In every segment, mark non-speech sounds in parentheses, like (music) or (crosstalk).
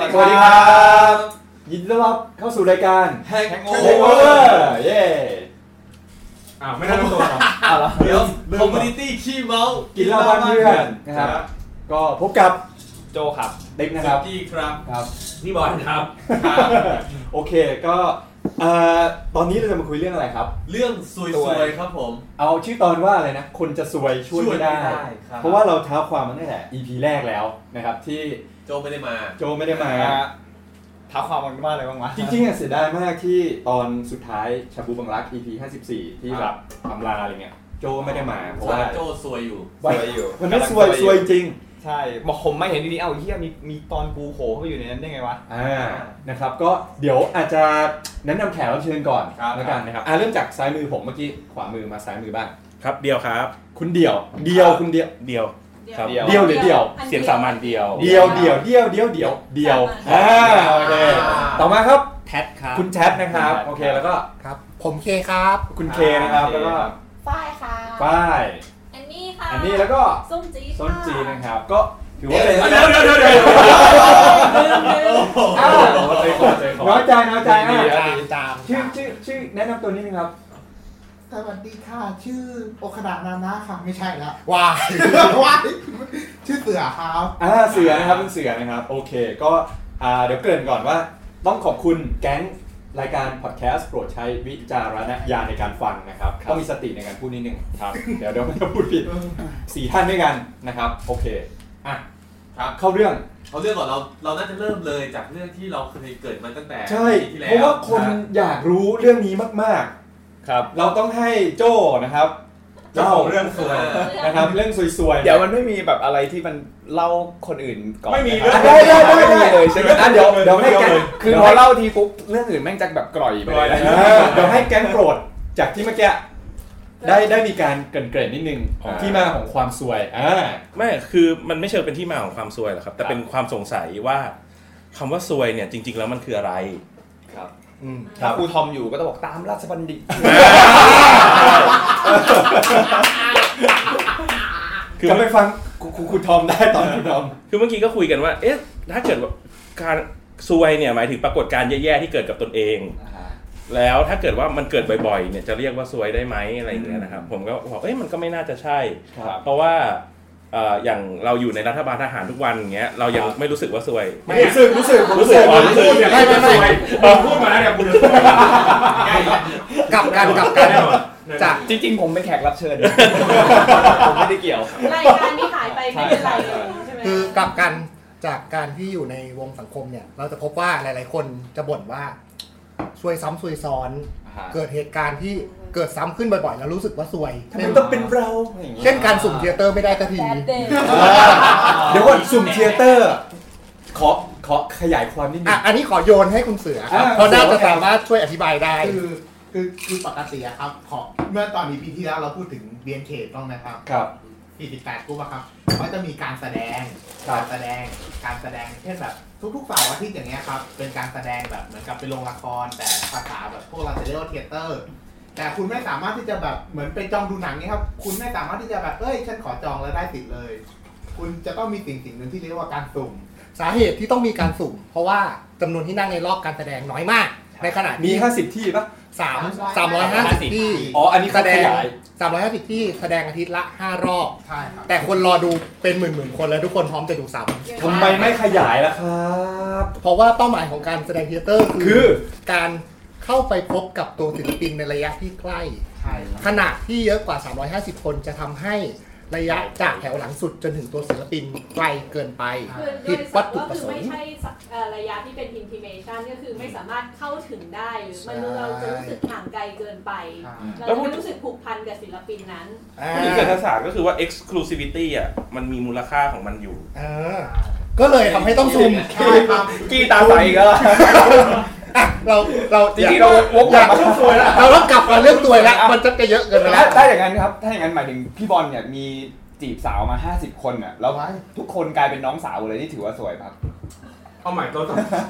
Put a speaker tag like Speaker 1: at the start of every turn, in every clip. Speaker 1: วัสดีครับ
Speaker 2: ยินดีต้อนรับเข้าสู่รายการ
Speaker 1: Hangover
Speaker 2: เด็กเวอร์เย้
Speaker 3: อ้าวไม่ได้ตัวหรอ
Speaker 2: เอาละ
Speaker 1: เดี๋ยวคอมมูนิตี้ขี้เมากิ
Speaker 2: กินเหล้าบ้านเพื่อนนะครับ ก็พบกับ
Speaker 1: โจครับ
Speaker 2: เด็กนะค
Speaker 1: สุ
Speaker 2: รับ
Speaker 1: กี้ครับ
Speaker 2: ครับ
Speaker 3: นี่บอลครับ
Speaker 2: โอเคก็เอ่อตอนนี้เราจะมาคุยเรื่องอะไรครับ
Speaker 1: เรื่องซวยๆครับผม
Speaker 2: เอาชื่อตอนว่าอะไรนะ คนจะซวยช่วยไม่ได้
Speaker 1: ช่วยไม่ได้ครับ
Speaker 2: เพราะว่าเราเท้าความมันตั้งแต่ EP แรกแล้วนะครับที่
Speaker 1: โจไม่ได้มา
Speaker 2: โจไม่ได้มา
Speaker 4: ท้าความมันว่าอะไรบ้างวะ
Speaker 2: จริงๆอะเสียดายมากที่ตอนสุดท้ายชาบูบังรัก EP 54 ที่แบบอำลาอะไรเงี้ยโจไม่ได้มาเพราะ
Speaker 1: ว่า
Speaker 2: ว่า
Speaker 1: โจซวยอยู่
Speaker 4: สวยอยู่
Speaker 2: มันไม่ซวยซวยจริง
Speaker 4: ใช่บอกผมไม่เห็นดีๆเอ้าเฮียมีมีตอนกูโผล่เข้าไปอยู่ในนั้นได้ไงวะ
Speaker 2: อ่า นะครับ ก็เดี๋ยวอาจจะแนะนำแขกรับเชิญก่อน
Speaker 1: ครับ
Speaker 2: แล้วกันนะครับ อ่าเริ่มจากซ้ายมือผมเมื่อกี้ ขวามือมาซ้ายมือบ้าง
Speaker 3: ครับเดียวครับ
Speaker 2: คุณเดี่ยว เดี่ยว คุณเดี่ยว
Speaker 3: เดียว ครับ
Speaker 4: เดียว
Speaker 2: เดียวหรือเดี่ยว
Speaker 3: เสียงสามัญเดียว
Speaker 2: เดี่ยว เดี่ยว เดี่ยว เดี่ยว เดี่ยว เดี่ยว
Speaker 5: สา
Speaker 2: อ่า
Speaker 5: มัญ
Speaker 2: โอเค ต่อมาครับ
Speaker 3: แทดครับ
Speaker 2: คุณแชทนะครับ
Speaker 3: ครับ
Speaker 2: โอเค แล้วก็
Speaker 6: ครับ ผมเคครับ
Speaker 2: คุณเคนะครับ แล้วก็
Speaker 5: ฝ้ายค่ะ
Speaker 2: ป้าย
Speaker 5: แอนนี่ค่ะ
Speaker 2: อันนี้แล้วก็
Speaker 5: ส้มจีค่ะ
Speaker 2: ส้นจีนนะครับ ก็ถือว่าเป็น
Speaker 1: เดี๋ยวเดี๋ยวเดี๋ยวเดี๋ยว
Speaker 5: ลืมลืม
Speaker 2: อ้าว
Speaker 1: ใจคอใจคอ
Speaker 2: น้อยใจ น้อยใจอ่ะ
Speaker 6: ตามตาม
Speaker 2: ชื่อ ชื่อ ชื่อ แนะนำตัวนิดนึงครับ
Speaker 6: สวัสดีค่ะ ชื่อโอคดานานะค่ะ ไม่ใช่
Speaker 7: (laughs)
Speaker 6: ละวาย วาย ชื่อเสือครับ
Speaker 2: อ่าเสือนะครับเป็นเสือนะครับโอเคก็อ่าเดี๋ยวเกริ่นก่อนว่าต้องขอบคุณแก๊งรายการพอดแคสต์โปรดใช้วิจารณญาณในการฟังนะครับต้องมีสติในการพูดนิดนึงครับ เดี๋ยวเดี๋ยวมันจะพูดผิดสี่ท่านด้วยกันนะครับโอเคอ่ะ
Speaker 1: ครับ
Speaker 2: เข้าเรื่อง
Speaker 1: เอาเรื่องก่อนเราเราน่าจะเริ่มเลยจากเรื่องที่เราเคยเกิดมาตั้งแต่
Speaker 2: ใช่
Speaker 1: ปีที่แล้
Speaker 2: เพราะว่าคน
Speaker 1: ฮ
Speaker 2: อยากรู้เรื่องนี้มาก
Speaker 3: ครับ
Speaker 2: ๆ เราต้องให้โจ้นะครับเล่าเรื่อง
Speaker 1: เออ
Speaker 2: นะครับเรื่องซวยๆ
Speaker 4: เดี๋ยวมันไม่มีแบบอะไรที่มันเล่าคนอื่นก่อน
Speaker 3: ไม่มี
Speaker 4: นะค
Speaker 2: อ่ะ
Speaker 4: รับ
Speaker 2: ได้ได้ได้ได้
Speaker 4: ม่มีเลยใช่ไหม
Speaker 2: อ่ะเดี๋ยวเดี๋ยวให้แก๊ง
Speaker 4: คือพอเล่าทีปุ๊บเรื่องอื่นแม่งจะแบบกร่อยไปเลย
Speaker 2: เออเดี๋ยวให้แก๊งโปรดจากที่เมื่อกี้ได้ได้มีการเกริ่นๆนิดนึง
Speaker 3: อ๋อ
Speaker 2: ที่มาของความซวยอ่า
Speaker 3: ไม่ คือมันไม่เชิงเป็นที่มาของความซวยหรอกครับ แต่เป็นความสงสัยว่าคำว่าซวยเนี่ยจริง ๆ แล้วมันคืออะไร
Speaker 4: ถ้าครูทอมอยู่ก็ต้องบอกตามราชบัณฑิต
Speaker 3: คือ
Speaker 2: จะไปฟังคุณคุณคุณทอมได้ตอนคุณทอม
Speaker 3: คือเมื่อกี้ก็คุยกันว่า เอ๊ะ ถ้าเกิดว่าการซวยเนี่ยหมายถึงปรากฏการณ์แย่ๆที่เกิดกับตนเอง แล้วถ้าเกิดว่ามันเกิดบ่อยๆ เนี่ยจะเรียกว่าซวยได้ไหมอะไรอย่างเงี้ยนะครับ ผมก็บอกเอ้ยมันก็ไม่น่าจะใช่
Speaker 2: ครับ
Speaker 3: เพราะว่าเอ่ออย่างเราอยู่ในรัฐบาลทหารทุกวันอย่างเงี้ยเรายังไม่รู้สึกว่าซวย
Speaker 2: รู้สึกรู้สึกผม
Speaker 3: รู้สึก
Speaker 2: ผ
Speaker 3: ว่าม รู้สึก
Speaker 2: อยาก
Speaker 3: ไม่
Speaker 2: ให้
Speaker 3: ไม่
Speaker 2: มัน
Speaker 3: ไม่พูดมาแล้วเนี่ยคุณ
Speaker 6: กลับกันกลับกัน จาก
Speaker 4: จริงๆ ผมเป็นแขกรับเชิญ ผมไม่ได้เกี่ยว
Speaker 5: รายการนี้หายไปไม่เป็นไรเลยใช่ไหม
Speaker 6: คือกลับกันจากการที่อยู่ในวงสังคมเนี่ย เราจะพบว่าหลาย ๆ คนจะบ่นว่าซวยซ้ำซวยซ้อน เกิดเหตุการณ์ที่เกิดซ้ำขึ้นบ่อย ๆ แล้วรู้สึกว่าซวย
Speaker 2: ทำไมต้องเป็นเรา
Speaker 6: เช่นการสุ่มเทยเตอร์ไม่ได้สักที
Speaker 5: แบดเดย์
Speaker 2: เดี๋ยวก่อนสุ่มเทียเตอร์ขอขอขยายความนิดนึ
Speaker 6: อ่ะ
Speaker 2: ง
Speaker 6: อันนี้ขอโยนให้คุณเสือครับ
Speaker 2: อ่า
Speaker 6: เพราะน่าจะสามารถช่วยอธิบายได้
Speaker 7: คือคือคือปกติอะครับขอเมื่อตอนนี้ปีที่แล้วเราพูดถึง BNK ต้องนะครับ
Speaker 2: ครับ
Speaker 7: 48กุ๊บอะครับก็จะมีการแสดง
Speaker 2: ครับ
Speaker 7: การแสดงการแสดงเช่นแบบทุกๆเสาร์อาทิตย์อย่างเงี้ยครับเป็นการแสดงแบบเหมือนกับเป็นโรงละครแต่ภาษาแบบพวกเราจะเรียกว่าเทเตอร์ แต่คุณไม่สามารถที่จะแบบเหมือนไปจองดูหนังเนี่ยครับคุณไม่สามารถที่จะแบบเอ้ยฉันขอจองแล้วได้ติดเลย คุณจะต้องมีสิ่งสิ่งหนึ่งที่เรียกว่าการสุ่ม
Speaker 6: สาเหตุที่ต้องมีการสุ่ม เพราะว่าจำนวนที่นั่งในรอบการแสดงน้อยมาก ในขณะ
Speaker 2: มี
Speaker 6: ที่
Speaker 2: 50 ที่ปะ
Speaker 6: สามสามร้อยห้าสิบ
Speaker 7: 350
Speaker 6: ที่
Speaker 2: อ๋ออันนี้
Speaker 6: แส
Speaker 2: เขา
Speaker 6: ด
Speaker 2: ข
Speaker 6: ง
Speaker 2: ยาย
Speaker 6: สามร้อยห้าสิบที่แสดงอาทิตย์ละห้ารอบ
Speaker 7: ใช่ครับ
Speaker 6: แต่คนรอดูเป็นหมื่นหมื่นคนแล้วทุกคนพร้อมจะดูซ้
Speaker 2: ทำไมไม่ขยายล่ะครับ
Speaker 6: ำเพราะว่าเป้าหมายของการแสดงเทเตอร์
Speaker 2: คื
Speaker 6: คือ อ การเข้าไปพบกับตัวศิลปินในระยะที่ใกล้
Speaker 7: ใช่ครับ
Speaker 6: ขนาดที่เยอะกว่า 350 คนจะทำให้ระยะจากแถวหลังสุดจนถึงตัวศิลปินไกลเกินไป
Speaker 5: คือโด
Speaker 6: ผิ
Speaker 5: ย
Speaker 6: ด
Speaker 5: ส
Speaker 6: วัต
Speaker 5: รุป
Speaker 6: ถุ
Speaker 5: ว่า
Speaker 6: ประ
Speaker 5: คือ
Speaker 6: สง
Speaker 5: ไม่
Speaker 6: ค์
Speaker 5: ใช่เอ่อระยะที่เป็น intimation ก็คือไม่สามารถเข้าถึงได้หรือมัน
Speaker 6: ใช่
Speaker 5: เราจะรู้สึกห่างไกลเกินไป
Speaker 7: ใช่
Speaker 5: เราจะไม่รู้สึกผูกพันกับศิลปินนั้น
Speaker 6: อ่า
Speaker 3: นี่เกิดศาสตร์ก็คือว่า exclusivity อ่ะมันมีมูลค่าของมันอยู่
Speaker 6: อ่าก็เลยทำให้ต้องซูม
Speaker 7: ใช่ครับ
Speaker 4: กี้ตาใสอีก็
Speaker 6: อ่ะเราเรา
Speaker 4: จริงๆเราวกกลับมาช่วยแล้ว
Speaker 6: เราต้องกลับมาเรื่องตัวยแล้วมันจะเยอะเกินไปแล้ว
Speaker 4: ถ้าอย่างนั้นครับ ถ้าอย่างนั้นหมายถึงพี่บอลเนี่ยมีจีบสาวมา 50 คนอ่ะ แล้วทุกคนกลายเป็นน้องสาวเลยนี่ถือว่าสวยครับ
Speaker 3: เอาใหม่ตัวต่อ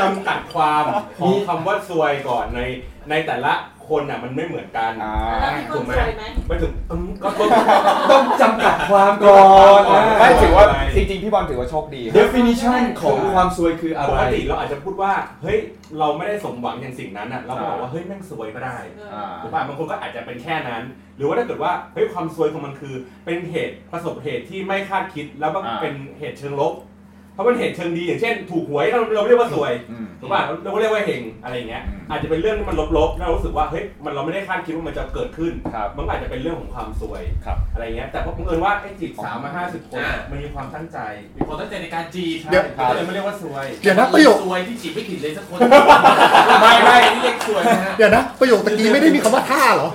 Speaker 3: จำกัดความของคำว่าซวยก่อนในในแต่ละค คนอ่ะมันไม่เหมือนกัน
Speaker 4: อ่า
Speaker 5: แล้วมีคนสวยไหม
Speaker 3: ไม่ถึงอืมก็ก็
Speaker 2: ต้องจำกัดความก่อน
Speaker 3: อ่า
Speaker 4: ไม่ถือว่า
Speaker 3: ไม่
Speaker 4: จริงๆพี่บอลถือว่าโชคดี
Speaker 2: definition ของความซวยคืออะ
Speaker 3: ป
Speaker 2: ไร
Speaker 3: กติเราอาจจะพูดว่าเฮ้ยเราไม่ได้สมหวังอย่างสิ่งนั้นอ่ะเราบอกว่าเฮ้ยแม่งสวยก็ได้
Speaker 4: อ่า
Speaker 3: ถูกป่ะบางคนก็อาจจะเป็นแค่นั้น หรือว่าถ้าเกิดว่าเฮ้ยความซวยของมันคือ เป็นเหตุประสบเหตุที่ไม่คาดคิดแล้วมัน
Speaker 4: อ่า
Speaker 3: เป็นเหตุเชิงลบ เพราะเป็นเหตุเชิงดีอย่างเช่น ถูกหวยเราเราเรียกว่าซวย
Speaker 4: อืม
Speaker 3: ถูกป่ะเราก็เรียกว่าเฮงอะไรอย่างเงี้ย
Speaker 4: อืม
Speaker 3: อาจจะเป็นเรื่องที่มันลบๆแล้วเรารู้สึกว่าเฮ้ยมันเราไม่ได้คาดคิดว่ามันจะเกิดขึ้น
Speaker 4: ครับ
Speaker 3: มันก็อาจจะเป็นเรื่องของความซวย
Speaker 4: ครับ
Speaker 3: อะไรเงี้ยแต่พอบังเอิญว่าไอ้จีบสาวมาห้าสิบคน
Speaker 1: อ่ามั
Speaker 3: มันมีความตั้งใจ
Speaker 1: มีคนตั้งใจในการจีบ
Speaker 6: เดี๋ยว
Speaker 1: ใช่
Speaker 3: เลยไม่เรียกว่าซวย
Speaker 6: เดี๋ยวนะประโยค
Speaker 1: ซวยที่จีบไม่ผิดเลยสักคน
Speaker 3: ไม่ไม่
Speaker 1: นี่เรียกสวยนะฮะ
Speaker 6: เดี๋ยวนะ ประโยคตะกี้ไม่ได้มีคำว่าท่าเหรอ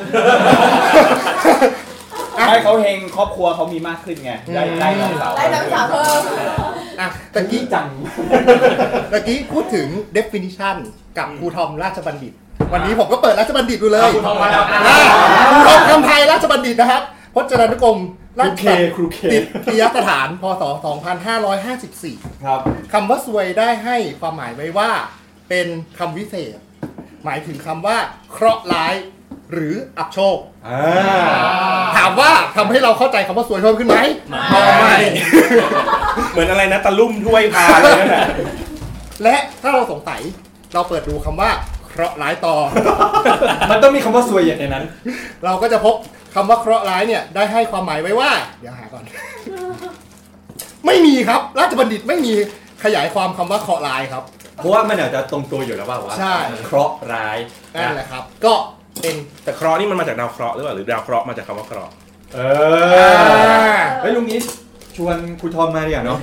Speaker 4: ให้เขาเฮงครอบครัวเขามีมากขึ้นไง ได้
Speaker 6: อืม
Speaker 4: ได้น้องสาว
Speaker 5: ได้น้องสาวเพิ่ม
Speaker 6: อ่ะตะกี้จัง (laughs) ตะกี้พูดถึง definition กับครูทอมราชบัณฑิต วันนี้ผมก็เปิดราชบัณฑิตดูเลย
Speaker 1: คุณทองมาแล้วอ่ะ
Speaker 6: อ่ะครูทอมคำไทยราชบัณฑิตนะครับพจนานุกรมราชบัณฑิต
Speaker 2: ครูเค
Speaker 6: ติดพิยสถานพศ
Speaker 2: ค
Speaker 6: 2554
Speaker 2: รับ
Speaker 6: คำว่าซวยได้ให้ความหมายไว้ว่า เป็นคำวิเศษ หมายถึงคำว่า เคราะห์ร้าย หรืออับโชค
Speaker 2: อ่า
Speaker 6: ถามว่าทำให้เราเข้าใจคำว่าซวยเพิ่มขึ้นไหมไม่
Speaker 3: เหมือนอะไรนะตะลุ่มถ้วยพาเลยนั่นแหละ
Speaker 6: และถ้าเราสงสัยเราเปิดดูคำว่า เคราะห์ร้ายต่อ
Speaker 2: มันต้องมีคำว่าซวยอย่างในนั้น
Speaker 6: เราก็จะพบคำว่าเคราะห์ร้ายเนี่ยได้ให้ความหมายไว้ว่า เดี๋ยวหาก่อน (laughs) ไม่มีครับ ราชบัณฑิตไม่มีขยายความคำว่าเคราะห์ร้ายครับ
Speaker 2: เพราะว่ามันอาจจะตรงตัวอยู่แล้วว่าวะ
Speaker 6: ใช่
Speaker 2: เคราะห์ร้าย
Speaker 6: นั่นแหละครับ ก็เป็น
Speaker 3: แต่เคราะห์นี่มันมาจากดาวเคราะห์หรือเปล่าหรือดาวเคราะห์มาจากคำว่าเคราะห์
Speaker 2: เอ
Speaker 6: อ่า
Speaker 2: อ เฮ้ยลุงนี้ชวนครูทอมมาดีกว่าเนาะ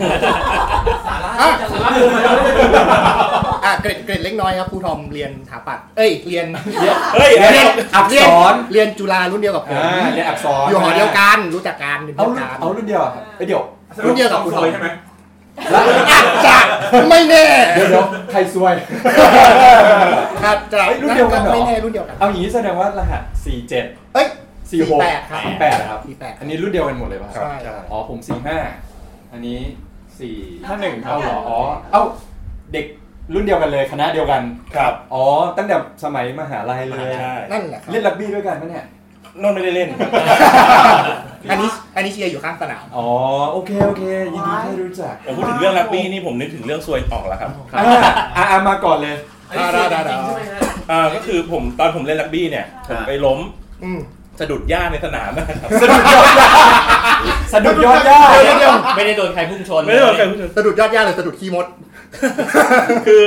Speaker 1: สาระที่จะสาระ
Speaker 6: อ่ะเกรดเกรดเล็กน้อยครับครูทอมเรียนถาปัด เอ้ย เรียน
Speaker 3: เฮ้ย
Speaker 2: เรียนอักษร
Speaker 6: เรียนจุฬารุ่นเดียวกับผม
Speaker 2: อ่าเรียนอักษร
Speaker 6: อยู่หอเดียวกัน รู้จักกันเป็น
Speaker 2: เอา
Speaker 6: เพื่อน
Speaker 2: รุ่น
Speaker 6: กัน
Speaker 2: เอารุ่นเดียวอะครับเอ้ยเดี๋ยว
Speaker 6: รุ่นเดียวกับครูทอม
Speaker 3: ใช่ไหม
Speaker 2: แล้ว
Speaker 6: อาจจะไม่แน่
Speaker 2: เดี๋ยวเดี๋ยวใครซวย
Speaker 6: อาจจะ
Speaker 2: เฮ้ยรุ่นเดียวกันเหรอ
Speaker 6: ไม่แน่รุ่นเดียวกัน
Speaker 2: เอาอย่างนี้แสดงว่ารหัส 47
Speaker 6: เอ้ย
Speaker 2: 46
Speaker 6: แปดครับ
Speaker 2: แปดครับ
Speaker 6: สี่แปด
Speaker 2: อันนี้รุ่นเดียวกันหมดเลยป่ะ
Speaker 6: ใช่ครับ
Speaker 2: อ๋อผม 45 อันนี้ 4
Speaker 5: ห้าหนึ่ง
Speaker 2: เท่าเหรออ๋อเอ้าเด็กรุ่นเดียวกันเลยคณะเดียวกัน
Speaker 3: ครับ
Speaker 2: อ๋อ ตั้งแต่สมัยมหาลัยเลย
Speaker 3: ใช่
Speaker 6: นั่นแหละครับ
Speaker 2: เล่นรักบี้ด้วยกันปะเนี่ย
Speaker 3: นนท์ไม่ได้เล่น
Speaker 6: อันนี้อันนี้เชียร์อยู่ข้างสนาม
Speaker 2: อ๋อ โอเค โอเค ยินดีที่รู้จัก
Speaker 3: ผมพูดถึงเรื่องรักบี้นี่ผมนึกถึงเรื่องซวยออกแล้วครับ
Speaker 2: อ่าอ่าอ่ามาก่อนเลย
Speaker 1: อันนี้คือจริงๆใช่ไหมฮะ
Speaker 3: อ่าก็คือผมตอนผมเล่นรักบี้เนี่ยผมไปล้ม
Speaker 6: อืม
Speaker 3: สะดุดหญ้าในสนามนะครับ
Speaker 2: สะดุดยอดย่าสะดุดยอดย่า
Speaker 8: ไม่ได้โดนใครพุ่งชน
Speaker 3: ไม่ได้โดนใครพูดถึง
Speaker 6: สะดุดยอดย่าหรือสะดุดขี้มด
Speaker 3: คือ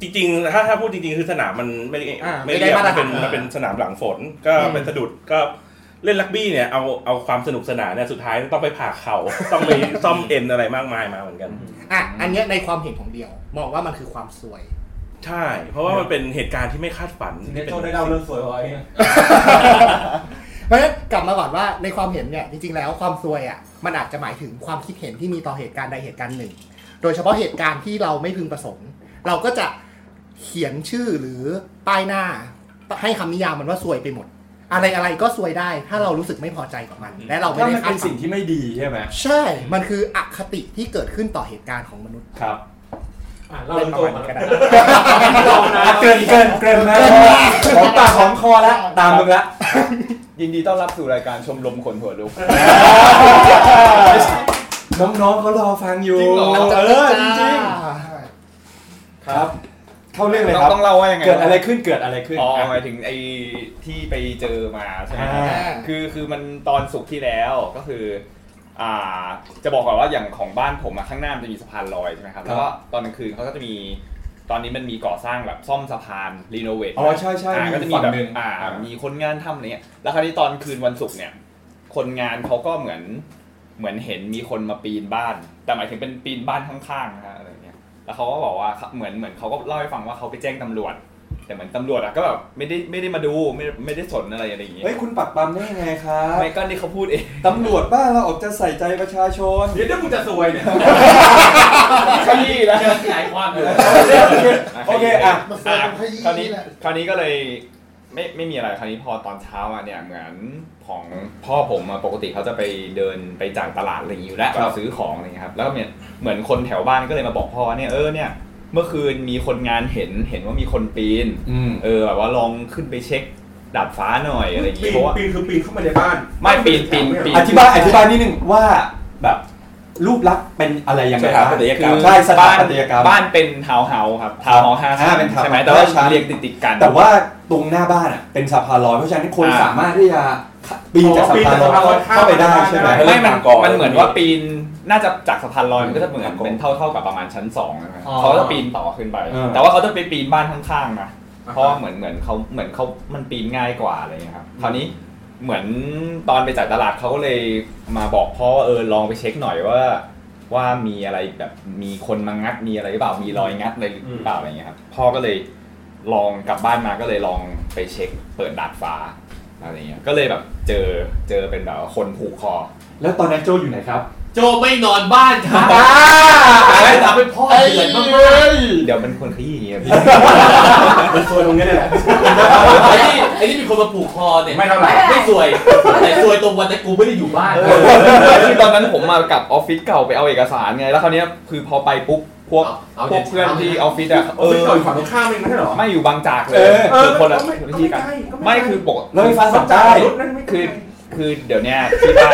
Speaker 3: จริงๆถ้าถ้าพูดจริงๆคือสนามมันไม่ได้
Speaker 6: อ่า
Speaker 3: ไม่ได้
Speaker 6: ไม่ได้มา
Speaker 3: มั
Speaker 6: ตรฐา
Speaker 3: น
Speaker 6: น
Speaker 3: เป็นมันเป็นสนามหลังฝนก็
Speaker 6: อืม
Speaker 3: เป็นสะดุดก็เล่นรักบี้เนี่ยเอาเอาความสนุกสนานเนี่ยสุดท้ายต้องไปผ่าเข่า (laughs) ต้องไปซ่อมเอ็นอะไรมากมายมาเหมือนกัน
Speaker 6: อ่ะ อันเนี้ยในความเห็นของเดียว มองว่ามันคือความซวย
Speaker 3: ใช่ เพราะว่ามันเป็นเหตุการณ์ที่ไม่คาดฝัน
Speaker 2: เน
Speaker 3: ที่ป็
Speaker 2: โชคได้เล่าเรื่องสวยไว้
Speaker 6: เพราะฉะนั้นกลับมาก่อนว่าในความเห็นเนี่ยจริงๆแล้วความซวยอ่ะมันอาจจะหมายถึงความคิดเห็นที่มีต่อเหตุการณ์ใดเหตุการณ์หนึ่ง โดยเฉพาะเหตุการณ์ที่เราไม่พึงประสงค์ เราก็จะเขียนชื่อหรือป้ายหน้า ให้คำนิยามมันว่าซวยไปหมด อะไรอะไรๆก็ซวยได้ ถ้าเรารู้สึกไม่พอใจกับมัน และเราไม่
Speaker 2: ถ้า
Speaker 6: ได้
Speaker 2: มัน
Speaker 6: คา
Speaker 2: เป็
Speaker 6: ด
Speaker 2: น
Speaker 6: ฝั
Speaker 2: สิ่
Speaker 6: น
Speaker 2: งที่ไม่ดีใช่ไหม
Speaker 6: ใช่ มันคืออคติที่เกิดขึ้นต่อเหตุการณ์ของมนุษย์
Speaker 2: ครับ
Speaker 1: อ่ะเราเริ่มต้นมา
Speaker 6: ประมาณนี้
Speaker 1: แล้ว
Speaker 6: ก็ได้
Speaker 2: เกินเกินเกินนะหอมปากหอมคอละตามมึงละ (laughs)
Speaker 4: ยินดีต้อนรับสู่รายการชมรมคนหัวลุก
Speaker 2: น้องๆเขารอฟังอยู่
Speaker 4: จริงเหรอ
Speaker 2: เออจริงๆครับ เข้าเรื่องเลยครับ
Speaker 4: ต้องเล่าว่ายังไง
Speaker 2: เกิดอะไรขึ้นเกิดอะไรขึ้น
Speaker 4: อ๋อหมายถึงไอ้ที่ไปเจอมาใช่ไหมครับ
Speaker 2: อ่า
Speaker 4: คือคือมันตอนสุกร์ที่แล้วก็คืออ่าจะบอกก่อนว่าอย่างของบ้านผมอะข้างหน้ามันจะมีสะพานลอยใช่ไหมครับแล้วก็ตอนกลางคืนเขาก็จะมีตอนนี้มันมีก่อสร้างแบบซ่อมสะพานรีโนเวท
Speaker 2: อ๋อใช่ใช่
Speaker 4: อ่า
Speaker 2: มี
Speaker 4: ก็จะมี
Speaker 2: ฝั่ง
Speaker 4: แบบ
Speaker 2: หนึ่ง
Speaker 4: อ่ามีคนงานทำอะไรเงี้ยแล้วคราวนี้ตอนคืนวันศุกร์เนี่ย คนงานเขาก็เหมือนเหมือนเห็นมีคนมาปีนบ้าน แต่หมายถึงเป็นปีนบ้านข้างๆนะฮะอะไรเงี้ยแล้วเขาก็บอกว่าเขาเหมือนเหมือนเขาก็เล่าให้ฟังว่าเขาไปแจ้งตำรวจ แต่เหมือนตำรวจอะก็แบบไม่ได้ไม่ได้มาดูไม่ไม่ได้สนอะไรอะไรอย่างเงี้ย
Speaker 2: เฮ้ยคุณปักปั๊มได้ยังไงครับ
Speaker 4: ไม่ก็นี่เขาพูดเอง
Speaker 2: ตำรวจบ้านเราออกจะใส่ใจประชาชน
Speaker 1: เดี๋ยวถ้ามึงจะสวยเนี่ย
Speaker 4: ขยี้แล้ว
Speaker 1: จะขยายความอยู่
Speaker 2: โอเคอ่ะ
Speaker 4: อ่ะคราวนี้คราวนี้ก็เลยไม่ไม่มีอะไรคราวนี้พอตอนเช้าอ่ะเนี่ยเหมือนของพ่อผมอ่ะปกติเขาจะไปเดินไปจ่ายตลาดอะไรอย่างนี้อยู่แล้ว
Speaker 2: ครับ
Speaker 4: ซื้อของอะไรอย่างเงี้ยครับแล้วเนี่ยเหมือนคนแถวบ้านก็เลยมาบอกพ่อว่าเนี่ยเออเนี่ย เมื่อคืนมีคนงานเห็นเห็นว่ามีคนปีน
Speaker 2: อืม
Speaker 4: เออแบบว่าลองขึ้นไปเช็คดาดฟ้าหน่อยอะไรอย่าง
Speaker 3: ปี
Speaker 4: งี้
Speaker 3: น
Speaker 4: เพราะว่า
Speaker 3: ปีนคือปีนเข้ามาในบ้าน
Speaker 4: ไม่ปีนปีนปีน
Speaker 2: อธิบายอธิบายนิดนึงว่าแบบรูปลักษณ์เป็นอะไรยังไง
Speaker 9: สถาปัตยกรรม
Speaker 2: ใช่สถา
Speaker 4: บ้าน
Speaker 2: ปัตยกรรม
Speaker 4: บ้านเป็นทาวน์เฮาส์ครับทาวน์เฮาส์ห้าชั้
Speaker 2: อ่าน เป็นทาวน์
Speaker 4: ใช่ไหม
Speaker 2: เฮาส์
Speaker 4: แต่ว่า
Speaker 2: ห้าชั้น
Speaker 4: เรียงติดติดๆกัน
Speaker 2: แต่ว่าตรงหน้าบ้านอ่ะเป็นสะพานลอยเพราะฉะนั้นคน
Speaker 4: อ่า
Speaker 2: สามารถที่จะปีนจากสะพานลอยเข้าไปได้ใช่ไหม
Speaker 4: ไม่มัน
Speaker 9: ก่อน
Speaker 4: มันเหมือนว่าปีนน่าจะจากสะพานลอยมันก็จะเหมือนเป็นเท่าเท่าๆกับประมาณชั้นสองนะครับ
Speaker 2: อ๋อ
Speaker 4: เขาจะปีนต่อขึ้นไป
Speaker 2: เออ
Speaker 4: แต่ว่าเขาจะไปปีนบ้านข้างๆนะเพราะว่าเหมือนเหมือนเขาเหมือนเขามันปีนง่ายกว่าอะไรอย่างเงี้ยครับคราวนี้เหมือนตอนไปจ่ายตลาดเขาก็เลยมาบอกพ่อว่าเออลองไปเช็คหน่อยว่า ว่ามีอะไรแบบมีคนมางัดมีอะไรหรือเปล่ามีรอยงัดอะไรหรือเปล่าอะไรอย่างเงี้ยครับพ่อก็เลยลองกลับบ้านมาก็เลยลองไปเช็คเปิดดาดฟ้าอะไรอย่างเงี้ยก็เลยแบบเจอเจอเป็นแบบว่าคนผูกคอ
Speaker 2: แล้วตอนนั้นโจอยู่ไหนครับ
Speaker 10: โจไม่นอนบ้านครับ
Speaker 2: ไ
Speaker 10: ทำให้พ่อเดือดมากๆ
Speaker 4: เดี๋ยวมันควรขยี้อย่างเงี้ยพี่
Speaker 2: มันซวยตรงนี้เลยแหละ
Speaker 10: ไอ้นี่ไอ้นี่มีคนมาผูกคอเนี่ย
Speaker 3: ไม่เท่าไหร่
Speaker 10: ไม่สวย แต่สวยตรงวันแต่กูไม่ได้อยู่บ้าน
Speaker 4: คือตอนนั้นผมมากลับออฟฟิศเก่าไปเอาเอกสารไง แล้วคราวเนี้ยคือพอไปปุ๊บพวก
Speaker 10: เอา
Speaker 4: พวกเพื่อนที่ออฟฟิศอะ
Speaker 3: เอ
Speaker 4: เอ
Speaker 3: อ
Speaker 4: อ
Speaker 3: ต่อยฝั่งตรงข้ามเองไม่ใช่เหรอ
Speaker 4: ไม่อยู่บางจากเล
Speaker 2: เอย อ
Speaker 4: คือคนละ
Speaker 3: ก็ไม่
Speaker 4: วิธีกัน
Speaker 3: ก็
Speaker 4: ไม่คือปก
Speaker 2: รถไฟฟ้าสายใต้
Speaker 3: รถนั่นไม่
Speaker 4: คือ
Speaker 3: อ
Speaker 4: คือเดี๋ยวเนี้ยที่บ้าน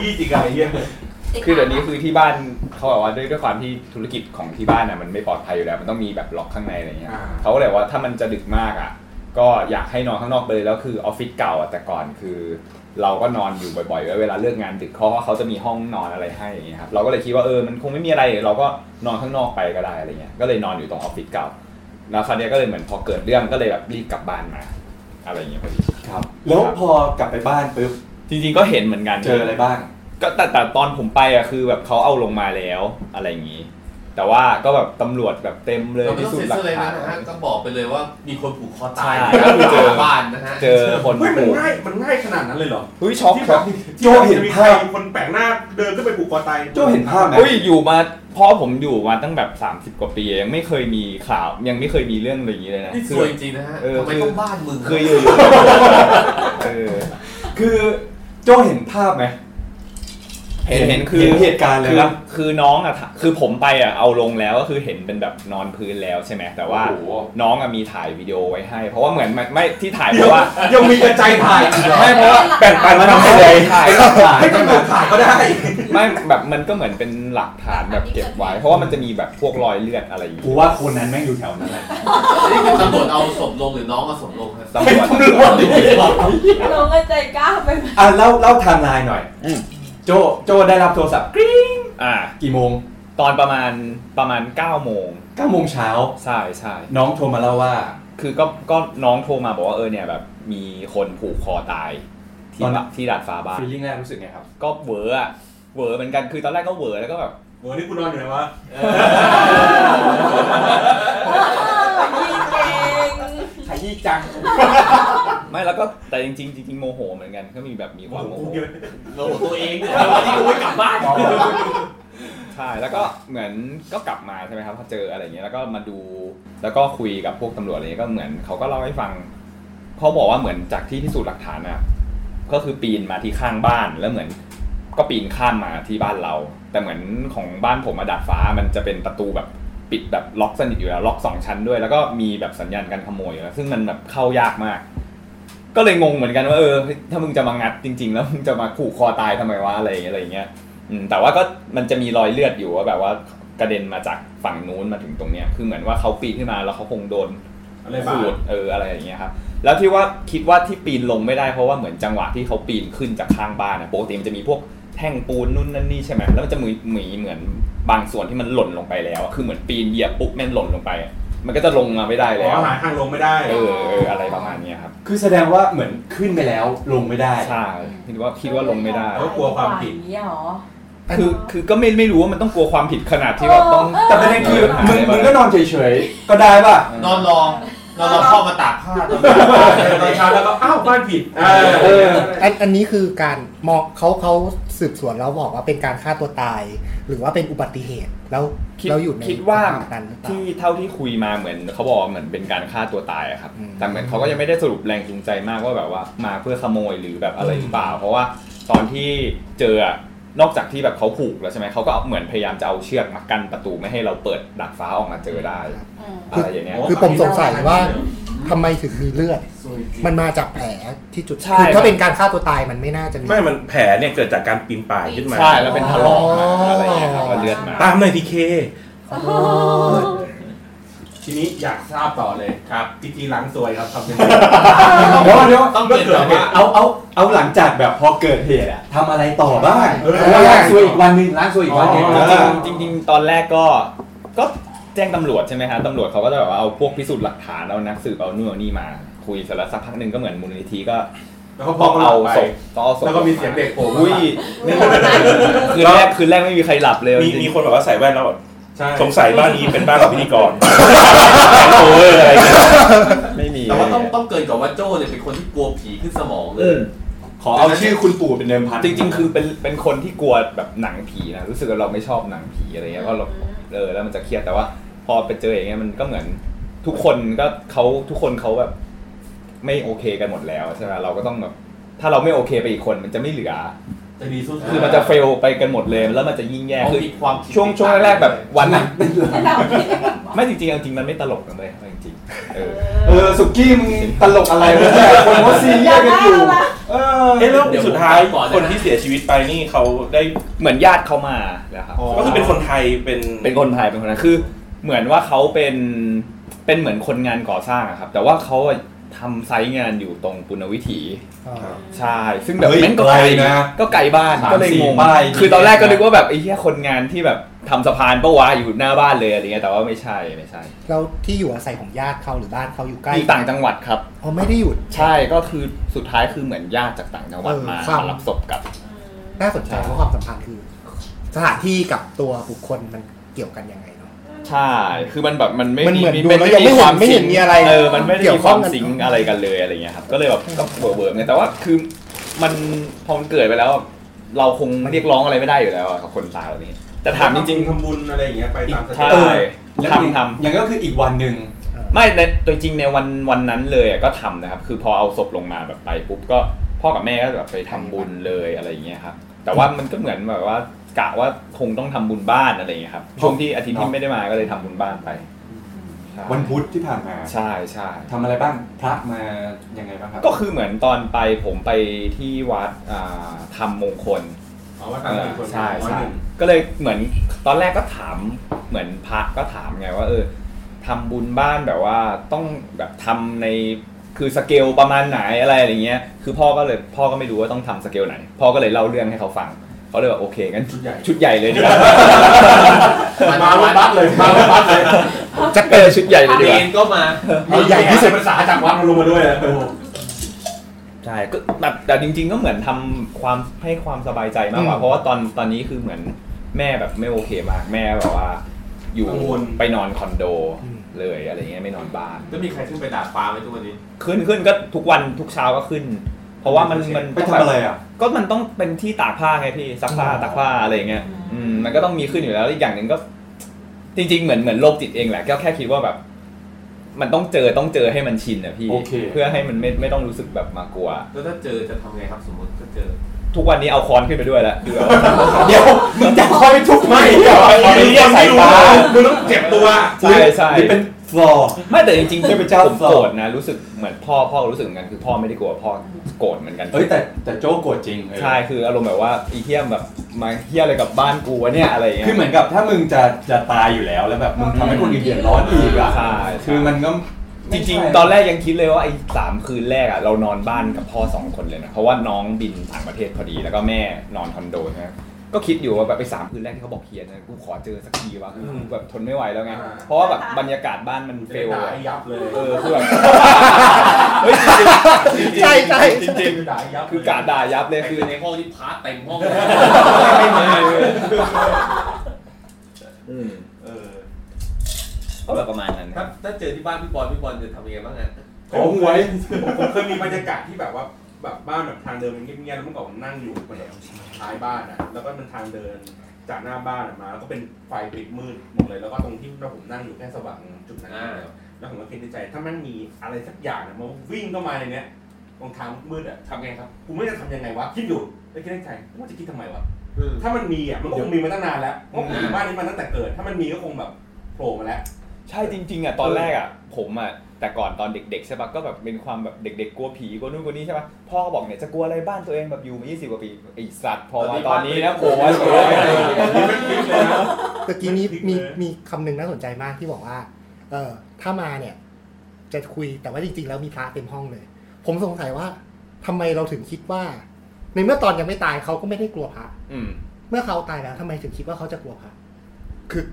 Speaker 3: ยี่จริงอะไรเงี้ย
Speaker 4: คือเดี๋ยวนี้คือที่บ้านเขาบอกว่าด้วยด้วยความที่ธุรกิจของที่บ้านน่ะมันไม่ปลอดภัยอยู่แล้ว มันต้องมีแบบล็อกข้างในอะไรเงี้ย
Speaker 3: อ่า
Speaker 4: เขาก็เลยว่าถ้ามันจะดึกมากอ่ะ ก็อยากให้นอนข้างนอกไปเลยแล้วคือออฟฟิศเก่าอ่ะแต่ก่อนคือ เราก็นอนอยู่บ่อยๆไว้เวลาเลิกงานดึกเขาก็เขาจะมีห้องนอนอะไรให้อย่างเงี้ยครับเราก็เลยคิดว่าเออมันคงไม่มีอะไรเราก็นอนข้างนอกไปก็ได้อะไรเงี้ยก็เลยนอนอยู่ตรงออฟฟิศเก่าแล้วคราวเนี้ยก็เลยเหมือนพอเกิดเรื่องก็เลยแบบรีบกลับบ้านมา อะไรเงี้ยพอดี
Speaker 2: ครับแล้วพอกลับไปบ้านปุ๊บ
Speaker 4: จริงๆก็เห็นเหมือนกัน
Speaker 2: เจออะไรบ้าง
Speaker 4: ก็แต่แต่ตอนผมไปอะคือแบบเขาเอาลงมาแล้วอะไรอย่างนี้ แต่ว่าก็แบบตำรวจแบบเต็มเลย
Speaker 10: เราไม่ต้
Speaker 4: พิ
Speaker 10: อง
Speaker 4: สูจ
Speaker 10: เซ็น
Speaker 4: น์หลั
Speaker 10: เซอร์
Speaker 4: ก
Speaker 10: เลย
Speaker 4: ฐา
Speaker 10: นะ
Speaker 4: น
Speaker 10: นะฮะก็บอกไปเลยว่ามีคนผูกคอตาย
Speaker 4: ใช่ครับ
Speaker 10: ที่
Speaker 4: เจอ
Speaker 10: บ้านนะฮะ
Speaker 4: เจอคน
Speaker 3: เฮ้ยมัน
Speaker 4: ปลูก
Speaker 3: ง่ายมันง่ายขนาดนั้นเลยเหรอ
Speaker 4: เฮ้ยช็อก
Speaker 3: ที่
Speaker 4: ค
Speaker 3: แบ
Speaker 4: รั
Speaker 3: บบ
Speaker 2: โจ้เห็น
Speaker 3: ที่แบบ
Speaker 2: ภาพ
Speaker 3: มีคนแปลกหน้าเดินขึ้นไปผูกคอตาย
Speaker 2: โจเห็นภาพไหม
Speaker 4: เฮ้ยอยู่มาพ่อผมอยู่มาตั้งแบบ 30 กว่าปียังไม่เคยมีข่าวยังไม่เคยมีเรื่องอะไรอย่างนี้เลยนะ
Speaker 10: นี่สวยจริงๆนะฮะ
Speaker 4: เออ
Speaker 10: ทำไมต้องบ้านมึง
Speaker 4: คืออยู่อยู่เออ
Speaker 2: คือโจเห็นภาพไหม
Speaker 4: เห็นเห็นคือ
Speaker 2: เห็นเหตุการณ์เลยนะ
Speaker 4: คือคือน้องอะถ่าคือผมไปอะเอาลงแล้วก็คือเห็นเป็นแบบนอนพื้นแล้วใช่ไหมแต่ว่า
Speaker 3: โอ้โห
Speaker 4: น้องอะมีถ่ายวิดีโอไว้ให้ เพราะว่าเหมือนมันไม่ที่ถ่ายเพราะว่า
Speaker 2: ยังมีกระจายถ่ายอีกเหรอ
Speaker 4: ไม่เพราะว่า
Speaker 11: แบ่งปัน
Speaker 2: มาทำอะไรถ่ายก็ถ่าย
Speaker 3: ให้ตำรวจถ่ายก็ได้
Speaker 4: ไม่แบบมันก็เหมือนเป็นหลักฐานแบบเก็บไว้ เพราะว่ามันจะมีแบบพวกรอยเลือดอะไรอยู่
Speaker 2: กูว่าคนนั้นแม่งอยู่แถวนั้นแหละ
Speaker 10: นี่คือตำรวจเอาศพลงหรือน้องเอาศพลงฮะ
Speaker 4: ตำรวจ
Speaker 11: เราก็ใจกล้าไปไหม
Speaker 2: อ่ะเล่าเล่าไทม์ไลน์หน่อยโจโจได้รับโทรศัพท์กริ๊ง
Speaker 4: อ่า
Speaker 2: กี่โมง
Speaker 4: ตอนประมาณประมาณ9โมง
Speaker 2: 9โมงเช้า
Speaker 4: ใช่ใช่
Speaker 2: น้องโทรมาเล่าว่า
Speaker 4: คือก็ก็น้องโทรมาบอกว่าเออเนี่ยแบบมีคนผูกคอตายที่
Speaker 2: ตอน
Speaker 4: บะที่ดาดฟ้าบ้าน
Speaker 2: ฟีลลิ่งแรกรู้สึกไงครับ
Speaker 4: ก็เหวอร์อะเหวอร์เหมือนกันคือตอนแรกก็เหวอร์แล้วก็แบบ
Speaker 3: โอ้นี่กูนอนอยู่ไหนวะ
Speaker 11: ยิงเอง
Speaker 3: ขยี้จัง
Speaker 4: ไม่แล้วก็แต่จริงๆจริงๆโมโหเหมือนกันก็มีแบบมีความโมโห
Speaker 10: เราตัวเองเนี่ยวันนี้กูไม่กลับบ้าน
Speaker 4: ใช่แล้วก็เหมือนก็กลับมาใช่ไหมครับพอเจออะไรอย่างเงี้ยแล้วก็มาดูแล้วก็คุยกับพวกตำรวจอะไรเงี้ยก็เหมือนเขาก็เล่าให้ฟังเขาบอกว่าเหมือนจากที่พิสูจน์หลักฐานอะก็คือปีนมาที่ข้างบ้านแล้วเหมือนก็ปีนข้ามมาที่บ้านเรา แต่เหมือนของบ้านผมอะดาดฟ้ามันจะเป็นประตูแบบปิดแบบล็อกสนิทอยู่แล้วล็อกสองชั้นด้วย แล้วก็มีแบบสัญญาณการขโมยอยู่แล้วซึ่งมันแบบเข้ายากมาก ก็เลยงงเหมือนกันว่าเออถ้ามึงจะมางัดจริง ๆ แล้วมึงจะมาขู่คอตายทำไมวะอะไรอย่างเงี้ยอะไรอย่างเงี้ย อืมแต่ว่าก็มันจะมีรอยเลือดอยู่ว่าแบบว่ากระเด็นมาจากฝั่งนู้นมาถึงตรงเนี้ยคือเหมือนว่าเขาปีนขึ้นมาแล้วเขาคงโดน
Speaker 3: อะไรบ้า
Speaker 4: ขูดเอออะไรอย่างเงี้ยครับแล้วที่ว่าคิดว่าที่ปีนลงไม่ได้เพราะว่าเหมือนจังหวะที่เขาปีนขึ้นจากข้างบ้านนะปกติมันจะมีพวกแท่งปูนนู่นนั่นนี่ใช่ไหมแล้วมันจะมีมีเหมือนบางส่วนที่มันหล่นลงไปแล้วอะคือเหมือนปีนเหยียบปุ๊บแม่นหล่นลงไปอะมันก็จะลงมาไม่ได้
Speaker 3: ข
Speaker 4: แล้
Speaker 3: อ
Speaker 4: ว
Speaker 3: หาทางลงไม่ได้
Speaker 4: เออเอออะไรประมาณเนี้ยครับ
Speaker 2: คือแสดงว่าเหมือนขึ้นไปแล้วลงไม่ได้
Speaker 4: ใช่คิดว่าคิดว่าลงไม่ได้
Speaker 3: เขากลัวความผิด
Speaker 11: อย่างนี้เหรอ
Speaker 4: คือคือก็ไม่ไม่รู้ว่ามันต้องกลัวความผิดขนาดที่แบบต้อง
Speaker 2: แต่ประเด็นคือมึงมึงก็นอนเฉยๆ ก็ได้ป่ะ
Speaker 10: นอนรองนอนรองเข้ามาตากผ้าตอน
Speaker 3: ตอนเช้าแล้วก็อ้าวบ้านผิด เอ
Speaker 2: เอ
Speaker 3: อ
Speaker 2: อ
Speaker 6: อันอันนี้คือการมองเขาเขาสืบสวนแล้วบอกว่าเป็นการฆ่าตัวตาย หรือว่าเป็นอุบัติเหตุแล้ว
Speaker 4: คิด
Speaker 6: เราอยู่ใน
Speaker 4: คิดว่า
Speaker 6: สภพนั้นหรือเปล่า
Speaker 4: ที่เท่าที่คุยมาเหมือนเขาบอกว่าเหมือนเป็นการฆ่าตัวตายอะครับ
Speaker 6: อืม
Speaker 4: แต่เหมือนเขาก็ยังไม่ได้สรุปแรงจูงใจมากว่าแบบว่ามาเพื่อขโมยหรือแบบอะไรหรือเปล่า เพราะว่าตอนที่เจออะ นอกจากที่แบบเขาผูกแล้วใช่ไหมเขาก็เอาเหมือนพยายามจะเอาเชือกมากั้นประตูไม่ให้เราเปิดดักฟ้าออกมาเจอได้อะไรอย่างเงี้ย
Speaker 6: คือผมสงสัยว่าทำไมถึงมีเลือด มันมาจากแผลที่จุด
Speaker 4: ใช่
Speaker 6: คื
Speaker 4: ค
Speaker 6: อ
Speaker 4: รั
Speaker 6: ถ้า
Speaker 4: บ
Speaker 6: เป็นการฆ่าตัวตายมันไม่น่าจะมี
Speaker 9: ไม่มันแผลเนี่ยเกิดจากการปีนป่ายขึ้นมา
Speaker 4: ใช่แล้วเป็นทะลอกมาอะไรอย่างเงี้ยครับว่าเลือดมา
Speaker 9: ตามหน่อยทีเค
Speaker 3: ทีนี้อยากทราบต่อเลยครับพิธีล้างซวยครับทำยังไง
Speaker 2: เดี๋ยวเดี๋ยว
Speaker 1: ต้องเปลี่ยนแบบว่า
Speaker 2: เอาเอาเอาหลังจากแบบพอเกิดเหตุอะทำอะไรต่อบ้าง
Speaker 3: เออ
Speaker 2: เพราะว่าล้างซวยอีกวันหนึงล้างซวยอีกวันหนึง
Speaker 3: อ๋
Speaker 4: จ
Speaker 3: อ
Speaker 4: ริงๆจริงๆตอนแรกก็ก็แจ้งตำรวจใช่ไหมฮะตำรวจเขาก็จะแบบว่าเอาพวกพิสูจน์หลักฐานเอานักสืบเอานู่นเอานี่มา คุยเสร็จแล้วสักพักหนึ่งก็เหมือนมูลนิธิก็
Speaker 3: แล้วก็พอกเรา
Speaker 4: เอา
Speaker 3: ไป
Speaker 4: ศพก็เอาศพ
Speaker 3: แล้วก็มีเสียงเด็กโผล่มา
Speaker 4: อุ้ยนี่คืนแรกคืนแรกไม่มีใครหลับเลย
Speaker 9: มี
Speaker 4: จริงๆ
Speaker 9: มีคนบอกว่าใส่แว่นแล้วแบบ
Speaker 3: ใช่
Speaker 9: สงสัยบ้านนี้เป็นบ้านของพิธีกร โอเวอร์อะไรเงี้ย
Speaker 4: ไม่มี
Speaker 1: แต่ว่าต้องต้องเกินกับว่าโจ้เนี่ยเป็นคนที่กลัวผีขึ้นสมองเล
Speaker 4: อื
Speaker 1: ย
Speaker 4: ม
Speaker 2: ขอเอาชื่อคุณปู่เป็นเดิมพัน
Speaker 4: จริง ๆ คือเป็นเป็นคนที่กลัวแบบหนังผีนะรู้สึกว่าเราไม่ชอบหนังผีอะไรเงี้ยก็เราเออแล้วมันจะเครียดแต่ว่า พอไปเจออย่างเงี้ยมันก็เหมือนทุกคนก็เขาทุกคนเขาแบบ ไม่โอเคกันหมดแล้วใช่ไหมเราก็ต้องแบบถ้าเราไม่โอเคไปอีกคนมันจะไม่เหลือ
Speaker 3: จะดีสุด
Speaker 4: คือมันจะเฟลไปกันหมดเลยแล้วมันจะยิ่งแย่
Speaker 1: เอา
Speaker 4: คือ
Speaker 1: มีความคิด
Speaker 4: ช่วงช่วงแรกๆแบบวันนั้น
Speaker 11: เราคิด
Speaker 4: ไม่จริงๆเอาจริงมันไม่ตลกกันเลยเอาจริงๆเออ
Speaker 2: เออสุกี้มึงตลกอะไรวะเนี่ยคนเขาซีเรียสกันอยู่เออ
Speaker 9: เอ๊ะแล้วสุดท้ายคนที่เสียชีวิตไปนี่เขาได้
Speaker 4: เหมือนญาติเขามาแล้วครับ
Speaker 9: ก็คือเป็นคนไทยเป็น
Speaker 4: เป็นคนไทยเป็นคนนั้นคือ เหมือนว่าเขาเป็นเป็นเหมือนคนงานก่อสร้างอะครับ แต่ว่าเขาอะทำไซต์งานอยู่ตรงปุณณวิถี ใช่ ซึ่งแบบ
Speaker 2: เฮ้ย
Speaker 4: แม่งก็ไกล
Speaker 2: ไกลนะ
Speaker 4: ก็ไกลบ้าน
Speaker 2: สาม
Speaker 4: ก็เลย
Speaker 2: สี่
Speaker 4: งง
Speaker 2: ป้าย
Speaker 4: คือตอนแรกก็นึกว่าแบบไอ้เหี้ยคนงานที่แบบทำสะพานปะวะอยู่หน้าบ้านเลยอะไรเงี้ยแต่ว่าไม่ใช่ไม่ใช่
Speaker 6: แล้วที่อยู่อาศัยของญาติเขาหรือบ้านเขาอยู่ใกล้
Speaker 4: อยู่ต่างจังหวัดครับ
Speaker 6: เขาไม่ได้หยุด
Speaker 4: ใช่ก็คือสุดท้ายคือเหมือนญาติจากต่างจังหวัด
Speaker 6: เออ
Speaker 4: มา
Speaker 6: ครับ
Speaker 4: มารับศพกลับ
Speaker 6: น่าสนใจว่าความสัมพันธ์คือ สถานที่กับตัวบุคคลมันเกี่ยวกันยังไงเนาะ
Speaker 4: ใช่ คือมันแบบมันไม่
Speaker 6: มันเหมือนดู
Speaker 4: น
Speaker 6: แล้วยังไม่เห็น
Speaker 4: ความ
Speaker 6: ไม่เห็นมีอะไร
Speaker 4: เออ มันไม่ได้
Speaker 6: เกี่ย
Speaker 4: มี
Speaker 6: ว
Speaker 4: ค
Speaker 6: ข้
Speaker 4: วา
Speaker 6: อ
Speaker 4: ม
Speaker 6: งกัน
Speaker 4: ซิงค์อะไรกันเลยอะไรเงี้ยครับ ก็เลยแบบก็เบื่อเบื่อไงแต่ว่าคือมันพอมันเกิดไปแล้ว เราคงเรียกร้องอะไรไม่ได้อยู่แล้วอะกับคนตายเหล่านี้แต่ถามจริง
Speaker 3: ทำบุญอะไรอย่างเงี้ยไปตามส
Speaker 4: ๆ
Speaker 3: เต็
Speaker 4: ใช่
Speaker 3: ป
Speaker 2: แล้ว
Speaker 4: ทำทำ
Speaker 2: อย่างก็คืออีกวันหนึ่ง
Speaker 4: ไม่ในตัวจริงในวันวันนั้นเลยอะก็ทำนะครับ คือพอเอาศพลงมาแบบไปปุ๊บก็พ่อกับแม่ก็แบบไปทำบุญเลยอะไรอย่างเงี้ยครับ แต่ว่ามันก็เหมือนแบบว่ากะว่าคงต้องทำบุญบ้านอะไรอย่างเงี้ยครับช่วงที่อาทิตย์ที่ไม่ได้มาก็เลยทำบุญบ้านไปใช่
Speaker 2: วันพุธที่ผ่านมา
Speaker 4: ใช่ใช่
Speaker 2: ทำอะไรบ้างพระมายังไงบ้างครับ
Speaker 4: ก็คือเหมือนตอนไปผมไปที่วัดอ่าทำมงคล
Speaker 3: อ๋อว่าทำเป็นคน
Speaker 4: ใช่
Speaker 3: ร้อย
Speaker 4: ใช่
Speaker 3: หนึ่ง
Speaker 4: ก็เลยเหมือนตอนแรกก็ถามเหมือนพระก็ถามไงว่าเออทำบุญบ้านแบบว่าต้องแบบทำในคือสเกลประมาณไหนอะไรอะไรเงี้ยคือพ่อก็เลยพ่อก็ไม่รู้ว่าต้องทำสเกลไหน พ่อก็เลยเล่าเรื่องให้เขาฟังเขาเลยว่าโอเคงั้น
Speaker 3: ชุดใหญ่
Speaker 4: ชุดใหญ่เลยดีกว่า
Speaker 3: มาวัดบัสเลยมาวัดบัสเลย
Speaker 4: จะเออชุดใหญ่เลยดี
Speaker 1: เม
Speaker 4: กว่า
Speaker 1: นก็มา
Speaker 6: เอาใหญ่ที่สุด
Speaker 3: ภาษาจากวัดมาลงมาด้วยนะ
Speaker 4: ใช่ก็แบบแต่จริง ๆ ก็เหมือนทำความให้ความสบายใจมากกว่า
Speaker 6: อืม
Speaker 4: เพราะว่าตอนตอนนี้คือเหมือนแม่แบบไม่โอเคมากแม่แบบว่า อยู่
Speaker 3: กังวล
Speaker 4: ไปนอนคอนโดเลยอะไรเงี้ยไม่นอนบ้าน
Speaker 1: แล้วมีใครขึ้นไปดาดฟ้าไหมทุกวันนี้
Speaker 4: ขึ้นขึ้นก็ทุกวันทุกเช้าก็ขึ้น เพราะว่ามันมัน
Speaker 2: ไปทำอะไรอ่ะ
Speaker 4: ก็มันต้องเป็นที่ตากผ้าไงพี่ซักผ้าตากผ้าอะไรเงี้ยอืมมันก็ต้องมีขึ้นอยู่แล้วอีกอย่างหนึ่งก็ จริง ๆ เหมือนเหมือนโรคจิตเองแหละก็แค่คิดว่าแบบ มันต้องเจอต้องเจอให้มันชินอะพี่
Speaker 2: โอเค
Speaker 4: เพื่อให้มันไม่ไม่ต้องรู้สึกแบบมากลัว
Speaker 1: แล้วถ้าเจอจะทำไงครับสมมติถ้าเจอ
Speaker 4: ทุกวันนี้เอาค้อนขึ้นไปด้วยแล้วคือแบบ
Speaker 2: เดี๋ยวมึงจะคอยทุกไหมเดี๋ยว
Speaker 4: คอยไปเรียกสายฟ้า
Speaker 3: มึงต้องเจ็บตัว
Speaker 4: ใช่ใช่
Speaker 2: นี่เป็นฟลอร์
Speaker 4: ไม่แต่จริงๆ
Speaker 2: เทพเจ้า
Speaker 4: ผมโกรธนะ รู้สึกเหมือนพ่อพ่อรู้สึกเหมือนกันคือพ่อไม่ได้โกรธพ่อโกรธเหมือนกัน
Speaker 2: เอ้ยแต่แต่โจ้โกรธจริงเออ
Speaker 4: ใช่คืออารมณ์แบบว่าอีเทียมแบบมาเฮี้ยอะไรกับบ้านกูวะเนี่ยอะไรอย่างเงี้ย
Speaker 2: คือเหมือนกับถ้ามึงจะจะตายอยู่แล้วแล้วแบบมึงทำให้คนอื่นเดือดร้อนอีกอ่ะ
Speaker 4: ใช่
Speaker 2: คือมันก็
Speaker 4: จ
Speaker 2: ไม่ใช่
Speaker 4: ริงๆ ตอนแรกยังคิดเลยว่าไอ้สามคืนแรกอะเรานอนบ้านกับพ่อสองคนเลยนะ เพราะว่าน้องบินต่างประเทศพอดีแล้วก็แม่นอนคอนโดนะก็คิดอยู่ว่าแบบไปสามคืนแรกที่เขาบอกเฮียนะกูขอเจอสักทีวะคือกูแบบทนไม่ไหวแล้วไง
Speaker 3: อ่า
Speaker 4: เพราะว่าแบบบรรยากาศบ้านมันเฟ
Speaker 3: เฟล
Speaker 4: ลอะ
Speaker 3: ยับเลย
Speaker 4: เออคือแบบเฮ้ยจริงๆ
Speaker 6: ใช่ใช่
Speaker 4: จริงๆคือกาด่ายับเลย
Speaker 1: คื
Speaker 4: คือ อ
Speaker 1: ในห้องที่พาร์ตเต็ม (laughs) ห้อง
Speaker 4: ไม่มาเลยอืม
Speaker 3: เออ
Speaker 4: ก็แบบประมาณนั้น
Speaker 1: ถ้าถ้าเจอที่บ้านพี่บอลพี่บอลจะทำยังไงบ้างฮะ
Speaker 2: โอ้โหหวย
Speaker 3: ผมเคยมีบรรยากาศที่แบบว่าแบบบ้านแบบทางเดินมันเงียบๆแล้วเมื่อก่อนผมนั่งอยู่บนแถวท้ายบ้านอ่ะแล้วก็มันทางเดินจากหน้าบ้านมา แล้วก็เป็นไฟปิดมืดหมดเลยแล้วก็ตรงที่เราผมนั่งอยู่แค่สว่างจุดนั้นอย่างเดียวแล้วผมก็คิดในใจถ้ามันมีอะไรสักอย่างน่ะมันวิ่งเข้ามาในเนี้ยตรงทางมืดอ่ะทำไงครับกูไม่รู้จะทำยังไงวะคิดอยู่แล้วคิดในใจกูจะคิดทำไมวะ
Speaker 12: อืม
Speaker 1: ถ้ามันมีอ่ะมันก็คงมีมาตั้งนานแล้วเพราะผมอยู่บ้านนี้มาตั้งแต่เกิด ถ้ามันมีก็คงแบบโผล่มาแล้ว
Speaker 4: ใช่จริงๆอ่ะตอนแรกอ่ะผมอ่ะแต่ก่อนตอนเด็กๆใช่ปะก็แบบเป็นความแบบเด็ก ๆ กลัวผีกลัวนู่นกลัวนี่ใช่ปะพ่อก็บอกเนี่ยจะกลัวอะไรบ้านตัวเองแบบอยู่มา 20 กว่าปีไอ้สัตว์พอมาตอนนี้นะโผล่มาสวยเลย
Speaker 6: เมื่อกี้มีมีมีคำหนึ่งน่าสนใจมากที่บอกว่า เออถ้ามาเนี่ย จะคุยแต่ว่าจริงๆ แล้วมีพระเต็มห้องเลย ผมสงสัยว่าทำไมเราถึงคิดว่า ในเมื่อตอนยังไม่ตายเขาก็ไม่ได้กลัวพระ
Speaker 4: อืม
Speaker 6: เมื่อเขาตายแล้วทำไมถึงคิดว่าเขาจะกลัวพระ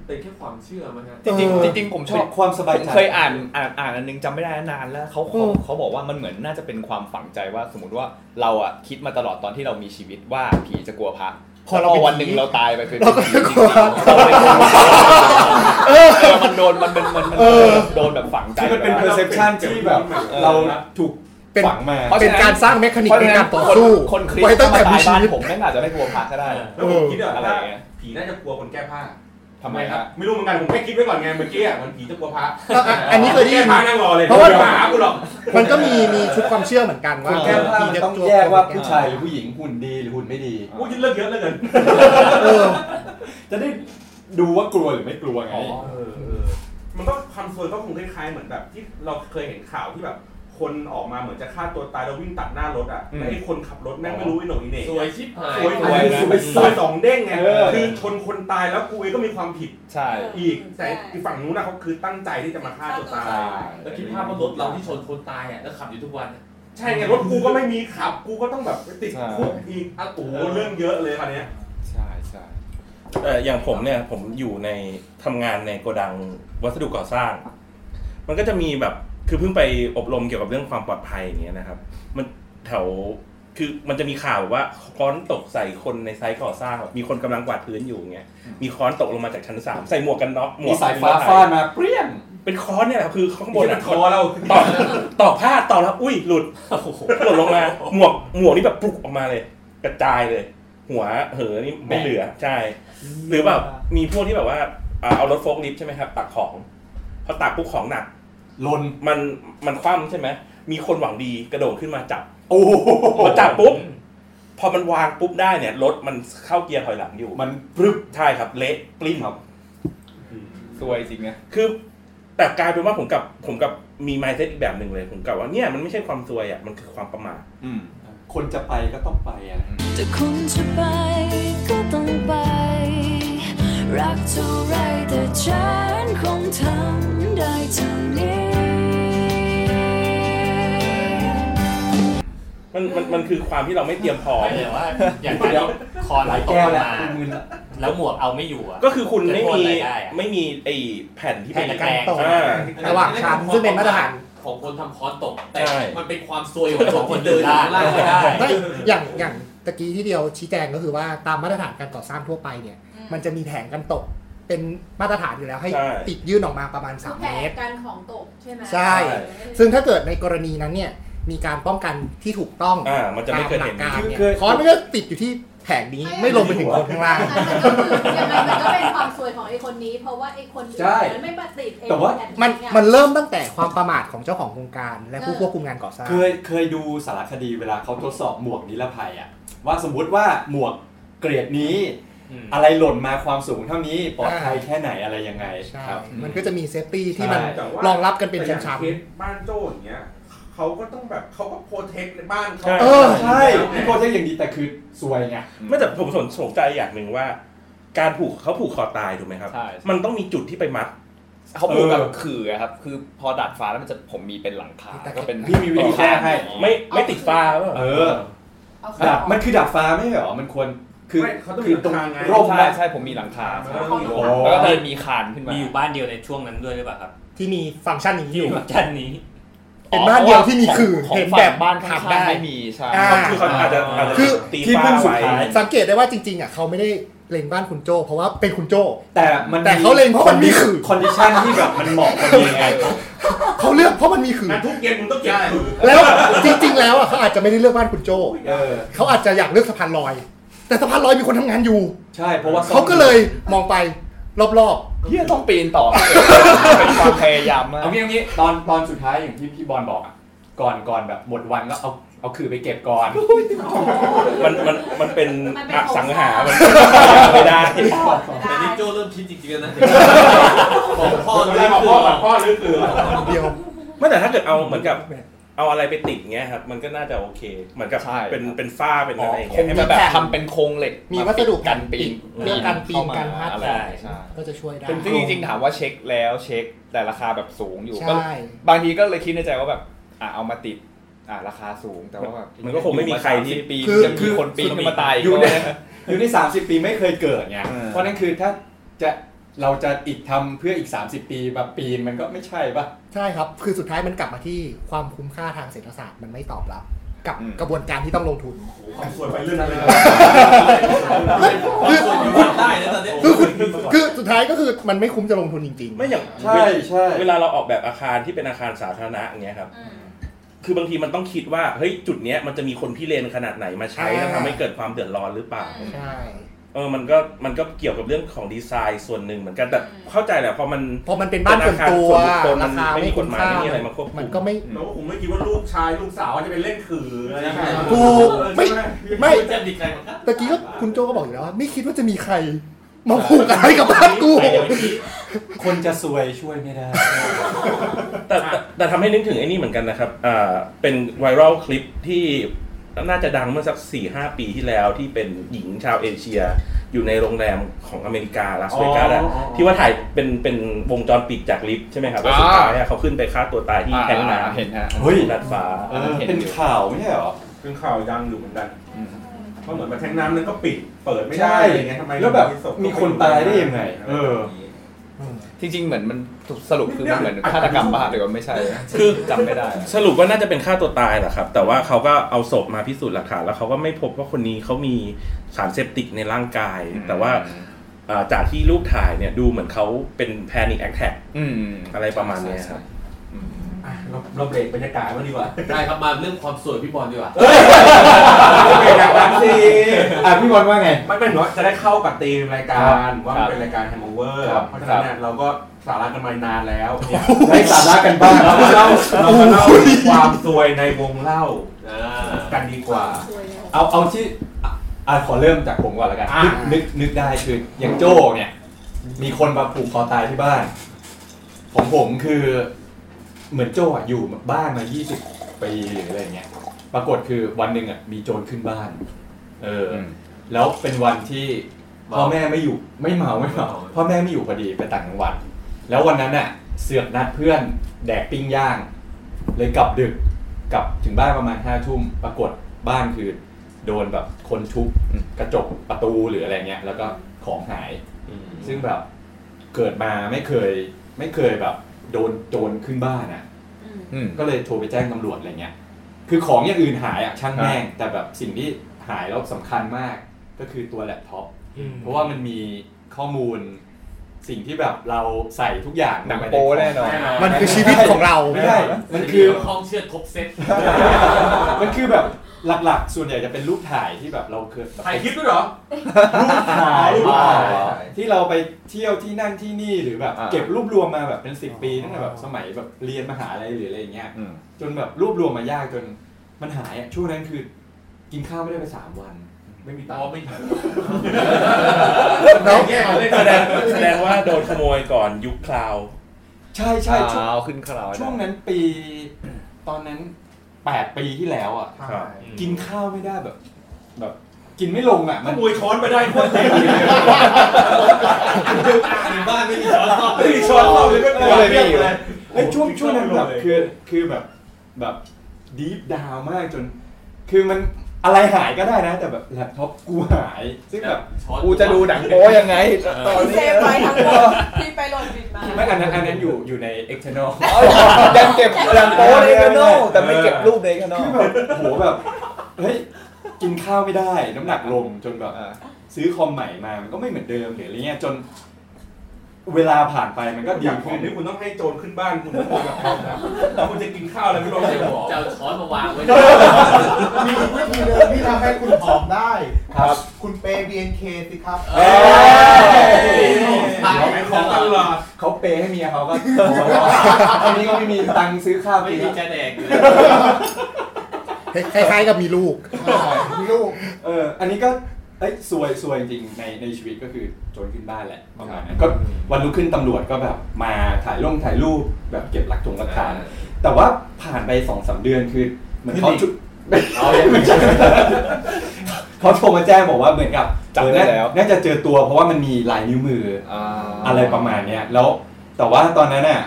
Speaker 12: เป็นแค่ความเชื่อมั้งฮะ
Speaker 4: จริง
Speaker 6: เออ
Speaker 4: ๆจริงๆผมชอบ
Speaker 2: เป็นความสบายใจ
Speaker 4: ผมเคยอ่านอ่านอ่านอันนึงจำไม่ได้นานแล้วเขาเขาเขาบอกว่ามันเหมือนน่าจะเป็นความฝังใจว่า สมมติว่าเราอ่ะคิดมาตลอดตอนที่เรามีชีวิตว่าผีจะกลัวพระ
Speaker 6: พอเราเป็น
Speaker 4: วันหนึ่ง
Speaker 6: ผี
Speaker 4: เราตายไปเป็น
Speaker 6: เราก็
Speaker 4: ผี
Speaker 6: จะ
Speaker 4: จ
Speaker 6: ก
Speaker 4: ริ
Speaker 6: ลั
Speaker 4: ง
Speaker 6: ว
Speaker 4: ๆเราเป็นคนเออมันโดนมันมันมันมันโดนแบบฝังใจ
Speaker 2: คือมันเป็น
Speaker 4: ไปแล้ว
Speaker 2: perception ที่แบบ
Speaker 4: เออ
Speaker 2: เราถูก
Speaker 6: เป็น
Speaker 2: ฝังมา
Speaker 4: เพราะฉะนั้น
Speaker 6: เป็นการสร้างเมคานิก
Speaker 4: เพราะ
Speaker 6: ใน
Speaker 4: ฉะ
Speaker 6: กา
Speaker 4: นั้
Speaker 6: ร
Speaker 4: น
Speaker 6: ต่อ
Speaker 4: คน
Speaker 6: สู้
Speaker 4: คนคริส
Speaker 6: ไว้
Speaker 4: ต์
Speaker 6: ตั้ง
Speaker 4: มา
Speaker 6: แต่มี
Speaker 4: ตายบ้า
Speaker 6: ชี
Speaker 4: น
Speaker 6: วิต
Speaker 4: ผมแม่งอาจจะไม่กลัวพระก็ได้
Speaker 1: แล้วผมคิดว่า
Speaker 4: อะไรอย่างเงี้ย
Speaker 1: ผีน่าจะกลัวคนแก้ผ้า
Speaker 4: ทำไมฮะ
Speaker 1: ไม่รู้เหมือนกันผมแค่คิดไว้ก่อนไงเมื่อกี้อ่ะมันผีจะกลัวพระ
Speaker 6: อ่ะอ่ะอันนี้เคยได้
Speaker 1: แก้
Speaker 6: ยิน
Speaker 1: ผ้านั่งรอเลย
Speaker 6: เพราะว่า
Speaker 1: ดี๋ยหมากูหรอก
Speaker 6: มันก็มีมีชุดความเชื่อเหมือนกันว่า
Speaker 2: คุณแก้ผ้ามันต้องแยกว่าผู้ชายหรือผู้หญิงหุ่นดีหรือหุ่นไม่ดี
Speaker 1: กูยึดเลิกเยอะเหลยเกิน
Speaker 6: เออ
Speaker 2: จะได้ดูว่ากลัวหรือไม่กลัวไง
Speaker 4: อ๋อ
Speaker 1: เออเออ มันก็คำเฟิร์มก็คงคล้ายๆเหมือนแบบที่เราเคยเห็นข่าวที่แบบ คนออกมาเหมือนจะฆ่าตัวตายแล้ววิ่งตัดหน้ารถอ่ะ
Speaker 4: อืม
Speaker 1: แล้วไอ้คนขับรถแม่งไม่รู้ไอ้หนุ่ยเหน่
Speaker 12: สวยชิบหาย
Speaker 1: สวย
Speaker 2: สวยนะ
Speaker 1: สวยสวยสองเด้งไง
Speaker 2: เออ
Speaker 1: คือชนคนตายแล้วกูเองก็มีความผิด
Speaker 4: ใช่
Speaker 1: อีก แต่อีกฝั่งนู้นนะเขาคือตั้งใจที่จะมาฆ่าตัวตาย
Speaker 2: ใช่
Speaker 12: แล้วคิดภาพว่ารถเราที่ชนคนตายอ่ะแล้วขับอยู่ทุกวันอะ
Speaker 1: ใช่ไงรถกูก็ไม่มีขับ กูก็ต้องแบบไปติด
Speaker 4: ใช่
Speaker 1: คุกอีกอ่ะโอ้โหเรื่องเยอะเลยคราวเนี้ย
Speaker 4: ใช่ใช่
Speaker 3: เอ่ออย่างผมเนี่ยผมอยู่ในทำงานในโกดังวัสดุก่อสร้าง มันก็จะมีแบบคือเพิ่งไปอบรมเกี่ยวกับเรื่องความปลอดภัยอย่างเงี้ยนะครับ มันแถวคือมันจะมีข่าวว่าค้อนตกใส่คนในไซต์ก่อสร้างแบบมีคนกำลังกวาดพื้นอยู่อย่างเงี้ยมีค้อนตกลงมาจากชั้นสามใส่หมวกกันน็อกหม
Speaker 2: มี
Speaker 3: วก
Speaker 2: สายฟ้าฟาดมาเปรี้ยง
Speaker 3: เป็นค้อนเนี่ยแหละคือข้างบนอะ
Speaker 1: คอเรา
Speaker 3: ตอกตอกผ้าตอกแล้วอุ้ยหลุดหล่นลงมาหมวกหมวกนี่แบบปลุกออกมาเลย กระจายเลย หัวเหอนี่ไม่เหลือใช่ หรือแบบมีพวกที่แบบว่าอ่าเอารถโฟล์คลิฟต์ใช่ไหมครับตักของพอตักปุ๊บของหนัก
Speaker 2: ลน
Speaker 3: มันมันคว่ำใช่ไหมมีคนหวังดีกระโดดขึ้นมาจับ
Speaker 2: โอ้โห
Speaker 3: พอจับปุ๊บพอมันวางปุ๊บได้เนี่ยรถมันเข้าเกียร์ถอยหลังอยู่
Speaker 2: มันปรึบ
Speaker 3: ใช่ครับเละปลิ้นครับ
Speaker 4: สวยจริงนะ
Speaker 3: คือ แต่กลายเป็นว่าผมกับผมกับมีไมเซ็ตอีกแบบหนึ่งเลยผมกับว่าเนี่ยมันไม่ใช่ความซวยอ่ะมันคือความประมาท
Speaker 4: อืม
Speaker 2: คนจะไปก็ต้องไปอะนะ
Speaker 11: แต่คุณจะไปก็ต้องไป รักเท่าไรแต่ฉันคงทำได้เท่านี้
Speaker 3: มันมันมันคือความที่เราไม่เตรียมพร้อม
Speaker 13: ไม่แต่ว่าอย่างการที่คอน
Speaker 2: หลาย
Speaker 13: ตก
Speaker 2: แก้ว
Speaker 13: ลง
Speaker 2: แล้ว
Speaker 13: มา
Speaker 2: มึนละ
Speaker 13: แล้วหมวกเอาไม่อยู่อะ
Speaker 3: ก็คือคุณไม่มี
Speaker 13: จะโทษอะรด้อะ
Speaker 3: ไม่มีไอ้แผ่นที่เป็น
Speaker 13: แผ่นตะแกรง
Speaker 3: อ่า
Speaker 6: ระหว่างชั้นซึ่งเป็นมาตรฐาน
Speaker 12: ของคนทำคอร์สตก แต่
Speaker 3: ใช่
Speaker 12: มันเป็นความซวยของคนที่เดินอยู่ข้างล่างไม่ได้
Speaker 6: ไม่อย่างอย่างตะกี้ที่เดียวชี้แจงก็คือว่าตามมาตรฐานการก่อสร้างทั่วไปเนี่ย มันจะมีแผงกันตก เป็นมาตรฐานอยู่แล้วให้
Speaker 3: ใช่
Speaker 6: ติดยื่นออกมาประมาณ
Speaker 5: คือ
Speaker 6: 3
Speaker 5: แผ
Speaker 6: เม
Speaker 5: น
Speaker 6: ตร
Speaker 5: การของตกใช่ไหม
Speaker 6: ใช่ ซึ่งถ้าเกิดในกรณีนั้นเนี่ยมีการป้องกันที่ถูกต้อง
Speaker 3: อ่ามันจะไม่เคยเห็น
Speaker 6: ตามหลักการเนี่
Speaker 2: คือ
Speaker 6: ยคอนมันก็ติดอยู่ที่แผงนี้ไม่ลงไปถึงคนข้างล่าง
Speaker 5: อันนั้นก็คือยังไงมันก็เป็นความซวยของไอ้คนนี้ เพราะว่าไอ้คนอื่น
Speaker 2: ใช่
Speaker 5: มันไม่มาติดไอ้
Speaker 2: แต่ว่า
Speaker 5: ผง
Speaker 6: มัน
Speaker 5: อะ
Speaker 6: มันเริ่มตั้งแต่ความประมาทของเจ้าของโครงการ และผู้ควบคุมงานก่อสร้าง
Speaker 2: เคยเคยดูสารคดีเวลาเขาทดสอบหมวกนิรภัยอะว่าสมมุติว่าหมวกเกรดนี้ อะไรหล่นมาความสูงเท่านี้ปลอดภัยแค่ไหนอะไรยังไง
Speaker 6: ใช่
Speaker 2: ครับ
Speaker 6: มันก็จะมีเซฟตี้ที่มัน
Speaker 2: ใช่
Speaker 1: แต่ว่าร
Speaker 6: องรับกันเป็น
Speaker 1: แต่อย่าง
Speaker 6: ชั้น
Speaker 1: เคสบ้านโจ้อย่างเงี้ยเขาก็ต้องแบบเขาก็โปรเทคในบ้านเขา
Speaker 3: ใช่
Speaker 2: เออใช่
Speaker 1: ไง
Speaker 2: พี่โคตรใช่อย่างดีแต่คือซวยไง
Speaker 3: ไม่แต่ผมสนสนใจอย่างหนึ่งว่า การผูกเขาผูกคอตายถูกไหมครับ
Speaker 4: ใช่
Speaker 3: มันต้องมีจุดที่ไปมัด
Speaker 4: เขาปลูกกับ
Speaker 2: เออ
Speaker 4: ขื่ออะครับ คือพอดาดฟ้าแล้วมันจะผมมีเป็นหลังคา
Speaker 6: แต่
Speaker 4: ก็เป็น
Speaker 2: พี่มีวิธีแก้ให้
Speaker 3: ไม่ไม่ติดฟ้าหรือเปล่า
Speaker 2: เออดับมันคือดับฟ้าไม่ใช่เหรอมันควรคือ
Speaker 1: ไม่เขาต้อง
Speaker 2: คื
Speaker 1: มี
Speaker 2: อตรง
Speaker 1: ทางไง
Speaker 2: ร่ม
Speaker 4: ใช่
Speaker 2: นะ
Speaker 4: ใช่ผมมีหลังคา
Speaker 1: มันก็ต้องมี
Speaker 5: โอ้
Speaker 1: ร่ม
Speaker 4: แล้วก็เลยมีคานขึ้นมา
Speaker 13: มีอยู่บ้านเดียวในช่วงนั้นด้วยหรือเปล่าครับ
Speaker 6: ๆ ที่มีฟังก์ชันนี้
Speaker 13: ที่อ
Speaker 6: อ
Speaker 13: ยู่ ยู่กับชั้นนี้
Speaker 6: เป็นบ้านเดียวที่มีขื่อ
Speaker 4: ขง
Speaker 6: เห็น
Speaker 4: ฝั่ง
Speaker 6: แบบ
Speaker 4: บ้านข้า
Speaker 6: ขั
Speaker 4: งๆ
Speaker 6: บได้
Speaker 4: ไม่มีใช่
Speaker 6: อ่า
Speaker 3: คือเขาอาจจะอาจจะ
Speaker 6: คือ
Speaker 3: ตี
Speaker 2: ที่พึ่
Speaker 3: ฟ้าง
Speaker 2: สุด
Speaker 3: ไว้
Speaker 2: ท้าย
Speaker 6: สังเกตได้ว่าจริงๆอ่ะเขาไม่ได้เล็งบ้านคุณโจ เพราะว่าเป็นคุณโจ
Speaker 2: แต่มัน
Speaker 6: แต่เขาเล็งเพราะมันมีขื่อ
Speaker 2: คอนดิชันที่แบบมันเหมาะกับยังไง
Speaker 6: เขาเลือกเพราะมันมีขื่อ
Speaker 1: งานทุกเย็นมึงต้องเก็บถือ
Speaker 6: แล้วจริงๆ แล้วอ่ะเขาอาจจะไม่ได้เลือกบ้านคุณโจ
Speaker 2: เออ
Speaker 6: เขาอาจจะอยากเลือกสะพานลอย แต่สะพานลอยมีคนทำงานอยู่
Speaker 2: ใช่เพราะว่า
Speaker 6: เขาก็เลยมองไปรอบๆ
Speaker 4: เฮียต้องปีนต่อ เป็นความพยายามมาก
Speaker 2: เอางี้เอางี้ตอนตอนสุดท้ายอย่างที่พี่บอลบอกอะก่อนก่อนแบบหมดวันก็เอา เอาคือไปเก็บ
Speaker 7: (laughs)
Speaker 2: ก่อน
Speaker 3: มันมันมันเป็น
Speaker 5: มันเป็น
Speaker 3: อสังหา
Speaker 5: โค
Speaker 3: มัน
Speaker 5: รงสร้าง
Speaker 3: ไม่ได้
Speaker 1: แต่นี่โจเริ่มคิดจริงๆแล้วนะ
Speaker 7: บอกพ่อเลยบอกพ่อก่อนพ่อหรือคือ
Speaker 6: เดียว
Speaker 3: ไม่แต่ถ้าเกิดเอาเหมือนกับ เอาอะไรไปติดเงี้ยครับ มันก็น่าจะโอเค เหมือนกับ
Speaker 4: ใช่
Speaker 3: เป็นเป็นฝ้าเป็นอะไรอย่าง
Speaker 4: ค
Speaker 3: เงี้
Speaker 4: ง
Speaker 3: ย
Speaker 4: จะแบบ
Speaker 6: แผ่น
Speaker 4: ทำเป็นโครงเหล็ก
Speaker 6: มีวัสดุ
Speaker 4: กันปีน
Speaker 6: เรื่องการปีนการพัด
Speaker 4: อะไรใช่
Speaker 6: ก็จะช่วยได้
Speaker 4: เป็นซึ่งจริงๆถามว่าเช็คแล้วเช็คแต่ราคาแบบสูงอยู่
Speaker 6: ใช่
Speaker 4: ก็บางทีก็เลยคิดในใจว่าแบบอ่ะเอามาติดอ่ะราคาสูงแต่ว่าแบบ
Speaker 3: มันก็คงไม่มีใครที่
Speaker 4: 30ปี
Speaker 2: คือ
Speaker 4: จะ
Speaker 2: คื
Speaker 4: มี
Speaker 2: อ
Speaker 4: คนปีนขึ้นมาตาย
Speaker 2: อยู่ใน
Speaker 4: ก็
Speaker 2: อยู่ใน 30 ปีไม่เคยเกิดไง
Speaker 4: อืม
Speaker 2: เพราะนั่นคือถ้าจะเราจะอีกทำเพื่ออีก 30 ปีแบบปีนมันก็ไม่ใช่ปะ
Speaker 6: ใช่ครับ คือสุดท้ายมันกลับมาที่ความคุ้มค่าทางเศรษฐศาสตร์มันไม่ตอบรับ กับ
Speaker 4: อืม
Speaker 6: กระบวนการที่ต้องลงทุน
Speaker 7: ความสวยไปเรื่องอะไร
Speaker 1: คือคุณได้นะตอนเนี้ย
Speaker 6: คือคุณคือสุดท้ายก็คือมันไม่คุ้มจะลงทุนจริง ๆ
Speaker 3: ไม่อย่าง
Speaker 2: ใช่
Speaker 3: เวลา
Speaker 2: ใช่
Speaker 3: เวลาเราออกแบบอาคารที่เป็นอาคารสาธารณะอย่างเงี้ยครับ คือบางทีมันต้องคิดว่าเฮ้ยจุดเนี้ยมันจะมีคนพิเรนขนาดไหนมาใช้แล้ว
Speaker 6: อ่า
Speaker 3: ทำให้เกิดความเดือดร้อนหรือเปล่า
Speaker 5: อืม
Speaker 6: ใช่
Speaker 3: เออมันก็มันก็เกี่ยวกับเรื่องของดีไซน์ส่วนหนึ่งเหมือนกันแต่
Speaker 5: อืม
Speaker 3: เข้าใจแหละพอมัน
Speaker 6: พอมันเป็นบ้านส่วนตัว
Speaker 3: เป็นอคารส่วนบุคคลมั
Speaker 6: ราน คา
Speaker 3: ไม่
Speaker 6: ไม่
Speaker 3: มีก
Speaker 6: คุ้
Speaker 3: ฎ
Speaker 6: ม
Speaker 3: หมาย
Speaker 6: ค่า
Speaker 3: ไม่มีอะไรมาควบคุ
Speaker 6: มั
Speaker 3: ม
Speaker 6: นก็ไม่
Speaker 7: เราก็คงไม่คิดว่าลูกชายลูกสาวจะไปเล่นขื่ออะไรนะ
Speaker 6: ถูกไม่ ไม่
Speaker 1: จะดีใครบ้างครับ
Speaker 6: ตะกี้ก็คุณโจก็บอกอยู่แล้วว่าไม่คิดว่าจะมีใคร มาผูกอะไรกับบ้านกู
Speaker 1: ไปเดี๋ยวนี้
Speaker 2: คนจะซวยช่วยไม่ได้
Speaker 3: แต่แต่แต่ทำให้นึกถึงไอ้นี่เหมือนกันนะครับอ่าเป็นไวรัลคลิปที่น่าจะดังเมื่อสัก4ี่หปีที่แล้วที่เป็นหญิงชาวเอเชีย อยู่ในโรงแรมของอเมริกาลาสเวกัสอะที่ว่าถ่ายเป็นเป็นวงจรปิดจากลิฟต์ใช่ไหมครับแล้วสุดท้ายอะเขาขึ้นไปฆ่าตัวตายที่
Speaker 4: อ่ะ
Speaker 3: แท้ง
Speaker 4: อ่ะ
Speaker 3: น้ำ
Speaker 4: เห็นฮะ
Speaker 2: เฮ้ย
Speaker 3: ดาดฟ้า
Speaker 2: เออ
Speaker 4: เห็นอยู่
Speaker 2: เป็นข่าวไม่ใช่เหรอ
Speaker 7: เป็นข่าวดังอยู่เหมือนกันเพราะเหมือนมาแทงน้ำนั้นก็ปิด เปิดไม่
Speaker 2: ใช่
Speaker 7: ได้อะไรเงี้ยทำไม
Speaker 2: แล้วแบบมีคนตายได้ยังไง เออ
Speaker 4: จริง ๆ เหมือนมันสรุปคือมันเหมือนฆาตกรรมบ้าหรือว่าไม่ใช่
Speaker 3: คือ
Speaker 4: จำไม่ได้
Speaker 3: สรุปว่าน่าจะเป็นฆ่าตัวตายแหละครับ แต่ว่าเขาก็เอาศพมาพิสูจน์หลักฐานแล้วเขาก็ไม่พบว่าคนนี้เขามีสารเสพติดในร่างกาย
Speaker 4: อืม
Speaker 3: แต่ว่าเอ่อจากที่รูปถ่ายเนี่ยดูเหมือนเขาเป็นแพนิคแอคแท็ก
Speaker 4: อืม
Speaker 3: อะไรประมาณเนี้ยครับ
Speaker 7: อ่ะเราเราเบรกบรรยากาศมางดีกว่า
Speaker 1: ได้ครับมาเรื่องความสวยพี่บอลดีกว่า
Speaker 7: เบรกแบบนั้นสิ
Speaker 2: อ่ะพี่บอลว่าไง
Speaker 7: มันเป็นเนาะจะได้เข้ากับธีมรายการว่ามันเป็นรายการแฮมเวอร์
Speaker 2: ครับ
Speaker 7: เพราะฉะนั้นเนยเราก็สาระกันมานานแล้วเนี่ย
Speaker 2: ได้สาระกันบ้าง
Speaker 7: เรามาเล่าเรามาเล่าความซวยในวงเล่ากันดีกว่า
Speaker 2: เอาเอาที่อ่ะอ่ะขอเริ่มจากผมก่อนละกัน
Speaker 7: อ่ะ
Speaker 2: นึกนึกนึกได้คืออย่างโจ้เนี่ย มีคนมาผูกคอตายที่บ้านของผมคือเหมือนโจ้อ่ะอยู่บ้านมา 20 ปีหรืออะไรเงี้ยปรากฏคือวันหนึ่งอ่ะมีโจรขึ้นบ้าน เอออแล้วเป็นวันที่พ่อแม่ไม่อยู่ไม่เมาไม่เมาพ่อแม่ไม่อยู่พอดีไปต่างจังหวัด แล้ววันนั้นน่ะเสือกนัดเพื่อนแดกปิ้งย่าง เลยกลับดึกกลับถึงบ้านประมาณห้าทุ่มปรากฏบ้านคือโดนแบบคนทุบกระจกประตูหรืออะไรเงี้ย แล้วก็ของหาย ซึ่งแบบเกิดมาไม่เคยไม่เคยแบบ โดนโจรขึ้นบ้านอ่ะ
Speaker 4: อืม
Speaker 2: ก็เลยโทรไปแจ้งตำรวจอะไรเงี้ย คือของอย่างอื่นหายอ่ะช่างแม่ง แต่แบบสิ่งที่หายแล้วสำคัญมากก็คือตัวแล็ปท็อป เพราะว่ามันมีข้อมูลสิ่งที่แบบเราใส่ทุกอย่าง
Speaker 4: หนัง
Speaker 2: ลไปใ
Speaker 4: โป๊แน่นอน
Speaker 6: มันคือชีวิตของเรา
Speaker 2: ไม่ได้มัน
Speaker 1: คื
Speaker 2: คือ
Speaker 1: (laughs)
Speaker 2: อ
Speaker 1: ห้องเชือดครบเซ็ต
Speaker 2: มันคือแบบหลักๆ ส่วนใหญ่จะเป็นรูปถ่ายที่แบบเราเคยแบบ
Speaker 1: ถ่ายคลิปด้วยเหรอ
Speaker 2: ถ่ายรูปถ่าย
Speaker 4: อ๋อ
Speaker 2: ที่เราไปเที่ยวที่นั่นที่นี่หรือแบบ
Speaker 4: อ่า
Speaker 2: เก็บรวบรวมมาแบบเป็นสิบปีตั้งแต่แบบสมัยแบบเรียนมหาลัยหรืออะไรอย่างเงี้ย
Speaker 4: อืม
Speaker 2: จนแบบรวบรวมมายากจนมันหายอะช่วงนั้นคือกินข้าวไม่ได้ไปสามวัน ไม่มีตัง
Speaker 1: อ๋อ
Speaker 2: ค์
Speaker 1: ไม่หาย
Speaker 6: แล้ว
Speaker 7: แยกกันเล่น
Speaker 3: แสดงแสดงว่าโดนขโมยก่อนยุคคลาว
Speaker 2: ใช่ใช่ช่วง
Speaker 4: เอาขึ้นคราวได้
Speaker 2: ช่วงนั้นปี ตอนนั้นแปดปีที่แล้วอ่ะ
Speaker 3: ครับ
Speaker 2: กินข้าวไม่ได้แบบ แบบกินไม่ลงอ่ะ
Speaker 7: ข
Speaker 2: มัน
Speaker 7: โมยช้อนไปได้โคตรเจ๋งเลย
Speaker 1: ในบ้านไม่มีสารพัด
Speaker 7: ไม่มีช้อนเราเลยก็เลยเรียกเลย
Speaker 2: ไอ้ยช่วงช่วงนั้นแบบคือคือแบบแบบดีฟดาวมากจน คือมันอะไรหายก็ได้นะ แต่แบบแล็ปท็อปกูหาย ซึ่งแบบ
Speaker 1: ช้อน
Speaker 4: กูจะดูหนังโป๊ยังไง ตอน
Speaker 5: เซ
Speaker 4: นี้
Speaker 5: ฟไว้ทั้งหมดที่ไปโหลดบิดมา
Speaker 2: ไม่อันนั้นอันนั้นอยู่อยู่ใน external (laughs)
Speaker 4: เอายังเก็บหนังโป๊ในกระโนลแต่ไม่เก็บรูปในกระโนล
Speaker 2: คือแบบโหแบบเฮ้ยกินข้าวไม่ได้ น้ำหนักลงจนแบบ
Speaker 4: อ่า
Speaker 2: ซื้อคอมใหม่มามันก็ไม่เหมือนเดิมหรืออะไรเงี้ยจนเวลาผ่านไปมันก็
Speaker 7: อ
Speaker 2: ดี
Speaker 7: ย่างของ
Speaker 2: ขึ้น
Speaker 7: นี่คุณต้องให้โจรขึ้นบ้านคุณต้องแบบเขานะแล้วคุณจะกินข้าวอะไรไม่รู้เลยบอก
Speaker 1: จะเอาช้อนมาวางไว้
Speaker 14: มีอีกวิธีเดิมที่ทำให้คุณผอมได้
Speaker 2: ครับ
Speaker 14: คุณเปย์ BNK สิครับ
Speaker 2: เอ้ย
Speaker 1: ขาย
Speaker 7: ขายของตลอด
Speaker 2: เขาเปย์ให้เมีย (laughs) เขาก็ อันนี้ก็ไม่มีตังค์ซื้อข้าว
Speaker 1: ไม่
Speaker 2: กิน
Speaker 1: มีจะแดกเลย
Speaker 6: เ คล้ายๆกับมีลูก
Speaker 2: มีลูกเอออันนี้ก็เอ้ยซวยซวยจริงในในชีวิตก็คือโจรขึ้นบ้านแหละประมาณนั้นก็วันรุ่งขึ้นตำรวจก็แบบมาถ่ายลงถ่ายรูปแบบเก็บหลักฐงหลักฐาน แต่ว่าผ่านไปสองสามเดือนคือเหมือนเขาจุดไม่ใช่เขาโทรมาแจ้งบอกว่าเหมือนกับ
Speaker 4: จับได้
Speaker 2: เออน่า
Speaker 4: แล้ว
Speaker 2: น่าจะเจอตัวเพราะว่ามันมีลายนิ้วมือออะไรประมาณเนี้ยแล้วแต่ว่าตอนนั้นน่ะ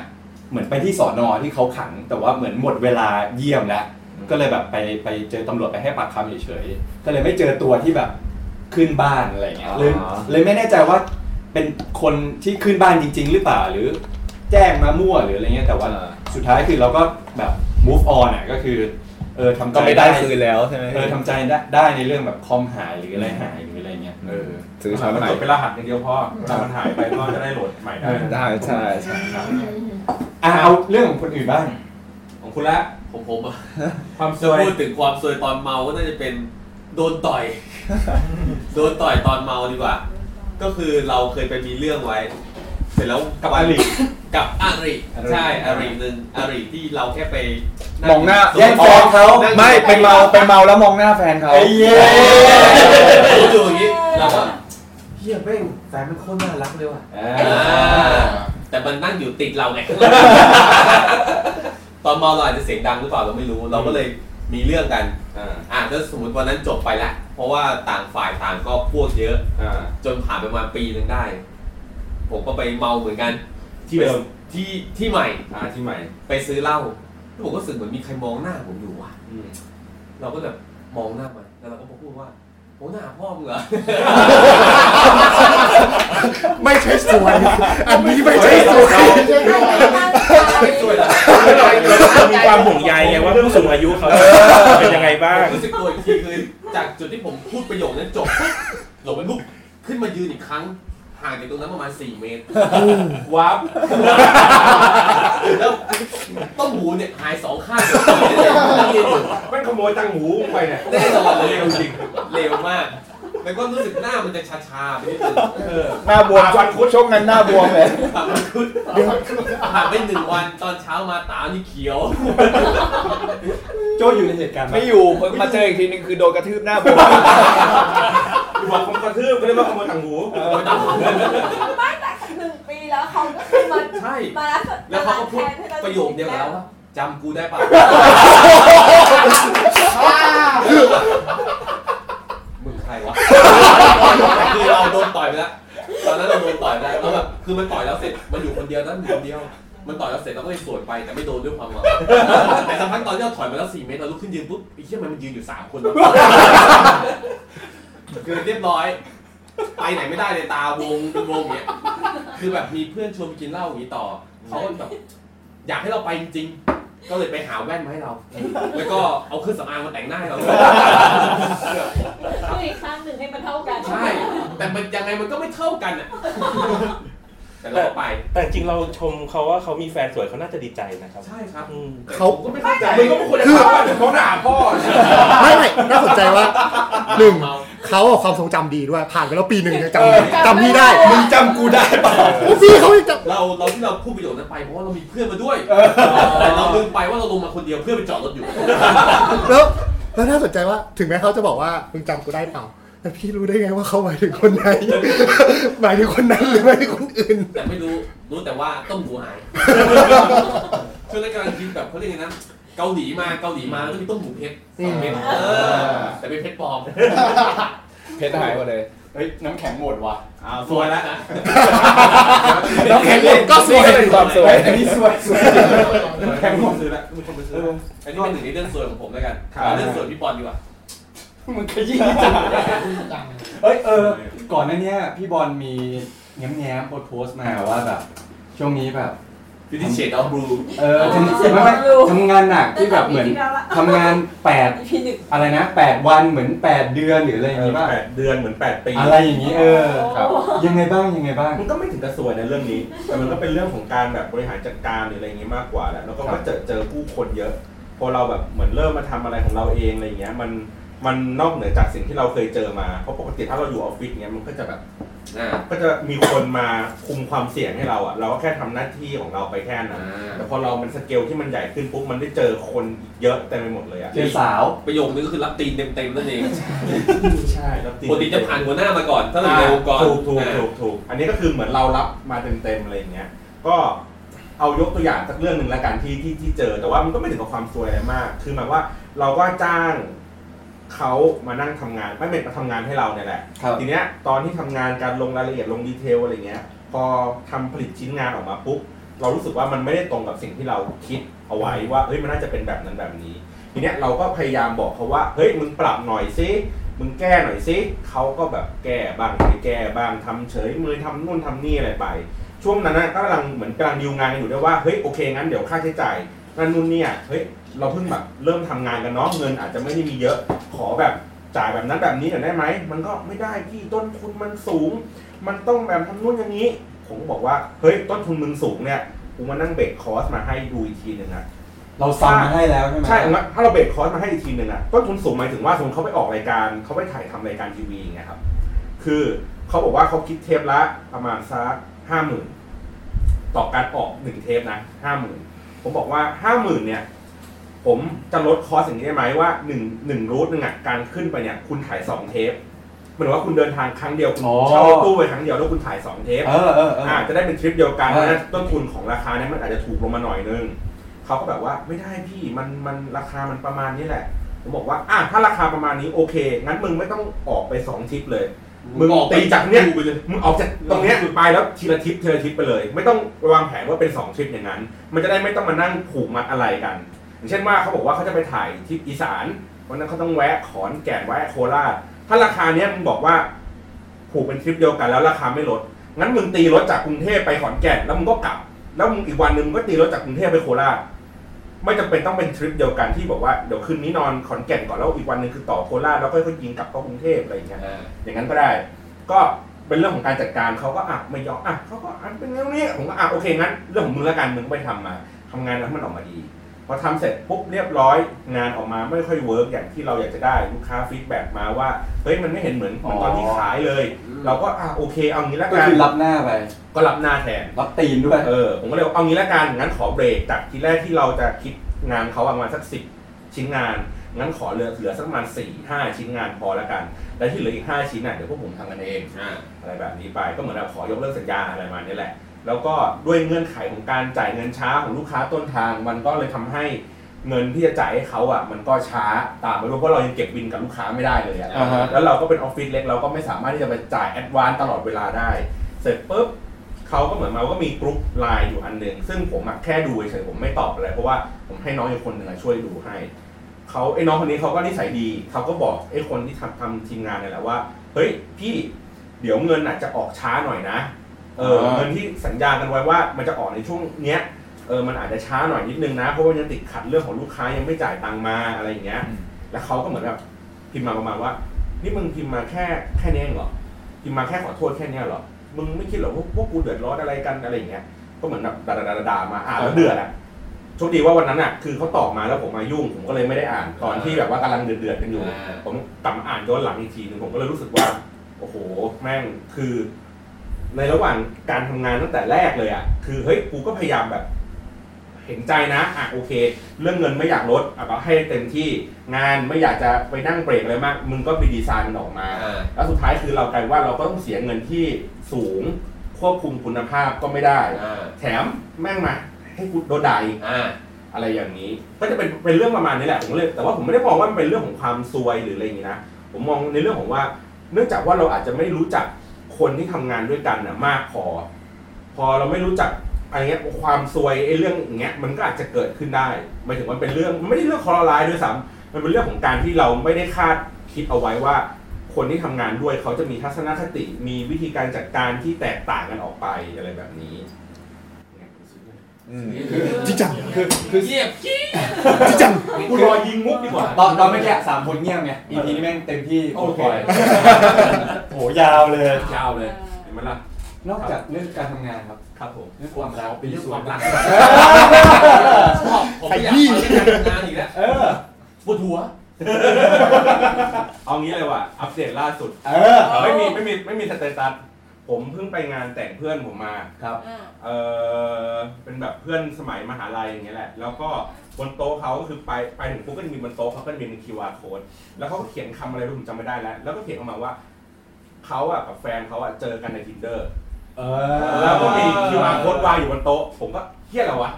Speaker 2: เหมือนไปที่สอนอที่เขาขัง แต่ว่าเหมือนหมดเวลาเยี่ยมแล้ว ก็เลยแบบไปไปเจอตำรวจไปให้ปากคำเฉยๆ ก็เลยไม่เจอตัวที่แบบขึ้นบ้านอะไรเงี้ยเลยเลยไม่แน่ใจว่าเป็นคนที่ขึ้นบ้านจริง ๆ หรือเปล่าหรือแจ้งมามั่วหรืออะไรเงี้ยแต่ว่าสุดท้ายคือเราก็แบบ move on อ่ะก็คือเออทำใจ
Speaker 4: ก็ไม่ได้คืนแล้วใช่ไหม
Speaker 2: เออทำใจได้ได้ในเรื่องแบบคอมหายหรืออะไรหายหรืออะไรเงี้ยเออ
Speaker 4: ซื้อช้อน
Speaker 3: มัน
Speaker 4: ใหม่
Speaker 3: จดเป็นรหัสอย่างเดียวพอถ้ามันหายไปก็จะได้โหลดใหม่ได้
Speaker 4: ได้ใช่ใช่ครับ
Speaker 2: อ่ะเอาเรื่องของคนอื่นบ้าง
Speaker 3: ของคุณละ
Speaker 1: ผมผมอะ
Speaker 3: ความซ
Speaker 1: จะ
Speaker 3: วย
Speaker 1: พูดถึงความซวยตอนเมาก็น่าจะเป็นโดนต่อย โดนต่อยตอนเมาดีกว่า ก็คือเราเคยไปมีเรื่องไว้ เสร็จแล้ว
Speaker 2: กับ
Speaker 1: วัน
Speaker 2: อริ
Speaker 1: กับอาริ
Speaker 2: อริ
Speaker 1: ใช่อาริหนึ่งอาริที่เราแค่ไป
Speaker 4: มองหน้า
Speaker 1: กิ
Speaker 2: แย่งแฟนเขา
Speaker 4: ไม่ไปเมาไปเมาแล้วมองหน้าแฟนเขา
Speaker 2: ไอ้เย้
Speaker 1: อยู่อย่างนี้เราก็
Speaker 3: เฮียแม่งแฟนเป็นคนน่ารักเลยว่ะ
Speaker 2: อ่
Speaker 1: อ่า
Speaker 2: า
Speaker 1: แต่มันนั่งอยู่ติดเราไง
Speaker 3: (laughs)
Speaker 1: ตอนเมาเราอาจจะเสียงดังหรือเปล่าเราไม่รู้ เราก็เลยมีเรื่องกัน
Speaker 3: อ่า
Speaker 1: อ่าถ้าสมมติวันนั้นจบไปละ เพราะว่าต่างฝ่ายต่างก็พวกเยอะ
Speaker 3: อ่า
Speaker 1: จนผ่านไปประมาณปีนึงได้ ผมก็ไปเมาเหมือนกัน
Speaker 3: ที่เดิม
Speaker 1: ที่ที่ใหม่
Speaker 3: อ่า ที่ใหม่
Speaker 1: ไปซื้อเหล้าแล้วผมก็รู้สึกเหมือนมีใครมองหน้าผมอยู่ว่ะ
Speaker 3: อืม
Speaker 1: เราก็แบบมองหน้ามัน แล้วเราก็พูดว่าโอ้หน้าพ่อมึงเหรอ
Speaker 3: (laughs)
Speaker 6: ไม่ใช่สวย อันนี้ไม่ใช่สวย
Speaker 1: ช่วยละ
Speaker 9: มีความห่วงใยไงว่าผู้สูงอายุเขาเป็นยังไงบ้าง
Speaker 1: ผมรู้สึกตัวอีกทีคือจากจุดที่ผมพูดประโยคนั้นจบปุ๊บหลบไปปุ๊บขึ้นมายืนอีกครั้ง ห่างจากตรงนั้นประมาณ 4 เมตร
Speaker 3: ว้าว
Speaker 1: แล้วต้นหูเนี่ยหายสองข้างเลยนั่งเรียนอยู่
Speaker 3: แม่งขโมยตังค์หูมึงไปเนี่ย
Speaker 1: แน่นอนเลย
Speaker 3: เร็วจริง
Speaker 1: เร็วมาก แล้วก็รู้สึกหน้ามันจะชาๆไปนิดนึง
Speaker 3: เออ
Speaker 4: หน้าบวมฟันคุดช่วงนั้นหน้าบวมเลย
Speaker 1: ผ่านไปหนึ่งวันตอนเช้ามาตานี่เขียว
Speaker 2: โจอยู่ในเหตุการณ์ไหม
Speaker 4: ไม่อยู่มาเจออีกทีนึงคือโดนกระทืบหน้าบวม
Speaker 3: อยู่บอกผมกระทืบก็เลยว่าขโมยตังค์หู
Speaker 5: ไม่แต่หนึ่งปีแล้วเขาก็คือมา
Speaker 1: ใช่
Speaker 5: มาแล้ว
Speaker 1: แล้วเขาก็พูดประโยคเดียวกับเราว่าจำกูได้ป่ะ มึงใครวะ คือเราโดนต่อยไปแล้ว ตอนนั้นเราโดนต่อยไปแล้วแล้วแบบคือมันต่อยแล้วเสร็จ มันอยู่คนเดียวนั่นอยู่คนเดียว มันต่อยแล้วเสร็จเราก็เลยสวนไปแต่ไม่โดนด้วยความเมาแต่สักพักตอนที่เราถอยมาแล้วสี่เมตรเราลุกขึ้นยืนปุ๊บไอ้เหี้ยมันมันยืนอยู่สามคนวะคือเรียบร้อย ไปไหนไม่ได้เลยตาวงเป็นวงอย่างเงี้ย คือแบบมีเพื่อนชวนไปกินเหล้าอย่างนี้ต่อเขาก็แบบอยากให้เราไปจริงๆ ก็เลยไปหาแว่นมาให้เรา แล้วก็เอาเครื่องสำอางมาแต่งหน้าให้เรา
Speaker 11: คืออีกครั้งหนึ่งให้มันเท่ากัน
Speaker 1: ใช่ แต่มันยังไงมันก็ไม่เท่ากันอ่ะ แต่เราก็ไป
Speaker 9: แต่จริงเราชมเขาว่าเขามีแฟนสวยเขาน่าจะดีใจนะครับ
Speaker 1: ใช่ครับ
Speaker 9: อืม
Speaker 1: แต่ผมก็ไม่เข้าใจ
Speaker 3: มึงก็ไม่ควรจะทำว่าเดี๋ยวเขาด่าพ่อ
Speaker 6: ไม่ไม่น่าสนใจว่าหนึ่ง
Speaker 1: เมา
Speaker 6: เขาอะความทรงจำดีด้วย ผ่านไปแล้วปีหนึ่งยังจำจำพี่ได้
Speaker 2: มึงจำกูได้เปล่า
Speaker 6: พี่เขายังจำ
Speaker 1: เราเราที่เราพูดประโยชน์นั้นไปเพราะว่าเรามีเพื่อนมาด้วย แต่เราลืมไปว่าเราลงมาคนเดียวเพื่อนไปจอดรถอยู่
Speaker 6: แล้วแล้วน่าสนใจว่าถึงแม้เขาจะบอกว่ามึงจำกูได้เปล่าแต่พี่รู้ได้ไงว่าเขาหมายถึงคนไหน (laughs) หมายถึงคนนั้นหรือหมายถึงคนอื่น
Speaker 1: แต่ไม่รู้รู้แต่ว่าต้มหู (laughs) หายช่วงนั้นกำลังกินแบบเขาเรียกไงนะเกาหลีมาเกาหลีมาแล้วก็มีต้มหูเพชรสองเม็ดเออ แต่เป็นเพชรปลอม
Speaker 4: เพชรหายหมดเลย
Speaker 2: เฮ้ย น้ำแข็งหมดว่ะ
Speaker 3: อ้าวสวยแล้ว
Speaker 2: น้ำแข็งหมดก็สวย
Speaker 4: นี่ก็เป็นความสวย
Speaker 2: เฮ้อันนี้สวยสวย
Speaker 3: แข็งหมดซื้อละ
Speaker 1: มีคนไปซื้อละอันนี้เป็นหนึ่งในเรื่องส่วนของผมแล้วกัน
Speaker 2: ครับ
Speaker 1: เอาเรื่องส่วนพี่ปอนดีกว่า
Speaker 2: มึงขยี้จังเฮ้ย เออ ก่อนหน้าเนี้ยพี่บอลมีแง้มแง้มโพสต์โพสต์มาว่าแบบ ช่วงนี้แบบ
Speaker 1: อยู่ที่เฉดเอาบลู
Speaker 2: เออทำไม่ไม่ทำงานหนักที่แบบเหมือนทำงานแปด
Speaker 5: พี่หนึ่ง
Speaker 2: อะไรนะแปดวันเหมือนแปดเดือนหรืออะไรอย่างงี้ป่ะ
Speaker 3: แปดเดือนเหมือนแปดปี
Speaker 2: อะไรอย่างงี้เออ ยังไงบ้างยังไงบ้าง
Speaker 3: มันก็ไม่ถึงกระสวยในะเรื่องนี้ แต่มันก็เป็นเรื่องของการแบบบริหารจัดการหรืออะไรอย่างงี้มากกว่าแหละแล้วก็
Speaker 2: ครั
Speaker 3: ก็
Speaker 2: บ
Speaker 3: เจอเจอผู้คนเยอะพอเราแบบเหมือนเริ่มมาทำอะไรของเราเองอะไรอย่างเงี้ยมันมันนอกเหนือจากสิ่งที่เราเคยเจอมาเพราะปกติถ้าเราอยู่ออฟฟิศเงี้ยมันก็จะแบบ ก็จะมีคนมาคุมความเสี่ยงให้เราอ่ะ เราก็แค่ทำหน้าที่ของเราไปแค่นั้นแต่พอเรามันสเกลที่มันใหญ่ขึ้นปุ๊บมันได้เจอคนเยอะเต็มไปหมดเลยอ่ะ
Speaker 2: เจอสาว
Speaker 1: ประโยคนึงก็คือรับตีนเต็มๆนั่นเอง
Speaker 3: ใช่รับตีน
Speaker 1: ปกติจะผ่านหัวหน้ามาก่อนถ้าเราอยู่ในองค์กร
Speaker 3: ถูกถูก
Speaker 1: อ่า
Speaker 3: ถูกถูกอันนี้ก็คือเหมือนเรารับมาเต็มๆอะไรอย่างเงี้ย ก็เอายกตัวอย่างสักเรื่องหนึ่งละกันที่ที่ที่เจอ แต่ว่ามันก็ไม่ถึงกับความซวยอะไรมาก คือหมายว่าเราก็จ้าง เขามานั่งทำงานไม่เป็นมาทำงานให้เราเนี่ยแหละ
Speaker 2: ครับ
Speaker 3: ทีเนี้ยตอนที่ทำงานการลงรายละเอียดลงดีเทลอะไรเงี้ย พอทำผลิตชิ้นงานออกมาปุ๊บเรารู้สึกว่ามันไม่ได้ตรงกับสิ่งที่เราคิดเอาไว้ว่าเฮ้ยมันน่าจะเป็นแบบนั้นแบบนี้ ทีเนี้ยเราก็พยายามบอกเขาว่าเฮ้ยมึงปรับหน่อยซิมึงแก้หน่อยซิเขาก็แบบแก้บ้างไม่แก้บ้างทำเฉยมือทำนู่นทำนี่อะไรไป ช่วงนั้นนะก็กำลังเหมือนกำลังดีลงานกันอยู่ด้วยว่าเฮ้ยโอเคงั้นเดี๋ยวค่าใช้จ่ายนั่นนู่นเนี่ยเฮ้ยเราเพิ่งแบบเริ่มทำงานกันเนาะเงินอาจจะไม่ได้มีเยอะ ขอแบบจ่ายแบบนั้นแบบนี้หน่อยได้ไหมมันก็ไม่ได้พี่ต้นทุนมันสูง มันต้องแบบทำนู่นอย่างนี้ ผมก็บอกว่าเฮ้ยต้นทุนมึงสูงเนี่ยกูมานั่งเบรกคอร์สมาให้ดูอีกทีหนึ่งอะ
Speaker 2: เราสั่งมาให้แล้วใช่ไหม
Speaker 3: ใช่งั้นถ้าเราเบรกคอร์สมาให้อีกทีหนึ่งอะต้นทุนสูงหมายถึงว่าสมมติเขาไปออกรายการเขาไปถ่ายทำรายการทีวีอย่างเงี้ยครับ คือเขาบอกว่าเขาคิดเทปละประมาณสักห้าหมื่นต่อการออกหนึ่งเทปนะห้าหมื่นผมบอกว่าห้าหมื่นเนี่ย ผมจะลดคอสอย่างนี้ได้ไหมว่าหนึ่งหนึ่งรูทหนึ่งอะการขึ้นไปเนี่ย คุณถ่ายสองเทปเหมือนว่าคุณเดินทางครั้งเดียวคุณ
Speaker 2: อ๋อ
Speaker 3: เช่ารถตู้ไปครั้งเดียวแล้วคุณถ่ายสองเทป
Speaker 2: เออเออเอออ่
Speaker 3: าจะได้เป็นทริปเดียวกันเพ
Speaker 2: เออ
Speaker 3: ราะฉะนั้นต้นทุนของราคาเนี่ยมันอาจจะถูกลงมาหน่อยนึง เขาก็แบบว่าไม่ได้พี่มันมันราคามันประมาณนี้แหละ ผมบอกว่าอ่ะถ้าราคาประมาณนี้โอเค งั้นมึงไม่ต้องออกไปสองทริปเลย
Speaker 1: มึ
Speaker 3: มึ
Speaker 1: ง
Speaker 3: ง
Speaker 1: ออกไป
Speaker 3: ตีจากเนี้ย
Speaker 1: ดูไปเลย
Speaker 3: มึงออกจากตรงเนี้ยไปแล้วทีละทริปทีละทริปไปเลย ไม่ต้องวางแผนว่าเป็นสองทริปอย่างนั้น มันจะได้ไม่ต้องมานั่งผูกมัดอะไรกัน อย่างเช่นว่าเขาบอกว่าเขาจะไปถ่ายทริปอีสานวันนั้นเขาต้องแวะขอนแก่นแวะโคราชถ้าราคาเนี้ยมึงบอกว่า ผูกเป็นทริปเดียวกันแล้วราคาไม่ลด งั้นมึงตีรถจากกรุงเทพไปขอนแก่นแล้วมึงก็กลับ แล้วมึงอีกวันหนึ่งมึงก็ตีรถจากกรุงเทพไปโคราช ไม่จำเป็นต้องเป็นทริปเดียวกันที่บอกว่าเดี๋ยวคืนนี้นอนขอนแก่นก่อนแล้วอีกวันหนึ่งคือต่อโคราชแล้วก็ค่อยๆยิงกลับเข้ากรุงเทพอะไรอย่างเงี้ย อย่างนั้นก็ได้ ก็เป็นเรื่องของการจัดการเขาก็อ่ะไม่ยอมอ่ะเขาก็อ่ะเป็นเรื่องนี้ผมก็อ่ะโอเคงั้นเรื่องของมึงละกันมึงก็ไปทำมาทำงานแล้วให้มันออกมาดี พอทำเสร็จปุ๊บเรียบร้อยงานออกมาไม่ค่อยเวิร์กอย่างที่เราอยากจะได้ลูกค้าฟีดแบ็กมาว่าเฮ้ยมันไม่เห็นเหมือนเหมือนตอนที่ขายเลย เราก็อ่ะโอเคเอางี้ละ
Speaker 2: ก็
Speaker 3: กัน
Speaker 2: คือรับหน้าไป
Speaker 3: ก็รับหน้าแทน
Speaker 2: รับตีนด้วย
Speaker 3: เออ ผมก็เลยเอางี้ละกัน งั้นขอเบรกจากทีแรกที่เราจะคิดงานเขาประมาณสักสิบชิ้นงาน งั้นขอเหลือเหลือสักประมาณสี่ห้าชิ้นงานพอละกัน แล้วที่เหลืออีกห้าชิ้นน่ะเดี๋ยวพวกผมทำกันเอง อะไรแบบนี้ไป ก็เหมือนเราขอยกเลิกสัญญาอะไรประมาณนี้แหละ แล้วก็ด้วยเงื่อนไขของการจ่ายเงินช้าของลูกค้าต้นทาง มันก็เลยทำให้เงินที่จะจ่ายให้เขาอ่ะ มันก็ช้าตามไปด้วยเพราะเรายังเก็บบินกับลูกค้าไม่ได้เลยอ่ะ
Speaker 2: อ่าฮะ
Speaker 3: แล้วเราก็เป็นออฟฟิศเล็กเราก็ไม่สามารถที่จะไปจ่ายแอดวานซ์ตลอดเวลาได้ เสร็จปุ๊บ เขาก็เหมือนมาว่ามีกรุ๊ปไลน์อยู่อันหนึ่งซึ่งผมอะแค่ดูเฉยๆผมไม่ตอบอะไรเพราะว่าผมให้น้องอีกคนหนึ่งอะช่วยดูให้ เขาไอ้น้องคนนี้เขาก็นิสัยดี เขาก็บอกไอ้คนที่ทำทำทีมงานเนี่ยแหละว่า เฮ้ยพี่เดี๋ยวเงินอาจจะออกช้าหน่อยนะ เออ
Speaker 2: อ่า
Speaker 3: เงินที่สัญญากันไว้ว่ามันจะออกในช่วงเนี้ย เออมันอาจจะช้าหน่อยนิดนึงนะ เพราะว่ายังติดขัดเรื่องของลูกค้ายังไม่จ่ายตังค์มาอะไรอย่างเงี้ย แล้วเขาก็เหมือนแบบพิมพ์มาประมาณว่า นี่มึงพิมพ์มาแค่แค่นี้เองเหรอ พิมพ์มาแค่ขอโทษแค่เนี้ยเหรอ มึงไม่คิดเหรอว่าพวกกูเดือดร้อนอะไรกันอะไรอย่างเงี้ย ก็เหมือนแบบด่าๆๆๆมาอ่านแล้วเดือดอะโชคดีว่าวันนั้นอะคือเขาตอบมาแล้วผมมายุ่ง ผมก็เลยไม่ได้อ่านตอนที่แบบว่ากำลังเดือดๆกันอยู่ ผมกลับมาอ่านย้อนหลังอีกทีหนึงผมก็เลยรู้สึกว่า โอ้โห แม่งคือ ในระหว่างการทำงานตั้งแต่แรกเลยอะคือเฮ้ยกูก็พยายามแบบ เห็นใจนะอ่ะโอเค เรื่องเงินไม่อยากลดอ่ะก็ให้เต็มที่งานไม่อยากจะไปนั่งเบรกอะไรมาก มึงก็ไปดีไซน์มันออกมา แล้วสุดท้ายคือเรากลายว่าเราก็ต้องเสียเงินที่สูงควบคุมคุณภาพก็ไม่ได้ แถมแม่งมาให้กูโดนด่าอีกอะไรอย่างนี้ ก็จะเป็นเป็นเรื่องประมาณนี้แหละผมก็เลยแต่ว่าผมไม่ได้มองว่ามันเป็นเรื่องของความซวยหรืออะไรอย่างนี้นะผมมองในเรื่องของว่า เนื่องจากว่าเราอาจจะไม่รู้จักคนที่ทำงานด้วยกันน่ะมากพอ พอเราไม่รู้จักอะไรเงี้ยความซวยไอ้เรื่องอย่างเงี้ยมันก็อาจจะเกิดขึ้นได้หมายถึงมันเป็นเรื่องมันไม่ได้เรื่องคอร์ร้ายด้วยซ้ำมันเป็นเรื่องของการที่เราไม่ได้คาดคิดเอาไว้ว่า คนที่ทำงานด้วยเขาจะมีทัศนคติมีวิธีการจัดการที่แตกต่างกันออกไปอะไรแบบนี้
Speaker 2: จริงจังคือคือ
Speaker 1: เงียบขี้
Speaker 2: จริงจัง
Speaker 3: กูรอยิงมุกดีกว่า
Speaker 2: ตอนตอนเมื่อกี้สามคนเงียบไง EP นี้แม่งเต็มที่
Speaker 3: โอเค
Speaker 2: ปล่ยโอ้โหยาวเลย
Speaker 1: ยาวเลยเห็นไหมล่ะ
Speaker 2: นอกจากเรื่องการทำงานครับ
Speaker 3: ครับผม
Speaker 2: เรื่องความรักเป็นส่วน
Speaker 1: ชอบผมไม่อยากไปเล่นการทำงานอีกแล้ว
Speaker 2: เออ
Speaker 1: ปวดหัว
Speaker 3: เอางี้เลยว่ะอัปเดตล่าสุด
Speaker 2: เออ
Speaker 3: ไม่มีไม่มีไม่มีสเตตัส ผมเพิ่งไปงานแต่งเพื่อนผมมา
Speaker 2: ครับ
Speaker 3: เออเป็นแบบเพื่อนสมัยมหาลัยอย่างเงี้ยแหละ แล้วก็บนโต๊ะเขาก็คือไปไปถึงปุ๊บก็จะมีบนโต๊ะเขาก็จะมีเป็น QR code แล้วเขาก็เขียนคำอะไรไม่รู้ผมจำไม่ได้แล้ว แล้วก็เขียนออกมาว่าเขาอ่ะกับแฟนเขาอ่ะเจอกันใน tinder แล้วก็มี QR code วางอยู่บนโต๊ะ ผมก็เฮี้ยอะไรวะ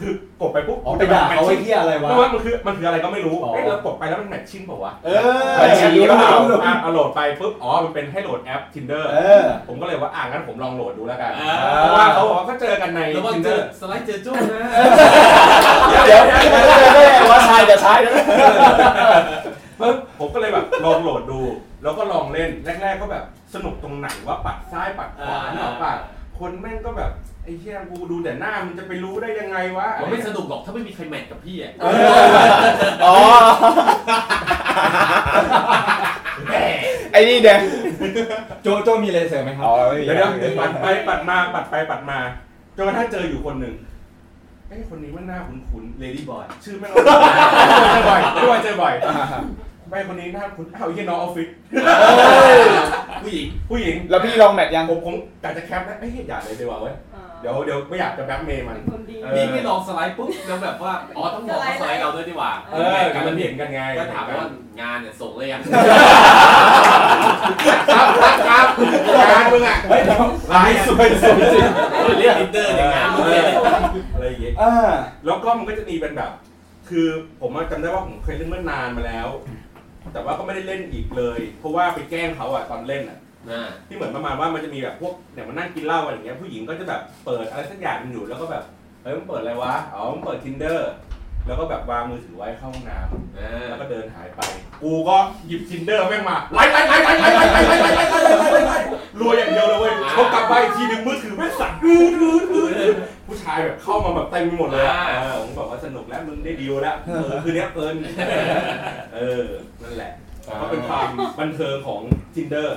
Speaker 3: คือกดไปปุ๊บ
Speaker 2: อ๋อไปด่าเขาไอ้เหี้ยอะไรวะ
Speaker 3: ม่ว่ามันคือมันคืออะไรก็ไม่รู้
Speaker 2: อ๋อ
Speaker 3: เอ้ยเรากดไปแล้วมันแมทชิ่งเปล่าวะ
Speaker 2: เออ
Speaker 3: แมทชิ่งหรือเปล่า
Speaker 2: รู้รู้
Speaker 3: อ่ะเอาโหลดไปปุ๊บ อ๋อ มันเป็นให้โหลดแอป tinder
Speaker 2: เออ
Speaker 3: ผมก็เลยว่าอ่ะงั้นผมลองโหลดดูแล้วกัน
Speaker 1: อ่า
Speaker 3: เพราะว่าเขาบอกว่าเขาเจอกันใน
Speaker 1: แล้วว่าเจ
Speaker 3: tinder
Speaker 1: อสไลด์เจอโจ้นะ
Speaker 3: เดี๋ยวเดี๋ยว
Speaker 2: ว่าชายกับชาย
Speaker 3: ปึ๊บผมก็เลยแบบลองโหลดดู แล้วก็ลองเล่นแรกๆก็แบบสนุกตรงไหนว่าปัดซ้ายปัดขวา
Speaker 1: อ่า
Speaker 3: หรอกปะคนแม่งก็แบบไอ้เหี้ยกูดูแต่หน้ามันจะไปรู้ได้ยังไงวะ
Speaker 1: มันไม่สนุกหรอกถ้าไม่มีใครแมทกับพี่อ่ะ
Speaker 4: อ๋อไอ้นี่เด็ก
Speaker 2: โจโจมีเลเซอร์ไหมครับ
Speaker 3: เดี๋ยวเดี๋ยวปัดไปปัดมาปัดไปปัดมาจนกระทั่งเจออยู่คนหนึ่งไอ้ยคนนี้มันหน้าคุ้นๆเลดี้บอยชื่อแม่งเอาเจอบ่อย (laughs) เลดี้บอยเจอบ่อยไม่คนนี้หน้าคุ้นอ้าวไอ้เหี้ยน้องออฟฟิศ
Speaker 1: ผู้หญิง
Speaker 3: (laughs) ผู้หญิง
Speaker 4: แล้วพี่ลองแมทยัง
Speaker 3: ผมผมกะจะแคปนะไอ้ยเหี้ยอย่าเลยดีกว่าเว้ยเดี๋ยวเดี๋ยวไม่อยากจะแบล็คเมย์มัน
Speaker 5: คนดี
Speaker 3: เอ
Speaker 1: นี่ไม่ลองสไลด์ปุ๊บแล้วแบบว่า อ๋อต้องลองเขาสไลด์เราด้วยดีกว่า
Speaker 3: เออกันมันเห็นกันไง
Speaker 1: ก็ถามว่า
Speaker 3: ว่าง
Speaker 1: านเนี่ยส่งเลยยัง
Speaker 3: ครับครับครับงานมึงอ่ะ (laughs) เฮ้ยร้ายสุดสุดจริง
Speaker 1: เรียกลินเตอร์เนี่ยงานมึงเนี่ย
Speaker 3: อะไรอย่างเงี้ย
Speaker 2: อ่า
Speaker 3: แล้วก็มันก็จะมีเป็นแบบ คือผมอะจำได้ว่าผมเคยเล่นเมื่อนานมาแล้ว แต่ว่าก็ไม่ได้เล่นอีกเลย เพราะว่าไปแกล้งเขาอ่ะตอนเล่นอ่ะ ที่เหมือนประมาณว่ามันจะมีแบบพวกเนี่ยมันนั่งกินเหล้าอะไรอย่างเงี้ยผู้หญิงก็จะแบบเปิดอะไรสักอย่างมันอยู่แล้วก็แบบเฮ้ยมันเปิดอะไรวะอ๋อมันเปิด tinder แล้วก็แบบวางมือถือไว้เข้าห้องน้ำแล้วก็เดินหายไป กูก็หยิบ tinder แม่งมาไล่ไล่ไล่ไล่ไล่ไล่ไล่ไล่ไล่ไล่ไล่ไล่ไล่ไล่รัวอย่างเดียวเลยเว้ยพอกลับไปอีกทีหนึงมือถือแม่งสั่นอื้ออื้ออื้ออื้อผู้ชายแบบเข้ามาแบบเต็มไปหมดเลยอะ
Speaker 1: อ่า
Speaker 3: เออผมบอกว่าสนุกแล้วมึงได้ดีลแล้วเออคืนนี้เพลินเออนั่นแหละก็เป็นความบันเทิงของ tinder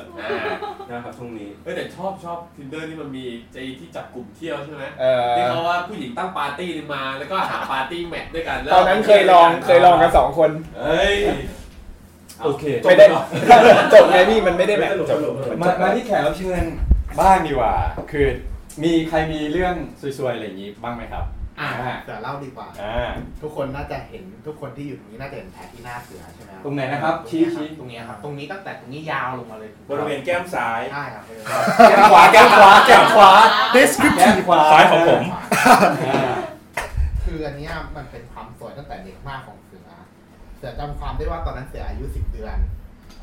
Speaker 3: นะครับช่วงนี้
Speaker 1: เออแต่ชอบชอบ tinder นี่มันมีไอ้ที่จับกลุ่มเที่ยวใช่ไหม
Speaker 4: เออ
Speaker 1: ที่เขาว่าผู้หญิงตั้งปาร์ตี้นึงมาแล้วก็หาปาร์ตี้แมทด้วยกันแล้ว
Speaker 4: ตอนนั้นเคยลองเคยลองกันสองคน
Speaker 3: เอ้ย
Speaker 1: โอเค
Speaker 4: ไม่ได้ จบไงพี่มันไม่ได้แมทจบ
Speaker 2: มา มาที่แขกรับเชิญบ้างดีกว่า คือมีใครมีเรื่องซวยๆอะไรอย่างนี้บ้างไหมครับ
Speaker 7: อ่ะ
Speaker 2: อ่า
Speaker 7: เสือเล่าดีกว่า
Speaker 2: อ่า
Speaker 7: ทุกคนน่าจะเห็นทุกคนที่อยู่ตรงนี้น่าจะเห็นแผลที่หน้าเสือใช่ไหม
Speaker 2: ตรงไหนนะครับชี้ชี้
Speaker 7: ตรงนี้ครับ ตรงนี้ตั้งแต่ตรงนี้ยาวลงมาเลย
Speaker 3: บริเวณแก้มซ้าย
Speaker 7: ใช่ครับเออ
Speaker 2: แก้มขวาแก้มขวาแก้มขวา
Speaker 6: description
Speaker 2: แก้มขวา
Speaker 9: ซ้ายของผม
Speaker 2: อ่า
Speaker 7: คืออันเนี้ยมันเป็นความสวยตั้งแต่เด็กมากของเสือ เสือจำความได้ว่าตอนนั้นเสืออายุสิบเดือน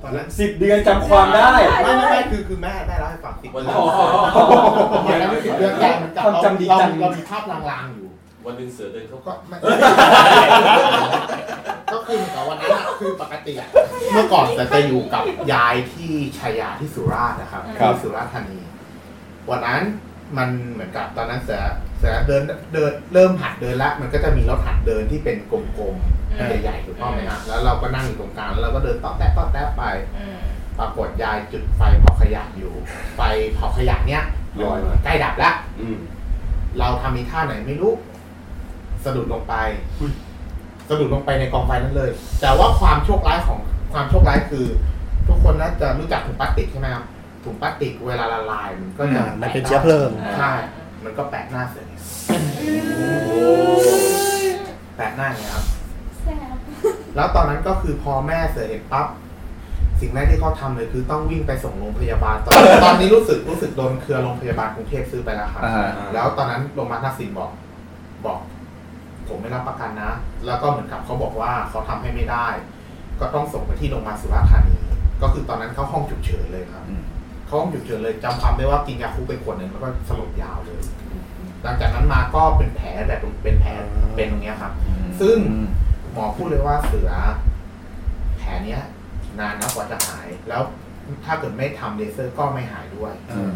Speaker 7: ตอนนั้น
Speaker 2: สิบเดือนจำความได้
Speaker 7: ไม่ไม่ไม่คือคือแม่แม่เล่าให้ฟังสิ
Speaker 1: วัน
Speaker 7: เดื
Speaker 1: ละ
Speaker 7: อนเดือนเดือนแก่มัน
Speaker 2: ความจำดี
Speaker 7: เรา
Speaker 2: จัง
Speaker 7: เรามีภาพลางๆอยู่
Speaker 1: วันหนึงเสือเดินเข้า
Speaker 7: ก็ไม่ (laughs) ก็คือเหมือนกับวันนั้นอะคือปกติอะเมื่อก่อนแต่จะอยู่กับยายที่ชัยยาที่สุราษฎร์นะครับ
Speaker 2: ครับ
Speaker 7: ที่สุราษฎร์ธานีวันนั้นมันเหมือนกับตอนนั้นเสือเสือเดินเดินเริ่มหัดเดินละมันก็จะมีรถหัดเดินที่เป็นกลม
Speaker 5: อืม
Speaker 7: ๆใหญ่ๆถูกต้องไหมฮะแล้วเราก็นั่งอยู่ตรงกลางแล้วเราก็เดินต่อแตะต่อแตะไป ปรากฏยายจุดไฟเผาขยะอยู่ ไฟเผาขยะเนี้ย
Speaker 3: ลอยมา
Speaker 7: ใกล้ดับแล้ว
Speaker 3: อืม
Speaker 7: เราทำอีท่าไหนไม่รู้ สะดุดลงไป สะดุดลงไปในกองไฟนั้นเลย แต่ว่าความโชคร้ายของความโชคร้ายคือ ทุกคนน่าจะรู้จักถุงพลาสติกใช่ไหมครับถุงพลาสติกเวลาละลายมันก็จะ
Speaker 6: อ่ามันเป็นเชื้อเพลิง
Speaker 7: ใช่ มันก็แปะหน้าเสร็จแปะหน้าอย่างเงี้ยครับ
Speaker 5: แซ่บ
Speaker 7: แล้วตอนนั้นก็คือพอแม่เสือเห็นปั๊บสิ่งแรกที่เขาทำเลยคือต้องวิ่งไปส่งโรงพยาบาลตอน ตอนนี้รู้สึกรู้สึกโดนเครือโรงพยาบาลกรุงเทพซื้อไปแล้วครับ
Speaker 2: อ่า
Speaker 7: แล้วตอนนั้นโรงพยาบาลทักษิณบอก บอก ผมไม่รับประกันนะ แล้วก็เหมือนกับเขาบอกว่าเขาทำให้ไม่ได้ ก็ต้องส่งไปที่โรงพยาบาลสุราษฎร์ธานีก็คือตอนนั้นเข้าห้องฉุกเฉินเลยครับ เข้าห้องฉุกเฉินเลยจำความได้ว่ากินยาคุกไปขวดหนึ่งแล้วก็สลบยาวเลย หลังจากนั้นมาก็เป็นแผลแบบเป็นแผลเป็นตรงเนี้ยครับ ซึ่ง หมอพูดเลยว่าเสือแผลเนี้ย นานนะกว่าจะหาย แล้วถ้าเกิดไม่ทำเลเซอร์ก็ไม่หายด้วย
Speaker 2: อืม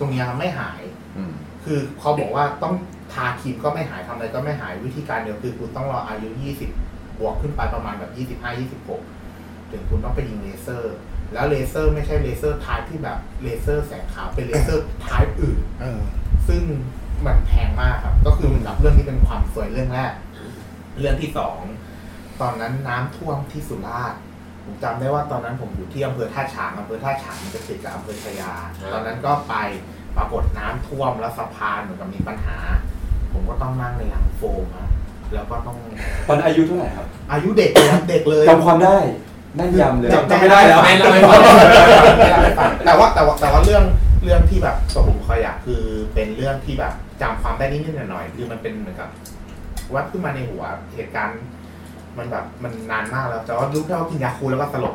Speaker 7: ตรงเนี้ยไม่หาย
Speaker 2: อืม
Speaker 7: คือเขาบอกว่าต้องทาครีมก็ไม่หายทำอะไรก็ไม่หายวิธีการเดียวคือคุณต้องรออายุ 20 บวกขึ้นไปประมาณแบบ 25 26 ถึงคุณต้องไปยิงเลเซอร์ แล้วเลเซอร์ไม่ใช่เลเซอร์ทายที่แบบเลเซอร์แสงขาวเป็นเลเซอร์ทายอื่น
Speaker 6: เออ
Speaker 7: ซึ่งมันแพงมากครับ ก็คือมันรับเรื่องนี้เป็นความสวยเรื่องแรก เรื่องที่สอง ตอนนั้นน้ำท่วมที่สุราษฎร์ ผมจำได้ว่าตอนนั้นผมอยู่ที่อำเภอท่าฉางอำเภอท่าฉางมันจะติดกับอำเภอชายา
Speaker 1: ครับ
Speaker 7: ตอนนั้นก็ไปปรากฏน้ำท่วมแล้วสะพานเหมือนกับมีปัญหา ผมก็ต้องนั่งในยางโฟมครับแล้วก็ต้อง
Speaker 2: ตอนอายุเท่าไหร่ครับ
Speaker 7: อายุเด็กเลยครับเด็กเลย
Speaker 2: จำความได้แม่นยำเลย
Speaker 7: จำไม่ได้แล้วแต่ว่าแต่ว่าแต่ว่าเรื่องเรื่องที่แบบสมุขอยากคือเป็นเรื่องที่แบบจำความได้นิดนิดหน่อยหน่อยๆคือมันเป็นเหมือนกับวัดขึ้นมาในหัวเหตุการณ์ มันแบบมันนานมากแล้วแต่ว่ารู้แค่ว่ากินยาคูลแล้วก็สลบ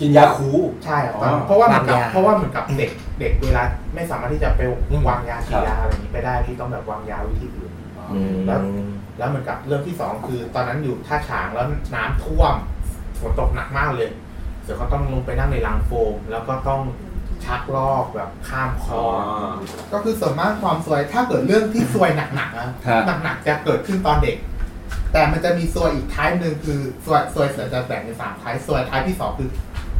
Speaker 2: กินยาคู
Speaker 7: ใช่ครับ
Speaker 2: อ๋อ
Speaker 7: เพราะว่าเหมือนกับ
Speaker 2: วางยา
Speaker 7: เพราะว่าเหมือนกับเด็กเด็กเวลาไม่สามารถที่จะไปวางยาฉีด
Speaker 2: ครับ
Speaker 7: ยาอะไรอย่างนี้ไปได้ที่ต้องแบบวางยาวิธีอื่นแล้วแล้วเหมือนกับเรื่องที่สองคือ ตอนนั้นอยู่ท่าฉางแล้วน้ำท่วมฝนตกหนักมากเลยเดี๋ยวก็ต้องลงไปนั่งในรางโฟม แล้วก็ต้องชักลอกแบบข้ามคลองก็คือส่วนมากความสวยถ้าเกิดเรื่องที่ซวยหนักๆนะหนักๆจะเกิดขึ้นตอนเด็ก แต่มันจะมีซวยอีกท้ายหนึ่งคือซวยซวยเสือจะแบ่งเป็นสามท้ายซวยท้ายที่สองคือ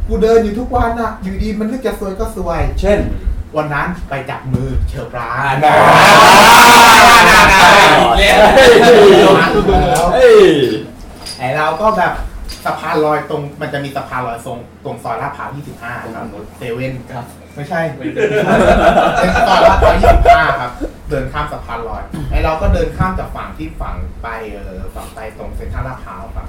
Speaker 7: กูเดินอยู่ทุกวันอะอยู่ดีมันนึกจะซวยก็ซวย
Speaker 2: เช่น
Speaker 7: วันนั้นไปจับมือเชอปราน
Speaker 2: นะ
Speaker 7: ไอเราก็แบบสะพานลอยตรง มันจะมีสะพานลอยตรงตรงซอยลาดพร้าว25ครับเซเว่นครับ ไม่ใช่เป็นซอยลาดพร้าว25ครับ เดินข้ามสะพานลอย ไอเราก็เดินข้ามจากฝั่งที่ฝั่งไปเออฝั่งไปตรงเซ็นทรัลลาดพร้าวครับ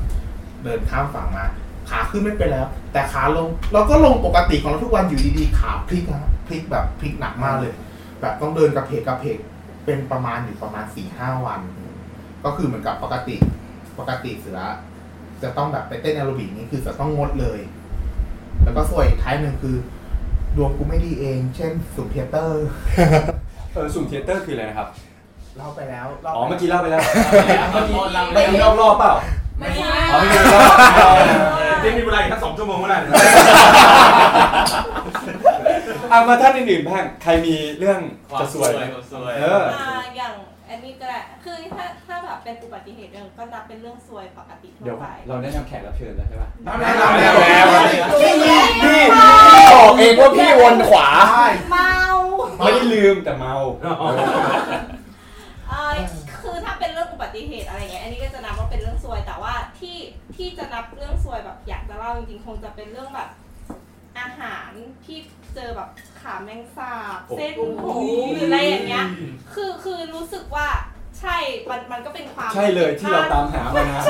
Speaker 7: เดินข้ามฝั่งมา ขาขึ้นไม่เป็นแล้ว แต่ขาลงเราก็ลงปกติของเราทุกวันอยู่ดีๆขาพลิกนะพลิกแบบพลิกหนักมากเลย แบบต้องเดินกระเพกกระเพกเป็นประมาณอยู่ประมาณสี่ห้าวัน ก็คือเหมือนกับปกติปกติเสือ จะต้องแบบไปเต้นแอโรบิกนี่คือจะต้องงดเลย แล้วก็ส่วนอีกท้ายหนึ่งคือ ดวงกูไม่ดีเอง เช่นสุ่มเทยเตอร์
Speaker 2: เออสุ่มเทยเตอร์คืออะไรนะครับ
Speaker 7: เล่าไปแล้ว
Speaker 2: อ๋อเมื่อกี้เล่าไปแล้ว
Speaker 7: เมื่อกี้
Speaker 2: ไม่มีรอบๆเปล่า
Speaker 7: ไม่ใช่
Speaker 2: อ๋อไม่มีรอบ
Speaker 3: เจ๊มีเวลาอีกทั้งสองชั่วโมงเมื่อไหร่
Speaker 2: ๆเอามาท่านอื่นๆบ้างใครมีเรื่องจะสวย
Speaker 15: ความสวย
Speaker 2: เออ
Speaker 5: าอย่างอันนี้ก็ได้คือถ้าถ้าแบบเป็นอุบัติเหตุเองก็นับเป็นเรื่องซวยปกติทั่
Speaker 2: เดี๋ยว
Speaker 5: วไป
Speaker 2: เราแนะนำแขกรับเชิญแล้วใช่ป่ะ
Speaker 7: แนะนำแล้วแนะนำแล้ว
Speaker 2: พี่พี่พี่บอกเองว่าพี่วนขวา
Speaker 5: เมา
Speaker 2: ไม่ได้ลืมแต่เมา
Speaker 5: เอ่อคือถ้าเป็นเรื่องอุบัติเหตุอะไรเงี้ยอันนี้ก็จะนับว่าเป็นเรื่องซวยแต่ว่าที่ที่จะนับเรื่องซวยแบบอยากจะเล่าจริงๆคงจะเป็นเรื่องแบบอาหารที่เจอแบบขาแมงสาบเส้นผมหรืออะไรอย่างเงี้ย คือคือรู้สึกว่าใช่มันมันก็เป็นความ
Speaker 2: ใช่เลยที่เราตามหามานาน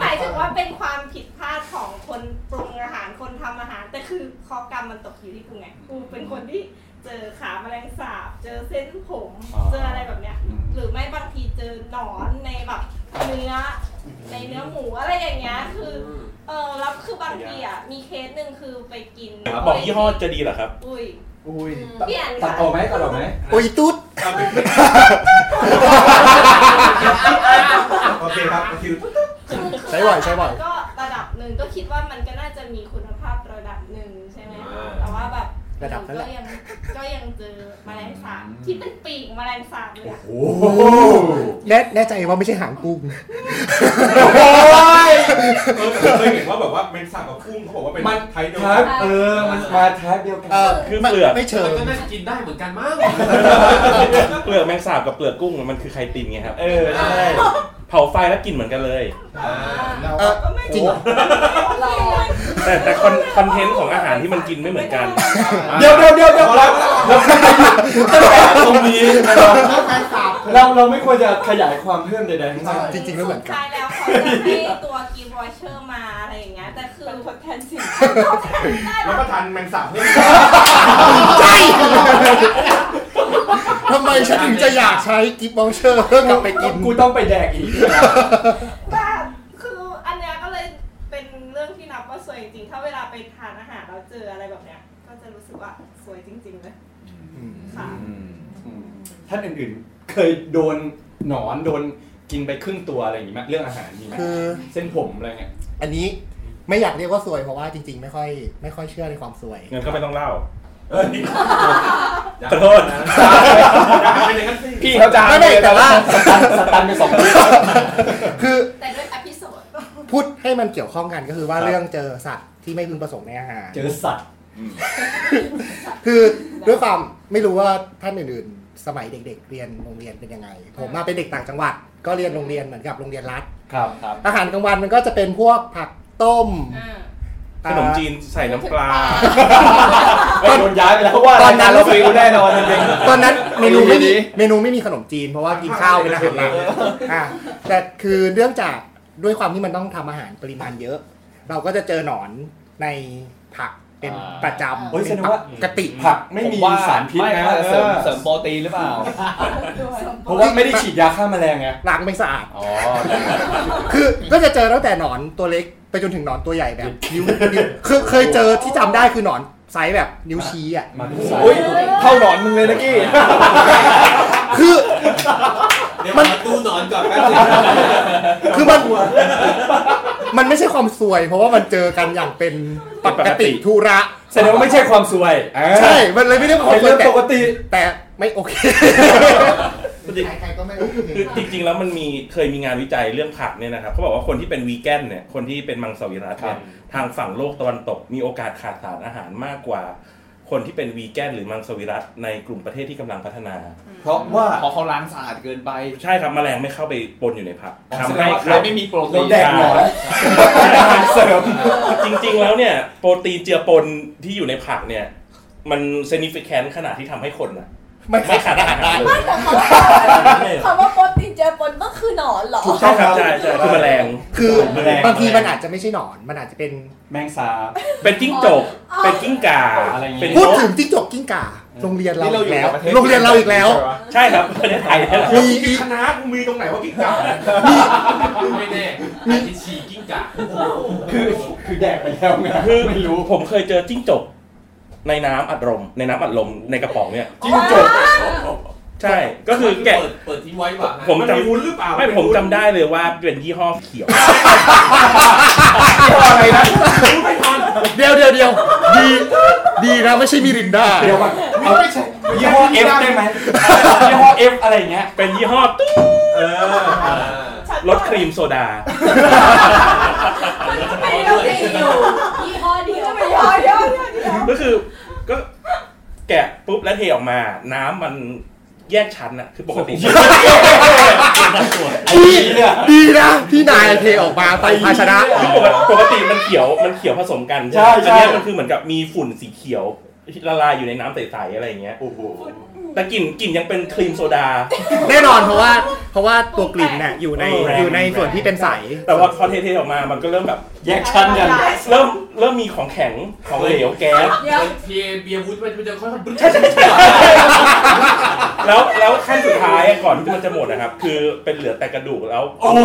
Speaker 5: หมายถึงว่าเป็นความผิดพลาดของคนปรุงอาหารคนทำอาหาร แต่คือข้อกรรมมันตกอยู่ที่กูไงกูเป็นคนที่เจอขาแมลงสาบ เจอเส้นผม
Speaker 2: อ๋อ
Speaker 5: เจออะไรแบบเนี้ย หรือไม่บางทีเจอหนอนในแบบเนื้อ ในเนื้อหมูอะไรอย่างเงี้ยคือเออแล้วคือบางทีอ่ะมีเคสหนึ่งคือไปกิน
Speaker 9: บอกยี่ห้อจะดีเหรอครับ
Speaker 5: อุ้ย
Speaker 6: อุ้ย
Speaker 5: เปลี่ยน
Speaker 2: ตัด
Speaker 5: ค่ะ
Speaker 2: ออกไหมตัดออกไหม
Speaker 6: อุ้ยตุ๊ด
Speaker 7: โอเคครับโอเค
Speaker 6: ใช้บ่อยใช้บ่อย
Speaker 5: ก็ระดับหนึ่งก็คิดว่ามันก็น่าจะมีคุณภาพระดับหนึ่งใช่ไหมคะแต่ว่าแบบ
Speaker 6: ระดับนั้นแห
Speaker 5: ก็
Speaker 6: ละ
Speaker 5: ยังก็ยังเจอแมลงสาบที่เป็นปีกแมลงสาบเลยอะ
Speaker 2: โอ้โห
Speaker 6: แน่แน่ใจว่าไม่ใช่หางกุ้ง
Speaker 3: เออเคยเห็นว่าแบบว่าเป็นสัตว์กับกุ้งเขาบอกว่าเป็น
Speaker 2: มัน
Speaker 3: ไทยเดียว
Speaker 2: ทั
Speaker 3: กัน
Speaker 2: บเออ มันมาทับเดียวกัน
Speaker 6: เออ
Speaker 9: คือเปลือก
Speaker 6: ไม่เชิง
Speaker 10: ก็น่าจะกินได้เหมือนกันมั้ง
Speaker 9: เปลือกแมงสาบกับเปลือกกุ้งมันคือไคตินไงครับ
Speaker 2: เออใช่
Speaker 9: เผาไฟแล้วกินเหมือนกันเลย
Speaker 6: เออจริงเหรอ
Speaker 9: แต่แต่คอนคอนเทนต์ของอาหารที่มันกินไม่เหมือนกัน
Speaker 2: เดี๋ยวเดี๋ยวเดี๋ยวเดี๋ยวเราตรงนี้นะครับเราเราไม่ควรจะขยายความเพิ่มใดๆทั้งสิ้น
Speaker 6: จริงๆไม่เหมือนกัน
Speaker 5: สุดท้ายแล้วเขาจะให้ตัวกินวอเชอร์มาอะไรอย่างเงี้ยแต่คือทดแทนสินทดแทนได้
Speaker 3: แล้วก็ทานแมงสาบเพื่อ
Speaker 6: ใช่ทำไมฉันถึงจะอยากใช้กิฟต์บองเชอร์เพื่อกลับไปกิน
Speaker 2: กูต้องไปแดกอีก
Speaker 5: แต่คืออันเนี้ยก็เลยเป็นเรื่องที่นับว่าสวยจริงๆถ้าเวลาไปทานอาหารแล้วเจออะไรแบบเนี้ย ก็จะรู้สึกว่าสวยจริงๆเลยค่ะ
Speaker 2: ท่านอื่นๆ เคยโดนหนอนโดนกินไปครึ่งตัวอะไรอย่างงี้ไหมเรื่องอาหารมีไหม
Speaker 6: คือ
Speaker 2: เส้นผมอะไรเงี้ย
Speaker 6: อันนี้ไม่อยากเรียกว่าซวยเพราะว่าจริง ๆ ไม่ค่อยไม่ค่อยเชื่อในความซวย
Speaker 9: เงินก็ไม่ต้องเล่า
Speaker 3: น
Speaker 9: ขอโทษ
Speaker 3: อย่าให้เป็นอย่างนั้นสิ
Speaker 2: พี่เขาจะ
Speaker 6: ไม่ไม่แต่ว่า
Speaker 2: สตันไปสอง
Speaker 6: คือ
Speaker 5: แต่ด้วยอพิโซด
Speaker 6: พูดให้มันเกี่ยวข้องกันก็คือว่าเรื่องเจอสัตว์ที่ไม่พึงประสงค์ในอาหาร
Speaker 2: เจอสัตว์
Speaker 6: คือด้วยความไม่รู้ว่าท่านอื่นๆ สมัยเด็กๆ เรียนโรงเรียนเป็นยังไง ผมมาเป็นเด็กต่างจังหวัด ก็เรียนโรงเรียนเหมือนกับโรงเรียนรัฐ
Speaker 2: ครับครับ
Speaker 6: อาหารกลางวันมันก็จะเป็นพวกผักต้ม
Speaker 3: ขนมจีนใส่น้ำปลา
Speaker 2: โดนย้ายไปแล้วว่า
Speaker 6: ตอนนั้น
Speaker 2: รายการเราฟิลแน่นอนจริงๆ
Speaker 6: ตอนนั้นเมนูไม่มี
Speaker 2: ดี
Speaker 6: เมนูไม่มีขนมจีน เพราะว่ากินข้าว (laughs) เป็นอาหารหลักอ่ะแต่คือเนื่องจากด้วยความที่มันต้องทำอาหารปริมาณเยอะ เราก็จะเจอหนอนในผักเป็นประจำ
Speaker 2: เฮ้ยแสดงว่า
Speaker 6: ปกติ
Speaker 2: ผักไม่มี
Speaker 4: ผว่
Speaker 2: สารพิษ
Speaker 4: ไม่
Speaker 2: นะ
Speaker 4: อาจจเสริม
Speaker 2: ออ
Speaker 4: เสริมโปรตีนหรือเปล่า
Speaker 2: เพราะว่าไม่ได้ฉีดยาฆ่าแมลงไง
Speaker 6: ล้างไม่สะอาด คือก็จะเจอตั้งแต่หนอนตัวเล็กไปจนถึงหนอนตัวใหญ่แบบนิ้วนิ้วคือเคยเจอที่จำได้คือหนอนไซส์แบบนิ้วชี้อ่ะ
Speaker 2: มาดูสายเท่าหนอนมึงเลยนะกี้
Speaker 6: คือ
Speaker 1: เดี๋ยวมันตู้นอนก่อนแป๊บนึง
Speaker 6: คือมัน มันไม่ใช่ความสวย เพราะว่ามันเจอกันอย่างเป็นปกติธุระ
Speaker 2: แสดงว่าไม่ใช่ความซวยอ่า
Speaker 6: ใช่ มันเลยไม่ได้ความ
Speaker 2: เป็น
Speaker 6: สวย
Speaker 2: เรื่อง
Speaker 6: แต่
Speaker 2: ปกติ
Speaker 6: แต่ไม่โอเค
Speaker 7: ใครๆก็ไม่รู้
Speaker 3: คือจริงๆแล้วมันมีเคยมีงานวิจัยเรื่องผักเนี่ยนะครับเขาบอกว่าคนที่เป็นวีแกนเนี่ยคนที่เป็นมังสวิรัติเนี่ยทางฝั่งโลกตะวันตก มีโอกาสขาดสารอาหารมากกว่า คนที่เป็นวีแกนหรือมังสวิรัติในกลุ่มประเทศที่กำลังพัฒนา
Speaker 2: เพราะว่า
Speaker 4: เพราะเขาล้างสะอาดเกินไป
Speaker 3: ใช่ครับแมลงไม่เข้าไปปนอยู่ในผัก
Speaker 4: ทำ
Speaker 3: ทำ
Speaker 4: ให้
Speaker 3: ให้
Speaker 4: ใครไม่มีโปรตีน
Speaker 2: แดกหนอนอาหารเสริม
Speaker 3: จริงๆแล้วเนี่ยโปรตีนเจือปนที่อยู่ในผักเนี่ยมัน significant ขนาดที่ทำให้คนอะ
Speaker 6: ไม่
Speaker 3: ไม่ขาดอาหารเลย
Speaker 11: ไม่แต่คำว่าคำว่าโปรตีนเจอปนก็คือหนอนเหรอ
Speaker 2: ถูกต้
Speaker 3: ใช่
Speaker 2: อง
Speaker 3: ค
Speaker 2: ค
Speaker 3: รั
Speaker 2: รั
Speaker 3: บบ ใช่ใช่คือแมลง
Speaker 6: คือ
Speaker 3: แมลง
Speaker 6: บางทีมันอาจจะไม่ใช่หนอน มันอาจจะเป็น
Speaker 2: แมงสาบ
Speaker 3: เป็นจิ้งจก เป็นกิ้งก่า
Speaker 2: อะไรอย่างเงี้ย
Speaker 3: เป็นน
Speaker 6: พูด
Speaker 3: ก
Speaker 6: ถึงจิ้งจกกิ้งก่าโรงเรียนเรา
Speaker 4: นี่เรา
Speaker 6: อี
Speaker 4: อก ยู่
Speaker 6: แล้ว
Speaker 4: ในประเทศ
Speaker 6: โรงเรียนเราอีกแล้ว
Speaker 3: ใช่ครับประเทศไทยเนี่ยแหละ
Speaker 6: มี
Speaker 16: กิ
Speaker 6: อี
Speaker 16: น
Speaker 6: ก
Speaker 16: คณะมึงมีตรงไหนว่ากินกับ
Speaker 1: ไม่แน่อาจจะฉี่กิ้งก่า
Speaker 2: คือคือแดกไปแล้วไง
Speaker 3: คือ
Speaker 2: ไม่รู้
Speaker 3: ผมเคยเจอจิ้งจกในน้ำอัดลมในน้ำอัดลมในกระป๋องเนี่ย
Speaker 2: จิ้งจก
Speaker 3: ใช่ก็คือแกะ
Speaker 1: เปิดเปิดทิ้งไว้ป่ะฮะ
Speaker 3: ผม
Speaker 16: มัน
Speaker 3: จ
Speaker 16: มีวุ้นหรือเปล่า
Speaker 3: ำไม่ผมจำได้เลยว่าเป็นยี่ห้อเขียว
Speaker 2: อะไรนะ
Speaker 16: รู้ไม่ทัน
Speaker 6: เดียวเดียวเดียวดีดีนะไม่ใช่มิรินดา
Speaker 2: เดี๋ยวก่อนเอายี่ห้อเอฟได้ไหมยี่ห้อเอฟอะไรอย่างเงี้ย
Speaker 3: เป็นยี่ห้อตู้
Speaker 16: เออ
Speaker 3: รสครีมโซดา
Speaker 11: มันก็เป็นเรื่องจริงอยู่
Speaker 17: ยี่ห้อเดียว
Speaker 11: ไม่ยอมยอมยอมยอม
Speaker 3: ก็คือก็แกะปุ๊บแล้วเทออกมา น้ำมันแยกชั้นอะคือปกติ
Speaker 6: ดีดีนะที่นายเทออกมาใส่ภาชนะ
Speaker 3: คือปกติปกติมันเขียวมันเขียวผสมกัน
Speaker 2: ใช่ใช่
Speaker 3: อันเนี้ยมันคือเหมือนกับมีฝุ่นสีเขียวละลายอยู่ในน้ำใสๆอะไรอย่างเงี้ย
Speaker 2: โอ้โห
Speaker 3: แต่กลิ่นกลิ่นยังเป็นครีมโซดา
Speaker 6: แน่นอนเพราะว่าเพราะว่าตัวกลิ่นเนี่ยอยู่ใน
Speaker 3: เออแรง
Speaker 6: อยู่ในส่วนที่เป็นใส
Speaker 3: แต่ว่าพอเทๆออกมามันก็เริ่มแบบ
Speaker 2: แยกชั้นกัน
Speaker 3: เริ่มเริ่มมีของแข็งของเหลวแก๊ส
Speaker 11: เดี๋ยว
Speaker 1: พีเอเบียร์วุ้นมันจะค่อยๆบึ้ง
Speaker 3: แล้วแล้วขั้นสุดท้ายก่อนที่มันจะหมดนะครับ คือเป็นเหลือแต่กระดูกแล้ว
Speaker 2: โอ้โห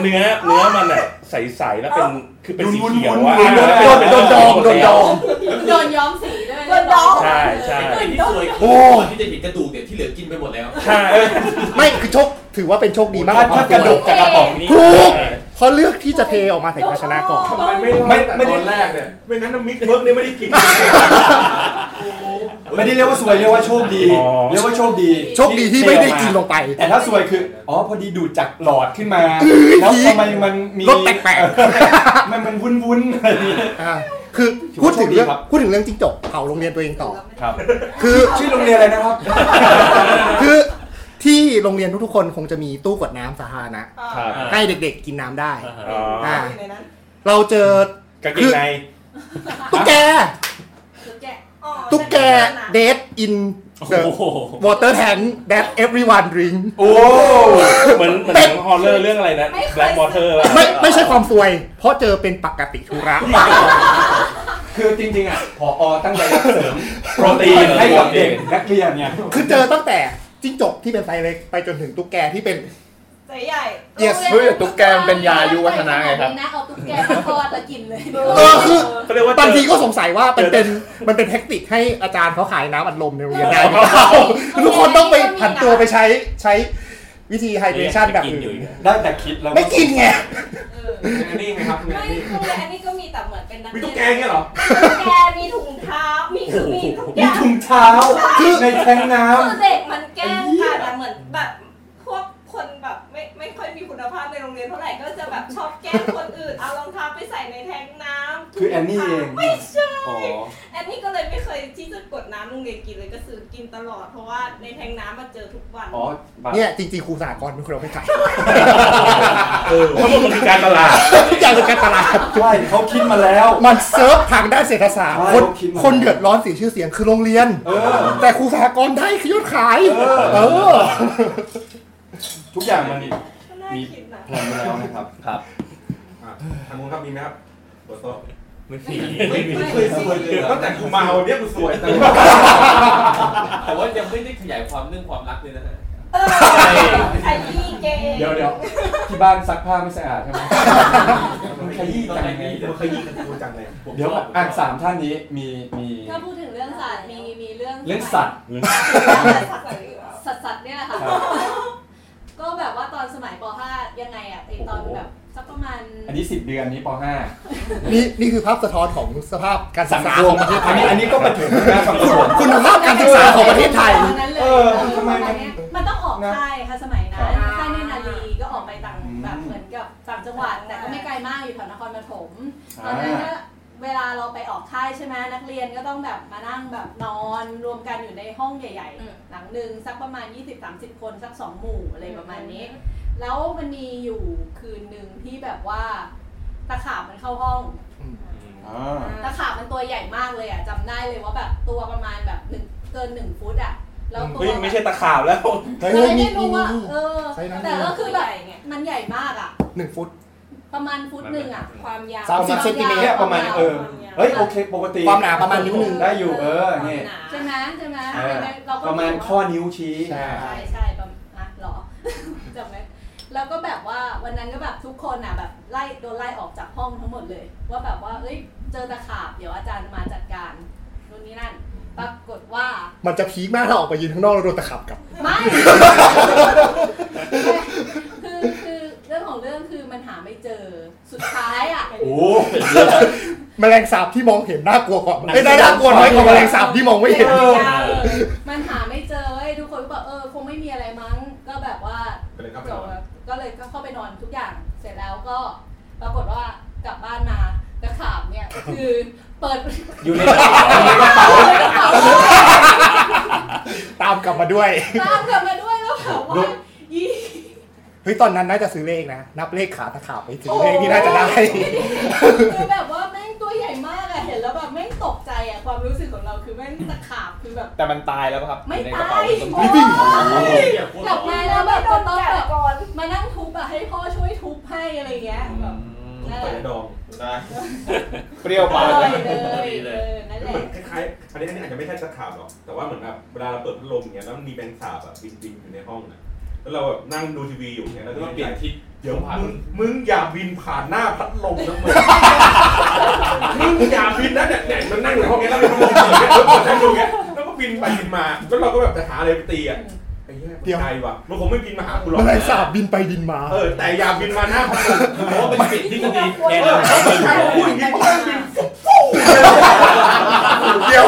Speaker 3: เนื้อเนื้อมันอ่ะใสๆแล้วเป็นคือเป็นสีเขียวว่า
Speaker 2: วุ้นๆวุ้นๆโดนโดนดองโดนดอง
Speaker 17: โดนย้อมสีด้วย
Speaker 11: โดนดอง
Speaker 3: ใช่ใช่
Speaker 1: ที่สวยโอ้ที่จะเห็นกระดูกเนี่ยที่เหลือกินไปหมดแล้ว
Speaker 3: ใช่
Speaker 6: ไม่คือโชคถือว่าเป็นโชคดีมากกว่า
Speaker 2: ถ้าว
Speaker 6: คาม
Speaker 2: กระ
Speaker 6: ส
Speaker 2: ดู
Speaker 6: วย
Speaker 2: กกับกระป๋องนี่
Speaker 6: ถูกเขาเลือกที่จะเทออกมาใส่ภาชนะก่อน
Speaker 16: ทำไมไม่
Speaker 2: ไม่
Speaker 16: ไม่ไม่
Speaker 2: ไม่ได้
Speaker 16: ตอนแรกเนี่ยไม่งั้นน้ำมิกเบิร์กเนี่ยไม่ได้กิน
Speaker 2: ไม่ได้เรียกว่าสวยเรียกว่าโชคดี เรียกว่าโชคดี
Speaker 6: โชคดีที่ไม่ได้กินลงไป
Speaker 2: แต่ถ้าสวยคือ อ๋อ พอดีดูดจากหลอดขึ้นมา แล้วทำไมมันมี
Speaker 6: รสแปลก
Speaker 2: ๆมันมันวุ้นวุ้นๆอะไรนี่
Speaker 6: อ่าคือพูดถึงเรื่อง
Speaker 2: ถือว่าโชคดีครับ
Speaker 6: พูดถึงเรื่องจิ้งจกเผาโรงเรียนตัวเองต่อ
Speaker 2: ครับ
Speaker 6: คือ
Speaker 2: ชื่อโรงเรียนอะไรนะครับ
Speaker 6: คือที่โรงเรียนทุกๆคนคงจะมีตู้กดน้ำสาธารณะ
Speaker 2: ครับ
Speaker 6: ให้เด็กๆกินน้ำได้
Speaker 3: อ๋อ
Speaker 6: อ่า
Speaker 11: ในนั้น
Speaker 6: เราเจอก
Speaker 3: างเกงใน
Speaker 6: ตุ๊กแก
Speaker 11: อ๋อ
Speaker 6: ตุ๊กแกเดทอินเดอะวอเตอร์แทนแดทเอฟวีวันดริง
Speaker 2: โอ้
Speaker 3: เหมือนเหมือนหนังฮอลเลอร์เรื่องอะไรนะ Black Water อะ
Speaker 6: ไม่ไม่ใช่ความซวย เพราะเจอเป็นปกติธุระ
Speaker 2: คือจริงๆอ่ะพออตั้งใจจะเสริมโปรตีนให้กับเด็กนักเรียนเนี่ย
Speaker 6: คือเจอตั้งแต่จิ้งจกที่เป็นไซส์เล็กไปจนถึงตุ๊กแกที่เป็น
Speaker 11: ใจใหญ่
Speaker 6: Yes
Speaker 4: เฮ้ยตุ๊กแกมันเป็นยาอายุวัฒนะไงครับ
Speaker 17: นะเอาตุ๊กแกไปทอดแล้วกินเลย
Speaker 6: เออคือ
Speaker 3: เขาเรียกว่า
Speaker 6: บางทีก็สงสัยว่ามันเป็นมันเป็นแท็กติกให้อาจารย์เขาขายน้ำอัดลมในโรงเรียนได้หรือเปล่าทุกคนต้องไปผันตัวไปใช้ใช้วิธีไฮเดรชันแบบ
Speaker 3: กิน
Speaker 6: อื่
Speaker 3: อยู่
Speaker 6: น
Speaker 3: อีกอะ
Speaker 2: ได้แต่คิดแล้ว
Speaker 6: ไม่กินไง
Speaker 16: นี่ไงครับ
Speaker 5: ไม่คืออันนี้ก็มีแต่เหมือนเป็นนั
Speaker 16: มี
Speaker 5: เรียน
Speaker 16: ตุ๊กแกเงี้ยเหรอ
Speaker 5: ตุ๊กแกมีถุงเท้ามีคือมีทุกอ
Speaker 2: มี
Speaker 5: ย่าง
Speaker 2: ถุงเท้าในแทงน้ำ
Speaker 5: คือเด็กมันแกล้งกันอะเหมือนแบบพวกคนแบบไม่ไม่ค่อยมีคุณภาพในโรงเรียนเท่าไหร่ก็จะแบบชอบแกล้งคนอื่น เอารองเท้าไปใส่ในแทงน้ำ
Speaker 2: คือแอนนี่เอง
Speaker 5: ไม่ใช่
Speaker 2: อ๋อ
Speaker 5: แอนนี่ก็เลยไม่เคย ยที่จะกดน้ำโรงเรียนกินเลยก็ซื้อกินตลอด เพราะว่าในแทงน้ำมาเจอทุกวัน
Speaker 6: เนี่ยจริงๆครูสากรเป็นคนเอาไปขาย
Speaker 9: ทั้งหมดมันคือการตลาด
Speaker 6: ทุกอย่างคือการตลาด
Speaker 2: ใช่เขาคิดมาแล้ว
Speaker 6: มันเซิร์ฟทางด้านเศรษฐศาสตร์
Speaker 2: ใช่
Speaker 6: คน
Speaker 2: เขาคิดมาแล้ว
Speaker 6: คนเดือดร้อนเสียชื่อเสียงคือโรงเรียน
Speaker 2: เออ
Speaker 6: แต่ครูสากรได้คือยอดขาย เออ
Speaker 2: ทุกอย่างมัน
Speaker 5: มี
Speaker 2: แพลนมาแล้วนะครับ
Speaker 4: ครับ
Speaker 3: ทางนู้นครับมีไหมครับโต๊ะ
Speaker 15: ไม่
Speaker 3: มี
Speaker 1: ไม่
Speaker 3: ไม่
Speaker 1: มี
Speaker 3: มีเคยสวยเลยตั้งแต่กูมาวันเนี้ยกูสวยแต่
Speaker 1: แต่ว่ายังไม่ได้ขยายความเรื่องความรักเลยนะฮะ
Speaker 5: ไอ้ยี่เกย์
Speaker 2: เดี๋ยวเดี๋ยวที่บ้านซักผ้าไม่สะอาดใช่ไหมมึงขยี้จังเลย
Speaker 3: มึงขยี้กันกูจังเลย
Speaker 2: เดี๋ยวอ่ะสามท่านนี้มีมี
Speaker 11: ถ้าพูดถึงเรื่องสัตว์มีมีเรื่อง
Speaker 2: เรื่องสัตว์
Speaker 11: สัตว์สัตว์เนี่ยแหละค่ะ ก็แบบว่าตอนสมัยป .5 ยังไงอะไอตอนแบบสักประมาณ
Speaker 2: อันนี้ 10 เดือนนี้ป
Speaker 6: นี่นี่คือภาพสะท้อนของสภาพการ
Speaker 2: .5
Speaker 6: ศึ
Speaker 2: สั
Speaker 6: ก
Speaker 2: ง
Speaker 6: ษา
Speaker 2: ค
Speaker 6: ข
Speaker 2: ม
Speaker 6: องประเทศไท
Speaker 2: อัน
Speaker 6: ย
Speaker 2: นี้อันนี้ก็มาถึงหน้าสังคม
Speaker 6: คุณภาพการศึกษาของประเทศไทย
Speaker 11: ตอนนั้นเลย
Speaker 2: เออทำไมมัน
Speaker 11: มันต้องออกค่ายค่ะสมัยนั้นค่ายเนตรนารีก็ออกไปต่างแบบเหมือนกับต่างจังหวัด แต่ก็ไม่ไกลมากอยู่แถวนครปฐมตอนนั้นก็เวลาเราไปออกค่ายใช่ไหมนักเรียนก็ต้องแบบมานั่งแบบนอนรวมกันอยู่ในห้องใหญ่ ๆ หลังหนึ่งสักประมาณ 20-30 คนสักสองหมู่อะไรประมาณนี้ แล้วมันมีอยู่คืนหนึ่งที่แบบว่าตะขาบมันเข้าห้อง ตะขาบมันตัวใหญ่มากเลยอ่ะจำได้เลยว่าแบบตัวประมาณแบบหนึ่งเกินหนึ่งฟุตอ่ะแล้วตัว
Speaker 9: เฮ้ยไม่ใช่ตะขาบแล้ว
Speaker 11: ก็เลยไม่รู้ว่าเออ
Speaker 6: ใช่นะ
Speaker 11: แต่ก็คือแบบมันใหญ่มากอ่ะ
Speaker 6: หนึ่งฟุต
Speaker 11: ประมาณฟุตหนึ่งอ่ะ
Speaker 5: ความยาว
Speaker 6: สามสิบเซนติเมตร
Speaker 2: เนี่ยประมาณเออเฮ้ยโอเคปกติ
Speaker 6: ความหนาประมาณนิ้วหนึ่ง
Speaker 2: ได้อยู่เออเนี่ย
Speaker 11: ใช่ไหมใช่ไหม
Speaker 2: เออ
Speaker 11: เราก็
Speaker 2: ประมาณข้อนิ้วชี้
Speaker 6: ใช่
Speaker 11: ใช่ใช่ประมาณอ่ะเหรอ (laughs) จำไหมแล้วก็แบบว่าวันนั้นก็แบบทุกคนอ่ะแบบไล่โดนไล่ออกจากห้องทั้งหมดเลย ว่าแบบว่าเอ้ยเจอตะขาบเดี๋ยวอาจารย์มาจัดการนู่นนี่นั่น ปรากฏว่า
Speaker 6: มันจะพีคมากถ้าออกไปยืนข้างนอกแล้วโดนตะขับกลับ
Speaker 11: ไม่ คือคือเรื่องของเรื่องคือมันหาไม่เจอ สุดท้ายอ่ะ
Speaker 2: โอ้
Speaker 6: แมลงสาบที่มองเห็นน่ากลัวกว่า
Speaker 2: หนัง
Speaker 6: ไม่ได้
Speaker 2: สยอง
Speaker 6: น่ากลัวน้อยกว่า
Speaker 2: ขวั
Speaker 6: แม
Speaker 2: ญ
Speaker 6: ลงสาบที่มองไม่เห็น
Speaker 11: เออ มันหาไม่เจอเว้ยทุกคนก็บอกเออคงไม่มีอะไรมั้ง ก็แบบว่า
Speaker 3: ก็เลยเข้าไป
Speaker 11: จ
Speaker 3: น
Speaker 11: บ
Speaker 3: อน
Speaker 11: แล้วก็เลยก็เข้าไปนอนทุกอย่าง เสร็จแล้วก็ปรากฏว่ากลับบ้านมาตะขาบเนี่ยก็คือเปิด
Speaker 2: อยู่ใน
Speaker 11: กระเป๋า
Speaker 6: ตามกลับมาด้วย
Speaker 11: ตามกลับมาด้วยแล้วแบบว่าอี
Speaker 6: เฮ้ยตอนนั้นน่าจะซื้อเลขนะ นับเลขขาตะขาบไปถึงเลขที่น่าจะได้
Speaker 11: คือแบบว่าแม่งตัวใหญ่มากอะเห็นแล้วแบบแม่งตกใจอะความรู้สึกของเราคือแม่งตะขาบคือแบบ
Speaker 4: แต่มันตายแล้วป่ะครับ
Speaker 11: ไม่
Speaker 4: ใน
Speaker 11: ตาย
Speaker 4: กระเป๋าต้น
Speaker 11: โอ้
Speaker 4: ทุ
Speaker 11: ย
Speaker 4: น
Speaker 11: กลับมาแล้วแบบจะต้องแบบมานั่งทุบอะให้พ่อช่วยทุบให้อะไรเงี้ยแบบนั่นแห
Speaker 3: ไป
Speaker 11: ละ
Speaker 3: ดองได้
Speaker 4: เปรี้ยวปาก
Speaker 11: เลยเลยนั่นแห
Speaker 3: เหมื
Speaker 11: ละ
Speaker 3: อนคล้ายๆอันนี้อันนี้อาจจะไม่ใช่ตะขาบหรอกแต่ว่าเหมือนแบบเวลาเราเปิดพัดลมอย่างเงี้ยแล้วมันมีแมงสาบแบบบินๆอยู่ในห้องอ่ะแล้วเราแบบนั่งดูทีวีอยู่อย่างเงี้ยแล้วก็เปลี่ยนทิศเดี๋ยวมึงมึงอย่าบินผ่านหน้าพัดลมนะมึง
Speaker 9: (laughs)
Speaker 3: มึงอย่าบินนะเนี่ยเนี่ยมันนั่งอยู่ห้องเงี้ยแล้วมีพัดลมเปิดเงี้ยแล้วเปิดให้ดูเงี้ยแล้วก็บินไปบินมาแล้วเราก็แบบจะหาอะไรไปตีอ่ะไอ้เหี้ย
Speaker 6: เดี๋ยว
Speaker 3: ใจว่ะมันคงไม่บินมาหากูหรอก
Speaker 6: แมลงสาบบินไปบินมา
Speaker 3: เออแต่อย่าบินมาหน้าพัดลม
Speaker 10: เพราะว่าเป็นสิ่งที่ดีแน่อ
Speaker 3: เอนอน ถ้าพูดอย่างนี้ก็บินฟุ๊บ
Speaker 6: เดี๋ยว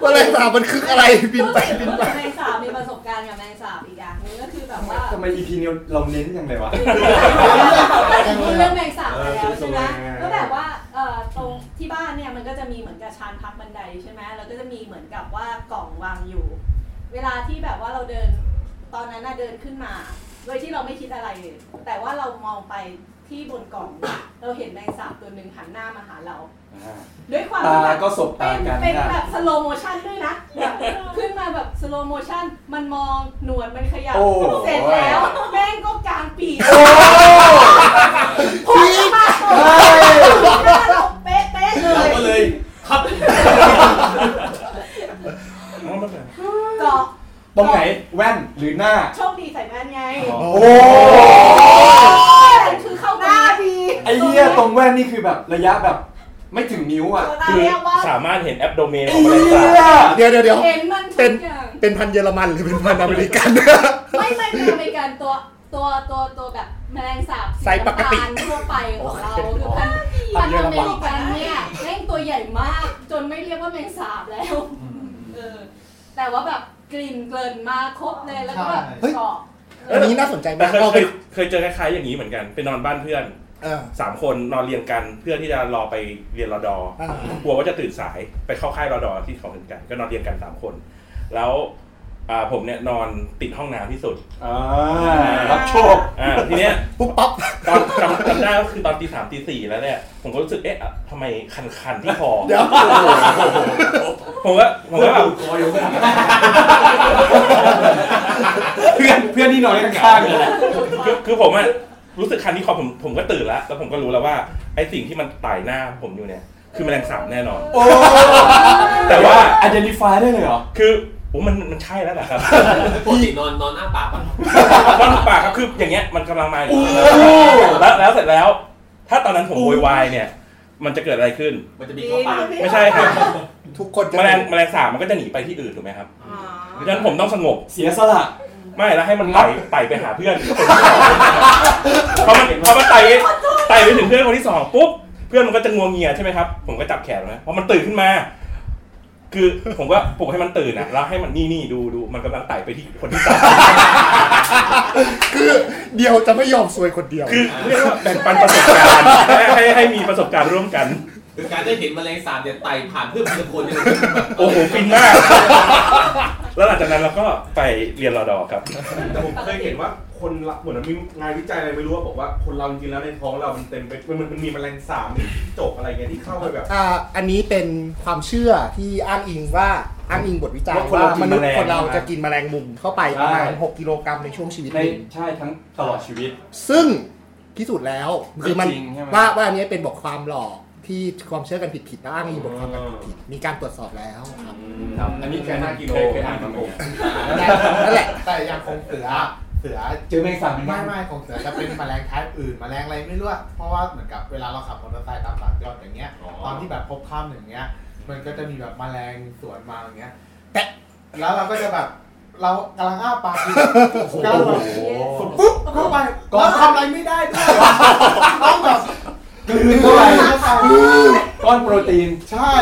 Speaker 6: แมลงสาบมันคึกอะไรบินไปบิน
Speaker 11: รู้
Speaker 6: มา
Speaker 11: สึกแมงสาบมีประสบการณ์กับแมงสาบอีกอย่างหนึงก็คือแบบว่า
Speaker 2: ทำไม EP นี้เราเน้นยังไงวะ
Speaker 11: พูดเรื่องแมงสาบไปแล้วใช่ไหม
Speaker 3: เออ
Speaker 11: ก็แบบว่าเอ่อตรงที่บ้านเนี่ยมันก็จะมีเหมือนกับชานพักบันไดใช่ไหมแล้วก็จะมีเหมือนกับว่ากล่องวางอยู่ เวลาที่แบบว่าเราเดินตอนนั้นน่ะเดินขึ้นมา โดยที่เราไม่คิดอะไรเลยแต่ว่าเรามองไปที่บนกล่องเนี่ยเราเห็นแมงสาบตัวหนึ่งหันหน้ามาหาเรา ด้วยความที่แบ
Speaker 2: ตา
Speaker 11: บ
Speaker 2: ก็สบตากัน
Speaker 11: เป็น
Speaker 2: น่ะ
Speaker 11: เป็นแบบสโลโมชันด้วยนะแบบขึ้นมาแบบสโลโมชันมันมองหนวดมันขยับ
Speaker 2: โอ้
Speaker 11: เสร็จแล้วแม่งก็กลางปีก
Speaker 6: พีค
Speaker 11: เป๊ะเป๊ะเลย
Speaker 10: เราก็เลยครับ
Speaker 11: ก็
Speaker 2: ตรงไหนแว่นหรือหน้า
Speaker 11: โชคดีใส่แว่นไง
Speaker 2: โอ้
Speaker 11: คือเข้าหน้าดี
Speaker 2: ไอ้เหี้ยตรงแว่นนี่คือแบบระยะแบบไม่ถึงนิ้วอ่ะ
Speaker 11: ตา
Speaker 9: คือ
Speaker 11: เรียกว่า
Speaker 9: สามารถเห็นแอปโดเมนของบริษัท
Speaker 6: เดี๋ยวเดี๋ยวเดี๋ยว
Speaker 11: เห็นมันทุกอย่าง
Speaker 6: เป็นพันเยอรมันหรือเป็นพันอเมริกัน
Speaker 11: ไม่ไม่เป็นอเมริกันตัวตัวตัวตัวแบบแมลงสาบ
Speaker 6: ไซส์ปกติ
Speaker 11: สีน้ำตาลทั่วไปของเราคือพันพันธุ์อเมริกันเนี่ยแม่งตัวใหญ่มาก จนไม่เรียกว่าแมลงสาบแล้วเออแต่ว่าแบบกลิ่นเกลิ่นมาครบเลยแล้วก็แบบ
Speaker 6: เฮ้ย
Speaker 11: เกาะ
Speaker 6: อันนี้น่าสนใจ
Speaker 9: แต่
Speaker 6: มาก
Speaker 9: เคย
Speaker 6: เรา
Speaker 9: เค
Speaker 6: เป็น
Speaker 9: ยเคยเจอคล้ายๆอย่างนี้เหมือนกันไปนอนบ้านเพื่อน
Speaker 3: สามคนนอนเรียงกันเพื่อที่จะรอไปเรียนรอดอ
Speaker 6: อ่า
Speaker 3: กลัวว่าจะตื่นสายไปเข้าค่ายรอดอที่เขาเห็นกัน ก็นอนเรียงกันสามคน แล้วอ่าผมเนี่ยนอนติดห้องน้ำที่สุด
Speaker 2: รับโชค
Speaker 3: อ่าทีเนี้ย
Speaker 6: ปุ๊บปั๊บ
Speaker 3: ตอนจำจำได้ก็คือตอนตีสามตีสี่แล้วเนี่ยผมก็รู้สึกเอ๊ะอ่ะทำไมคันๆที่คอ
Speaker 2: เดี๋ยว
Speaker 3: (laughs) ผมว่าผมว่าแบบ
Speaker 2: เพื่อนเพื่อนที่นอนข้างๆเนี่ยแหละ
Speaker 3: คือคือผมอะรู้สึกคันที่คอผมผมก็ตื่นแล้วแล้วผมก็รู้แล้วว่าไอ้สิ่งที่มันไต่หน้าผมอยู่เนี่ย คือแมลงสาบแน่นอน แต่ว่า
Speaker 2: identify ได้เลยเหรอ
Speaker 3: คือผมมันมันใช่แล้วแหละครับ
Speaker 1: ปกตินอนนอนหน้าปากปะ
Speaker 3: นอนปากครับคืออย่างเงี้ยมันกำลังมาอยู่
Speaker 1: อู้
Speaker 3: แล้วแล้วเสร็จแล้ว ถ้าตอนนั้นผมโวยวายเนี่ย มันจะเกิดอะไรขึ้น
Speaker 1: มันจะมีเข้าปาก
Speaker 3: ไม่ใช่ครับ
Speaker 6: ทุกคน
Speaker 3: แมลงแมลงสาบมันก็จะหนีไปที่อื่นถูกไหมครับเพราะฉะนั้นผมต้องสงบ
Speaker 2: เสียสละ
Speaker 3: ไม่แล้วให้มันไต่ไต่ไปหาเพื่อนพอมันพอมันไต่ไต่ไปถึงเพื่อนคนที่สองปุ๊บเพื่อนมันก็จะงวงเงียใช่ไหมครับ ผมก็จับแขนมันนะพอมันตื่นขึ้นมา คือผมก็ปลุกให้มันตื่นนะแล้วให้มันนี่นี่ดูดูมันกำลังไต่ไปที่คนที่สาม
Speaker 6: คือเดียวจะไม่ยอมซวยคนเดียว
Speaker 3: คือเรียกว่าแบ่งปันประสบการณ์ให้ให้ให้มีประสบการณ์ร่วมกัน
Speaker 1: คือการได้เห็นแมลงสาบเนี่ยไต่ผ่านเพื่อนเพื่อนคนเนี่ย
Speaker 3: โอ้โหฟินมาก แล้วหลังจากนั้นเราก็ไปเรียนรอดอครับ
Speaker 18: แต่ผมเคยเห็นว่าคนละเหมือนมีงานวิจัยอะไรไม่รู้อะบอกว่าคนเราจริงๆแล้วในท้องเรามันเต็มไปมันมันมันมีแมลงสาบมีจิ้งจกอะไรเงี้ยที่เข้าไปแบบ
Speaker 6: อ่าอันนี้เป็นความเชื่อที่อ้างอิงว่าอ้างอิงบทวิจัย
Speaker 2: ว่าคน
Speaker 6: ว่า
Speaker 2: เรากิน
Speaker 6: มนุษย์
Speaker 2: แมลง
Speaker 6: คนเรา
Speaker 2: ใช่ไหม
Speaker 6: จะกินแมลงมุมเข้าไปประมาณ
Speaker 2: ใช่
Speaker 6: 6กิโลกรัมในช่วงชีวิต
Speaker 2: ใน
Speaker 6: หนึ่ง
Speaker 2: ใช่ทั้งตลอดชีวิต
Speaker 6: ซึ่งพิสูจน์แล้วคือมัน
Speaker 2: ไม่จริงใช่ไหม
Speaker 6: ว่าว่าอันนี้เป็นบทความหลอกที่ความเชื่อกันผิดๆนะอ้างอิงบทความกันผิดๆมีการตรวจสอบแล้วครับ
Speaker 2: ครับอันนี้เคย
Speaker 18: กิโล
Speaker 2: เคยเคยอ่านมาเหมือนกัน
Speaker 6: นั่นแหละ
Speaker 7: แต่อย่างของเสือ เสือ
Speaker 2: เจอแมลงสาบไหม
Speaker 7: ไม่ไม่ของเสือจะเป็นแมลงท้ายอื่นแมลงอะไรไม่รู้อะเพราะว่าเหมือนกับเวลาเราขับมอเตอร์ไซค์ตามสามยอดอย่างเงี้ย ตอนที่แบบพบข้ามอย่างเงี้ย มันก็จะมีแบบแมลงสวนมาอย่างเงี้ย
Speaker 6: แต่
Speaker 7: แล้วเราก็จะแบบเรากำลังอ้าปากอยู่ (laughs)
Speaker 2: โอ้โห
Speaker 7: กำลังแบบปุ๊บเข้าไปแล้วทำอะไรไม่ได้ด้วยต้องแบบ
Speaker 2: กลืนเข้าไปก้อนโปรตีน
Speaker 7: ใช่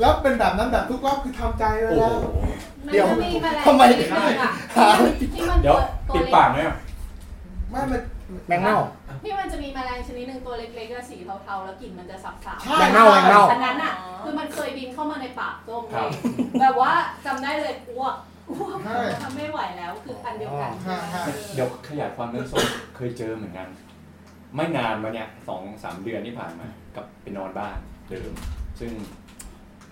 Speaker 7: แล้วเป็นแบบนั้นแบบทุกรอบคือทำใจไว้แล้ว
Speaker 6: เดี๋ยวทำไมถึงได้
Speaker 11: ที่มัน
Speaker 2: เดี๋ยว
Speaker 11: ตัว
Speaker 2: ติดปากไหมอะ
Speaker 7: ไม่มัน
Speaker 6: แมงเม่า
Speaker 11: ที่มันจะมีแมลงชนิดหนึ่งตัวเล็กๆอะสีเทาๆ แล้วกลิ่นมันจะสับๆ
Speaker 6: แมงเม่าแมงเม่า
Speaker 11: อันนั้นอ่ะคือมันเคยบินเข้ามาในปากต้มเลยแบบว่าจำได้เลยอ้วกอ้วก
Speaker 7: ใช่
Speaker 11: ทำไม่ไหวแล้วคืออันเดียวกัน
Speaker 2: เดี๋ยวขยายความเรื่องส้มเคยเจอเหมือนกัน ไม่นานมาเนี่ยสองสามเดือนที่ผ่านมากับไปนอนบ้านเดิม ซึ่ง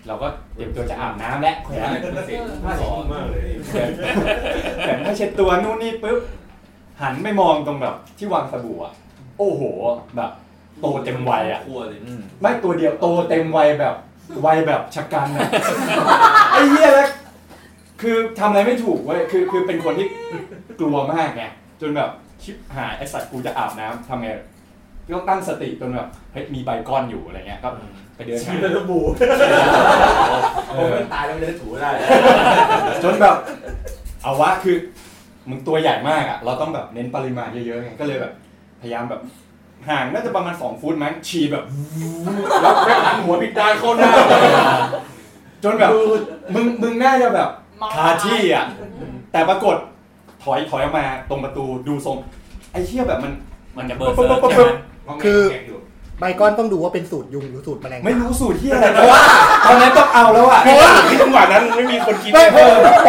Speaker 2: เราก็เตรียมตัวจะอาบน้ำและแขวน (laughs)
Speaker 18: เสียงน่าสนมากเลย
Speaker 2: แขวนแขวนผ้าเช็ดตัวนู่นนี่ปุ๊บหันไม่มองตรงแบบที่วางสบู่อะโอ้โห แบบ โตเต็มวัยอะ
Speaker 1: ครัวเลย
Speaker 2: ไม่ตัวเดียวโตเต็มวัยแบบวัยแบบชะกันอะ (laughs) ไอ้เหี้ยแล้วคือทำอะไรไม่ถูกเว้ยคือคือเป็นคนที่กลัวมากไงจนแบบชิบหายไอสัตว์กูจะอาบน้ำทำไงต้องตั้งสติจนแบบเฮ้ยมีใบก้อนอยู่อะไรเงี้ยก็ไปเดิน
Speaker 1: (laughs)
Speaker 2: หา
Speaker 18: ชื่อระบุผมไม่ตายแล้วไม่ได้ถูได้
Speaker 2: จนแบบเอาวะคือมึงตัวใหญ่มากอะเราต้องแบบเน้นปริมาณเยอะๆไงก็เลยแบบ พยายามแบบห่างน่าจะประมาณสองฟุตมั้งฉีดแบบ (laughs) แล้วแม่งหันหัวพิดด้านเข้าหน้า จนแบบ มึงมึงน่าจะแบบคาที่อ่ะ แต่ปรากฏถอยถอยออกมาตรงประตูดูทรง ไอ้เชี่ยแบบมัน
Speaker 19: มันจะเบิร์เซิร์ฟใช่ไหม
Speaker 6: คือใบก้อนต้องดูว่าเป็นสูตรยุงหรือสูตรแมลง
Speaker 2: ไม่รู้สูตรที่อะไรเพราะว่าตอนนั้นต้องเอาแล้วอ่ะ
Speaker 3: เพราะว่าที่จังหวะนั้นไม่มีคนคิด
Speaker 6: ไม่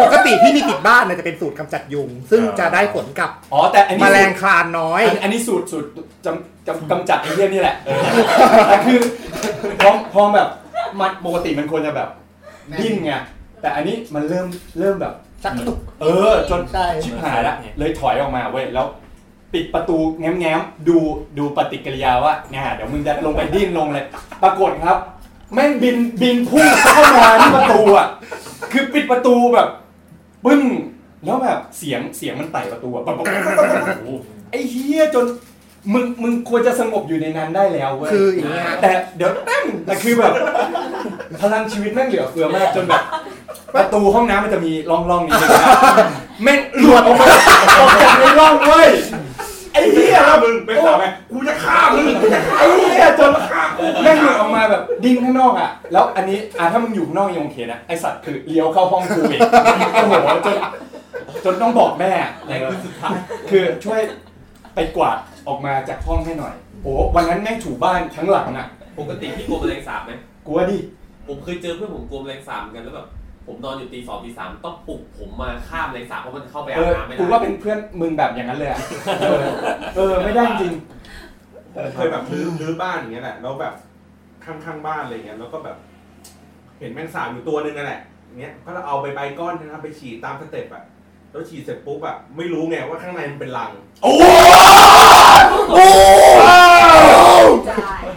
Speaker 6: ปกติที่มีติดบ้านน่ะจะเป็นสูตรกำจัดยุง ซึ่งจะได้ผลกับ
Speaker 2: อ๋อแต่อันนี้
Speaker 6: แมลงคลานน้อย
Speaker 2: อันอันนี้สูตรสูตรจำจำกำจัดไอ้เหี้ยนี่แหละแต่คือพอพอแบบมันปกติมันควรจะแบบดิ้นไงแต่อันนี้มันเริ่มเริ่มแบบ
Speaker 6: ชักกระตุก
Speaker 2: เออ จน
Speaker 6: ใช่
Speaker 2: ชิบหายละเลยถอยออกมาเว้ยแล้ว ปิดประตูแง้มๆดูดูปฏิกิริยาว่าเนี่ยเดี๋ยวมึงจะลงไปดิ้นลงเลย ปรากฏครับ แม่งบินบินพุ่งเข้ามาที่ประตูอ่ะคือปิดประตูแบบปึ้งแล้วแบบเสียงเสียงมันไต่ประตู
Speaker 6: (laughs)
Speaker 2: อ่ะปั๊บปั๊บปั๊บปั๊บปั๊บ ไอ้เฮียจนมึงมึงควรจะสงบอยู่ในนั้นได้แล้วเว้ย
Speaker 6: คืออย่างเงี้ย
Speaker 2: แต่เดี๋ยวแป๊มแต่คือแบบ พลังชีวิตแม่งเหลือเฟือมากจนแบบประตูห้องน้ำมันจะมีร่องร่องๆนี้นะแม่งหลุดออกมาออกจากในร่องเว้ยไอ้เหี้ยแล้วมึงไปถามไหมกูจะฆ่ามึงกูจะฆ่าไอ้เหี้ยจนแม่งหลุดออกมาแบบดิ้นข้างนอกอ่ะ แล้วอันนี้อ่ะถ้ามึงอยู่ข้างนอกยังโอเคนะไอสัตว์คือเลี้ยวเข้าห้องกูอีกโอ้โหจนจนต้องบอกแม่
Speaker 1: แรงขึ้นสุดท้าย
Speaker 2: คือช่วย ไปกวาดออกมาจากห้องให้หน่อย โอ้วันนั้นแม่งถูบ้านทั้งหลังอ่ะ
Speaker 1: ปกติพี่กลัวแมลงสาบไหม
Speaker 2: กลัวดิ
Speaker 1: ผมเคยเจอเพื่อนผมกลัวแมลงสาบเหมือนกันแล้วแบบผมนอนอยู่ตีสองตีสามต้องปลุกผมมาข้ามแมลงสาบเพราะมันเข้าไป
Speaker 2: เอ
Speaker 1: อาบ
Speaker 2: อ
Speaker 1: น้ำไม่ได้
Speaker 2: กูว่าเป็นเพื่อนมึงแบบอย่างนั้นเลยอ่ะเออเออไม่ได้จริง
Speaker 3: เคยแบบรื้อรื้อบ้านอย่างเงี้ยแหละแล้วแบบข้างข้างๆบ้านอะไรเงี้ยแล้วก็แบบ เห็นแมงสาบอยู่ตัวหนึงนั่นแหละเงี้ยก็เอาไปใบก้อนนะครับไปฉีดตามสเต็ปอะแล้วฉีดเสร็จปุ๊บอะไม่รู้ไงว่าข้างในมันเป็นรังโอ้
Speaker 2: โห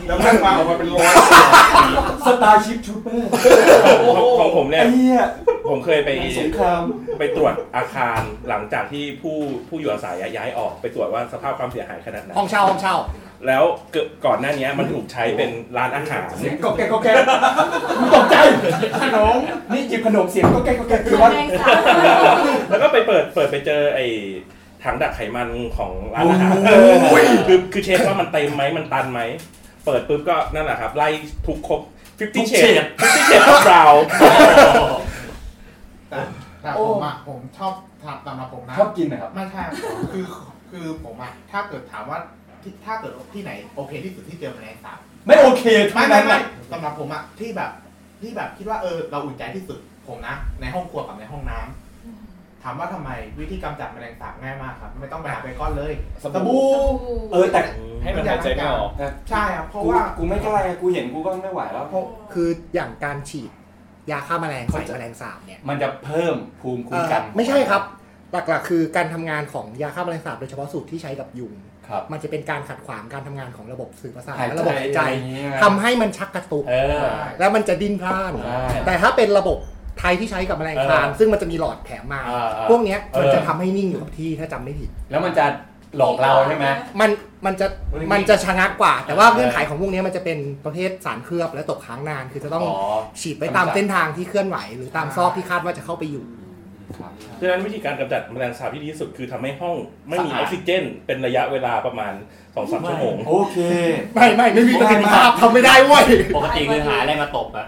Speaker 3: แล้วมันมาออกมาเป็นร้อย
Speaker 2: สตาร์ชิพชูเปอร์
Speaker 9: ของของผมเนี่ยผมเคยไป
Speaker 2: สงคราม
Speaker 9: ไปตรวจอาคารหลังจากที่ผู้ผู้อยู่อาศัยอะย้ายออกไปตรวจว่าสภาพความเสียหายขนาดไหน
Speaker 6: ห้องเช่าห้องเช่า
Speaker 9: แล้วเกิดก่อนหน้านี้มันถูกใช้เป็นร้านอาหาร
Speaker 2: เสียงกบแกกบแกตกใจขนมนี่จิบขนมเสียงก็แกกบแกคือว่า
Speaker 9: แล้วก็ไปเปิดเปิดไปเจอไอ้ถังดักไขมันของร้านอาหาร
Speaker 2: โอ้ย
Speaker 9: คือคือเช็คว่ามันเต็มไหมมันตันไหม เปิดปุ๊บก็นั่นแหละครับ ไล่ทุกครบ50 shade 50 shade of brown
Speaker 7: แต่แต่
Speaker 2: โอ้
Speaker 7: ผมอ่ะผมชอบทำตามรับผมนะ
Speaker 2: ชอบกินเหรอครับ
Speaker 7: ไม่ใช่คือคือผมอ่ะถ้าเกิดถามว่าที่ถ้าเกิดที่ไหนโอเคที่สุดที่เจอแมลงสาบ
Speaker 2: ไม่โอเคทั้
Speaker 7: ไม่
Speaker 2: งนั้น
Speaker 7: ไม่ไม่
Speaker 2: นะ
Speaker 7: สำหรับผมอ่ะที่แบบที่แบบคิดว่าเออเราอุ่นใจที่สุดผมนะ ในห้องครัวกับในห้องน้ำถามว่าทำไมวิธีกำจัดแมลงสาบง่ายมากครับ ไม่ต้องไปหาไปก้อนเลย
Speaker 2: สบู่เออแต่
Speaker 4: ให้มันหายใจไม่ออก
Speaker 7: ใช่ครับเพราะว่า
Speaker 2: กูไม่กล้ากูเห็นกูก็ไม่ไหวแล้ว
Speaker 6: คืออย่างการฉีดยาฆ่าแมลงใส่แมลงสาบเนี่ย
Speaker 2: มันจะเพิ่มภูมิคุ้มกัน
Speaker 6: เอ่อไม่ใช่ครับ หลักๆ คือการทำงานของยาฆ่าแมลงสาบโดยเฉพาะสูตรที่ใช้กับยุง
Speaker 2: ครับ
Speaker 6: มันจะเป็นการขัดขวางการทำงานของระบบสื่อประสาท
Speaker 2: หายใจ
Speaker 6: และระบบหายใจ
Speaker 2: อย่างเงี้ย
Speaker 6: ทำให้มันชักกระตุก
Speaker 2: เออ
Speaker 6: แล้วมันจะดิ้นพล่าน
Speaker 2: ใช่
Speaker 6: แต่ถ้าเป็นระบบไทยที่ใช้กับแมลงคาน
Speaker 2: เออ
Speaker 6: ซึ่งมันจะมีหลอดแถมมา
Speaker 2: เออเออ
Speaker 6: พวกเนี้ยมัน
Speaker 2: เออ
Speaker 6: จะทำให้นิ่งอยู่กับที่ถ้าจำไม่ผิด
Speaker 2: แล้วมันจะหลอกเราใช่ไหม
Speaker 6: มันมันจะ
Speaker 2: มันจะ
Speaker 6: มันจะชะงักกว่า แต่ว่า
Speaker 2: เออ
Speaker 6: เงื่อนไขของพวกนี้มันจะเป็นประเภทสารเคลือบและตกค้างนาน คือจะต้อง
Speaker 2: อ๋อ
Speaker 6: ฉีดไปตามเส้นทางที่เคลื่อนไหว หรือตามซอกที่คาดว่าจะเข้าไปอยู่
Speaker 9: ดังนั้นวิธีการกำจัดแมลงสาบที่ดีที่สุดคือทำให้ห้องไม่มี
Speaker 6: สะ
Speaker 9: อ
Speaker 6: อาด
Speaker 9: อกซิเจน เป็นระยะเวลาประมาณ2อสชั่วโมง
Speaker 2: โอเค
Speaker 6: ไม่ไม่ไม่มีประสิทธิภาพทำไม่ได้เว้ย
Speaker 15: ปกติคือหาอะไรมาตบอะ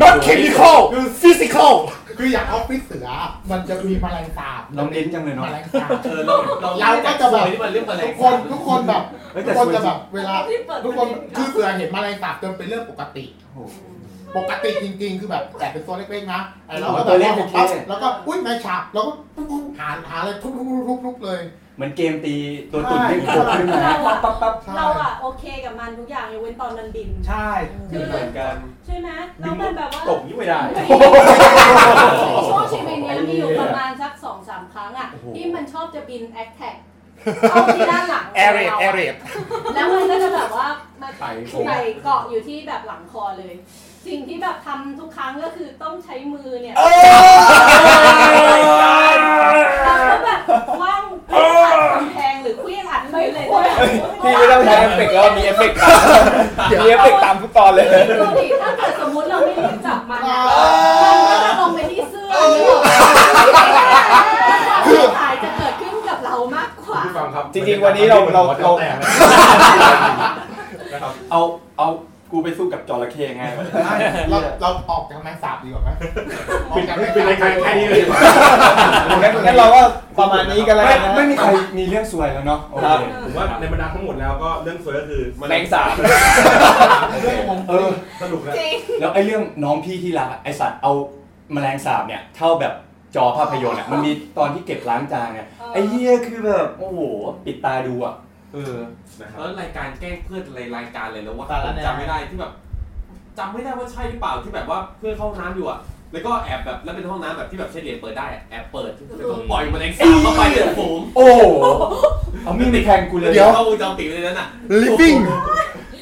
Speaker 6: not chemical physical
Speaker 7: คืออย่างออฟฟิศเสือมันจะมีแมลงสาบ
Speaker 2: น้องเล่นจังเลยเนาะ
Speaker 7: แมลงสาบ
Speaker 1: เออเราเรา
Speaker 7: เราก็จะแบบ
Speaker 1: ที่มันเรื่องแมล
Speaker 7: ทุ
Speaker 1: ง
Speaker 7: กคน
Speaker 1: สาบ
Speaker 7: ทุกคนแบบ
Speaker 2: เฮ้
Speaker 7: ทุ
Speaker 2: ย
Speaker 7: ก
Speaker 2: แต่
Speaker 7: คน
Speaker 2: สวยจริง
Speaker 7: จะแบบเวลา
Speaker 20: ที่เปิด
Speaker 7: ทุกคนคือเสือเห็นแมลงสาบจนเป็นเรื่องปกติ ปกติจริง ๆ คือแบบแต่เป็นตัวเล็กๆนะไอ้เราก็แบ
Speaker 2: ตัว
Speaker 7: บ
Speaker 2: เล็กโอ
Speaker 7: ว่าเห็น
Speaker 2: เค
Speaker 7: ปั๊บแล้วก็อุ้ยแมลงสาบแล้วก็ปุ๊บปุ๊บหาหาอะไรทุบๆๆๆเลย
Speaker 2: เหมือนเกมตีตัวตุ่นที่โผล่ขึ้นมา
Speaker 11: เรา
Speaker 2: ปั๊บ
Speaker 11: อะ
Speaker 2: ปั๊บปั๊บ
Speaker 11: เราอะโอเคกับมันทุกอย่างยกเว้นตอนมันบิน
Speaker 7: ใช่
Speaker 11: คือเหมือนกัน ใช่ไหมแล้วมันแบบว่า
Speaker 3: ตกนี่ไม่ได้
Speaker 11: ช่วงชีวิตเนี้ยมีอยู่ประมาณสักสองสามครั้งอะที่มันชอบจะบินแอคแท็กเข้าที่ด้านหลังขงาะ
Speaker 6: aerate aerate
Speaker 11: แล้วมันก็จะแบบว่ามา
Speaker 3: ไต่ผม
Speaker 11: ไต่เกาะอยู่ที่แบบหลังคอเลย สิ่งที่แบบทำทุกครั้งก็คือต้องใช้มือเนี่ยแล้วก็แบบคว่างเครื่องอัดกำแพงหรือเครื่องอัดไปเลย
Speaker 4: พี่ไม่ต้องใช้เอฟเฟกต์แล้วมีเอฟเฟกต์ตามมีเอฟเฟกต์ตามทุกตอนเลย
Speaker 11: ดูดิถ้าเกิดสมมติเราไม่รีบจับมันอะมันก็จะลงไปที่เสื้อนี่หรอกความเสียห (laughs) ายจะเกิดขึ้นกับเรามากกว่า
Speaker 3: พี่ฟังครับ
Speaker 4: จริงๆวันนี้เราเราเรา
Speaker 3: นะครับ
Speaker 2: เอาเอากูไปสู้กับจระเข้ไงวะ
Speaker 7: เราเราออกจากแมลงสาบดีกว่าไหมออกจากแมลง
Speaker 3: เป็นราย
Speaker 7: สา
Speaker 3: การ
Speaker 7: บ
Speaker 3: แค่นี้เลย
Speaker 4: งั้นงั้นเราก็ประมาณนี้กันแล้ว
Speaker 2: ไม่
Speaker 4: กันนะ
Speaker 2: ไม่มีใครมีเรื่องซวยแล้วเนาะโอเค
Speaker 3: ผมว่าในบรรดาทั้งหมดแล้วก็เรื่องสวยก็คือ
Speaker 4: แมงสาบ
Speaker 7: เรื่องของ
Speaker 2: เออ
Speaker 3: สนุกแล้ว
Speaker 5: จริง
Speaker 2: แล้วไอ้เรื่องน้องพี่ที่รักอะไอสัตว์เอาแมลงสาบเนี่ยเท่าแบบจอภาพยนตร์อะมันมีตอนที่เก็บล้างจานเนี่ยไอ้เหี้ยคือแบบโอ้โหปิดตาดูอ่ะเออ
Speaker 3: นะครับ
Speaker 1: แล้วรายการแกล้งเพื่อนอะไรรายการเลยแล้วว่า
Speaker 7: สารแน
Speaker 1: จำไม่ได้ที่แบบจำไม่ได้ว่าใช่หรือเปล่าที่แบบว่าเพื่อนเข้าห้องน้ำอยู่อะแล้วก็แอบแบบแล้วเป็นห้องน้ำแบบที่แบบใช้เหรียญเปิดได้อะแอบเปิดแล้วก็ปล่อยแมันเองสาบเข้าไปเลยผม
Speaker 2: โอ้โหเอามีดไปแทงกูเลย
Speaker 1: เดี๋ยวเอาวงจรปิดเลยนั้นน่ะ
Speaker 6: living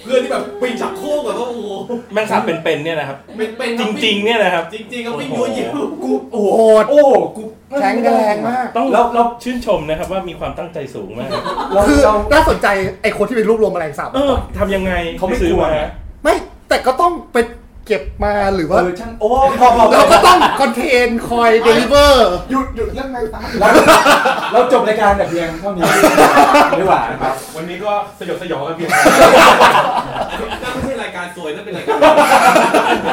Speaker 1: เพื่อนที่แบบปีนฉักโครกอะก็โอ้โห
Speaker 9: แมลงสาบเป็นๆเนี่ยนะครับ
Speaker 1: เป็นเป็น
Speaker 9: จริง ๆ เนี่ยนะครับ
Speaker 1: จริงจริงๆก็วิ่งยั่วยิว
Speaker 2: กูโอ้โห
Speaker 6: โหด
Speaker 2: โอ้โหกู
Speaker 6: แข็งแรงมาก
Speaker 9: ต้อง
Speaker 2: เราเรา
Speaker 9: ชื่นชมนะครับว่ามีความตั้งใจสูงมาก
Speaker 2: เรา
Speaker 6: คือ
Speaker 2: เรา
Speaker 6: น่าสนใจไอ้คนที่เป็นรวบรวมแมลงสาบ
Speaker 9: เอ
Speaker 6: มา
Speaker 9: อ
Speaker 6: ก่อน
Speaker 9: ทำยังไง
Speaker 2: เขาไม่
Speaker 9: ซื้อก
Speaker 2: ลัว
Speaker 9: มา
Speaker 2: นะ
Speaker 6: ไม่แต่ก็ต้องไปเก็บมาหรือ
Speaker 2: เอ
Speaker 6: ว่า
Speaker 2: อช่างโอ้พอพอพอ
Speaker 6: เราก็ต้องคอนเทนคอยเดลิเวอร์
Speaker 7: หยุดหยุดเรื่องแมลงสาบ
Speaker 2: เราเราจบรายการแต่เพียงเท่านี้ไม่หวานนะครับ
Speaker 3: วันนี้ก็สยดสยองกันเพียง
Speaker 1: นั่นไม่ใช่รายการสวยนั่นเป็นรายการ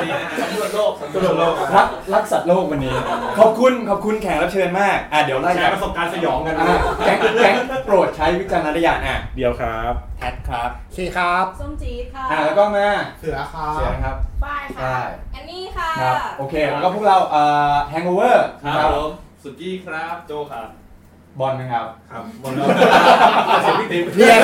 Speaker 1: ดีนะฮะสำรวจโลกสำรวจโลก
Speaker 3: โลกโลก
Speaker 2: รักรักสัตว์โลกวันนี้ ขอบคุณขอบคุณแขกรับเชิญมาก อ่ะเดี๋ยวไล่
Speaker 3: แชร์ประสบการณ์สยองกัน
Speaker 2: ะแก๊งแก๊งโปรดใช้วิจารณญาณอ่ะ
Speaker 9: เดียวครับ
Speaker 2: แพทครับ
Speaker 6: โอเคครับ
Speaker 11: ส้มจี๊ดค่ะ
Speaker 2: อ่ะแล้วก็มา
Speaker 7: เสือครับ
Speaker 2: เสียนะครับ
Speaker 11: ป้าย
Speaker 2: ได้
Speaker 11: ค่ะ อันนี้ค่ะ
Speaker 2: ครับ โอเค แล้วก็พวกเราเอ่อแฮงโอเวอร์
Speaker 1: ครับผมสุกี้ครับโจครับ
Speaker 2: บอลนะครับ
Speaker 3: ครับบอลเรา
Speaker 2: เสียงพี่ติ๊ม
Speaker 6: เรียน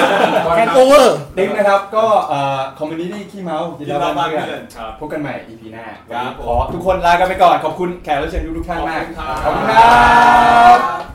Speaker 6: แฮงโอเวอร์
Speaker 2: ติ๊มนะครับ ก็เอ่อคอมมูนิตี้ขี้เมา
Speaker 1: ยินดีต้อนรับเพื่อนครับ
Speaker 2: พบกันใหม่ EP หน้า
Speaker 1: ครับผม
Speaker 2: ขอทุกคนลากันไปก่อน ขอบคุณแขกรับเชิญทุกๆท่านมาก ขอบคุณครับ
Speaker 1: บ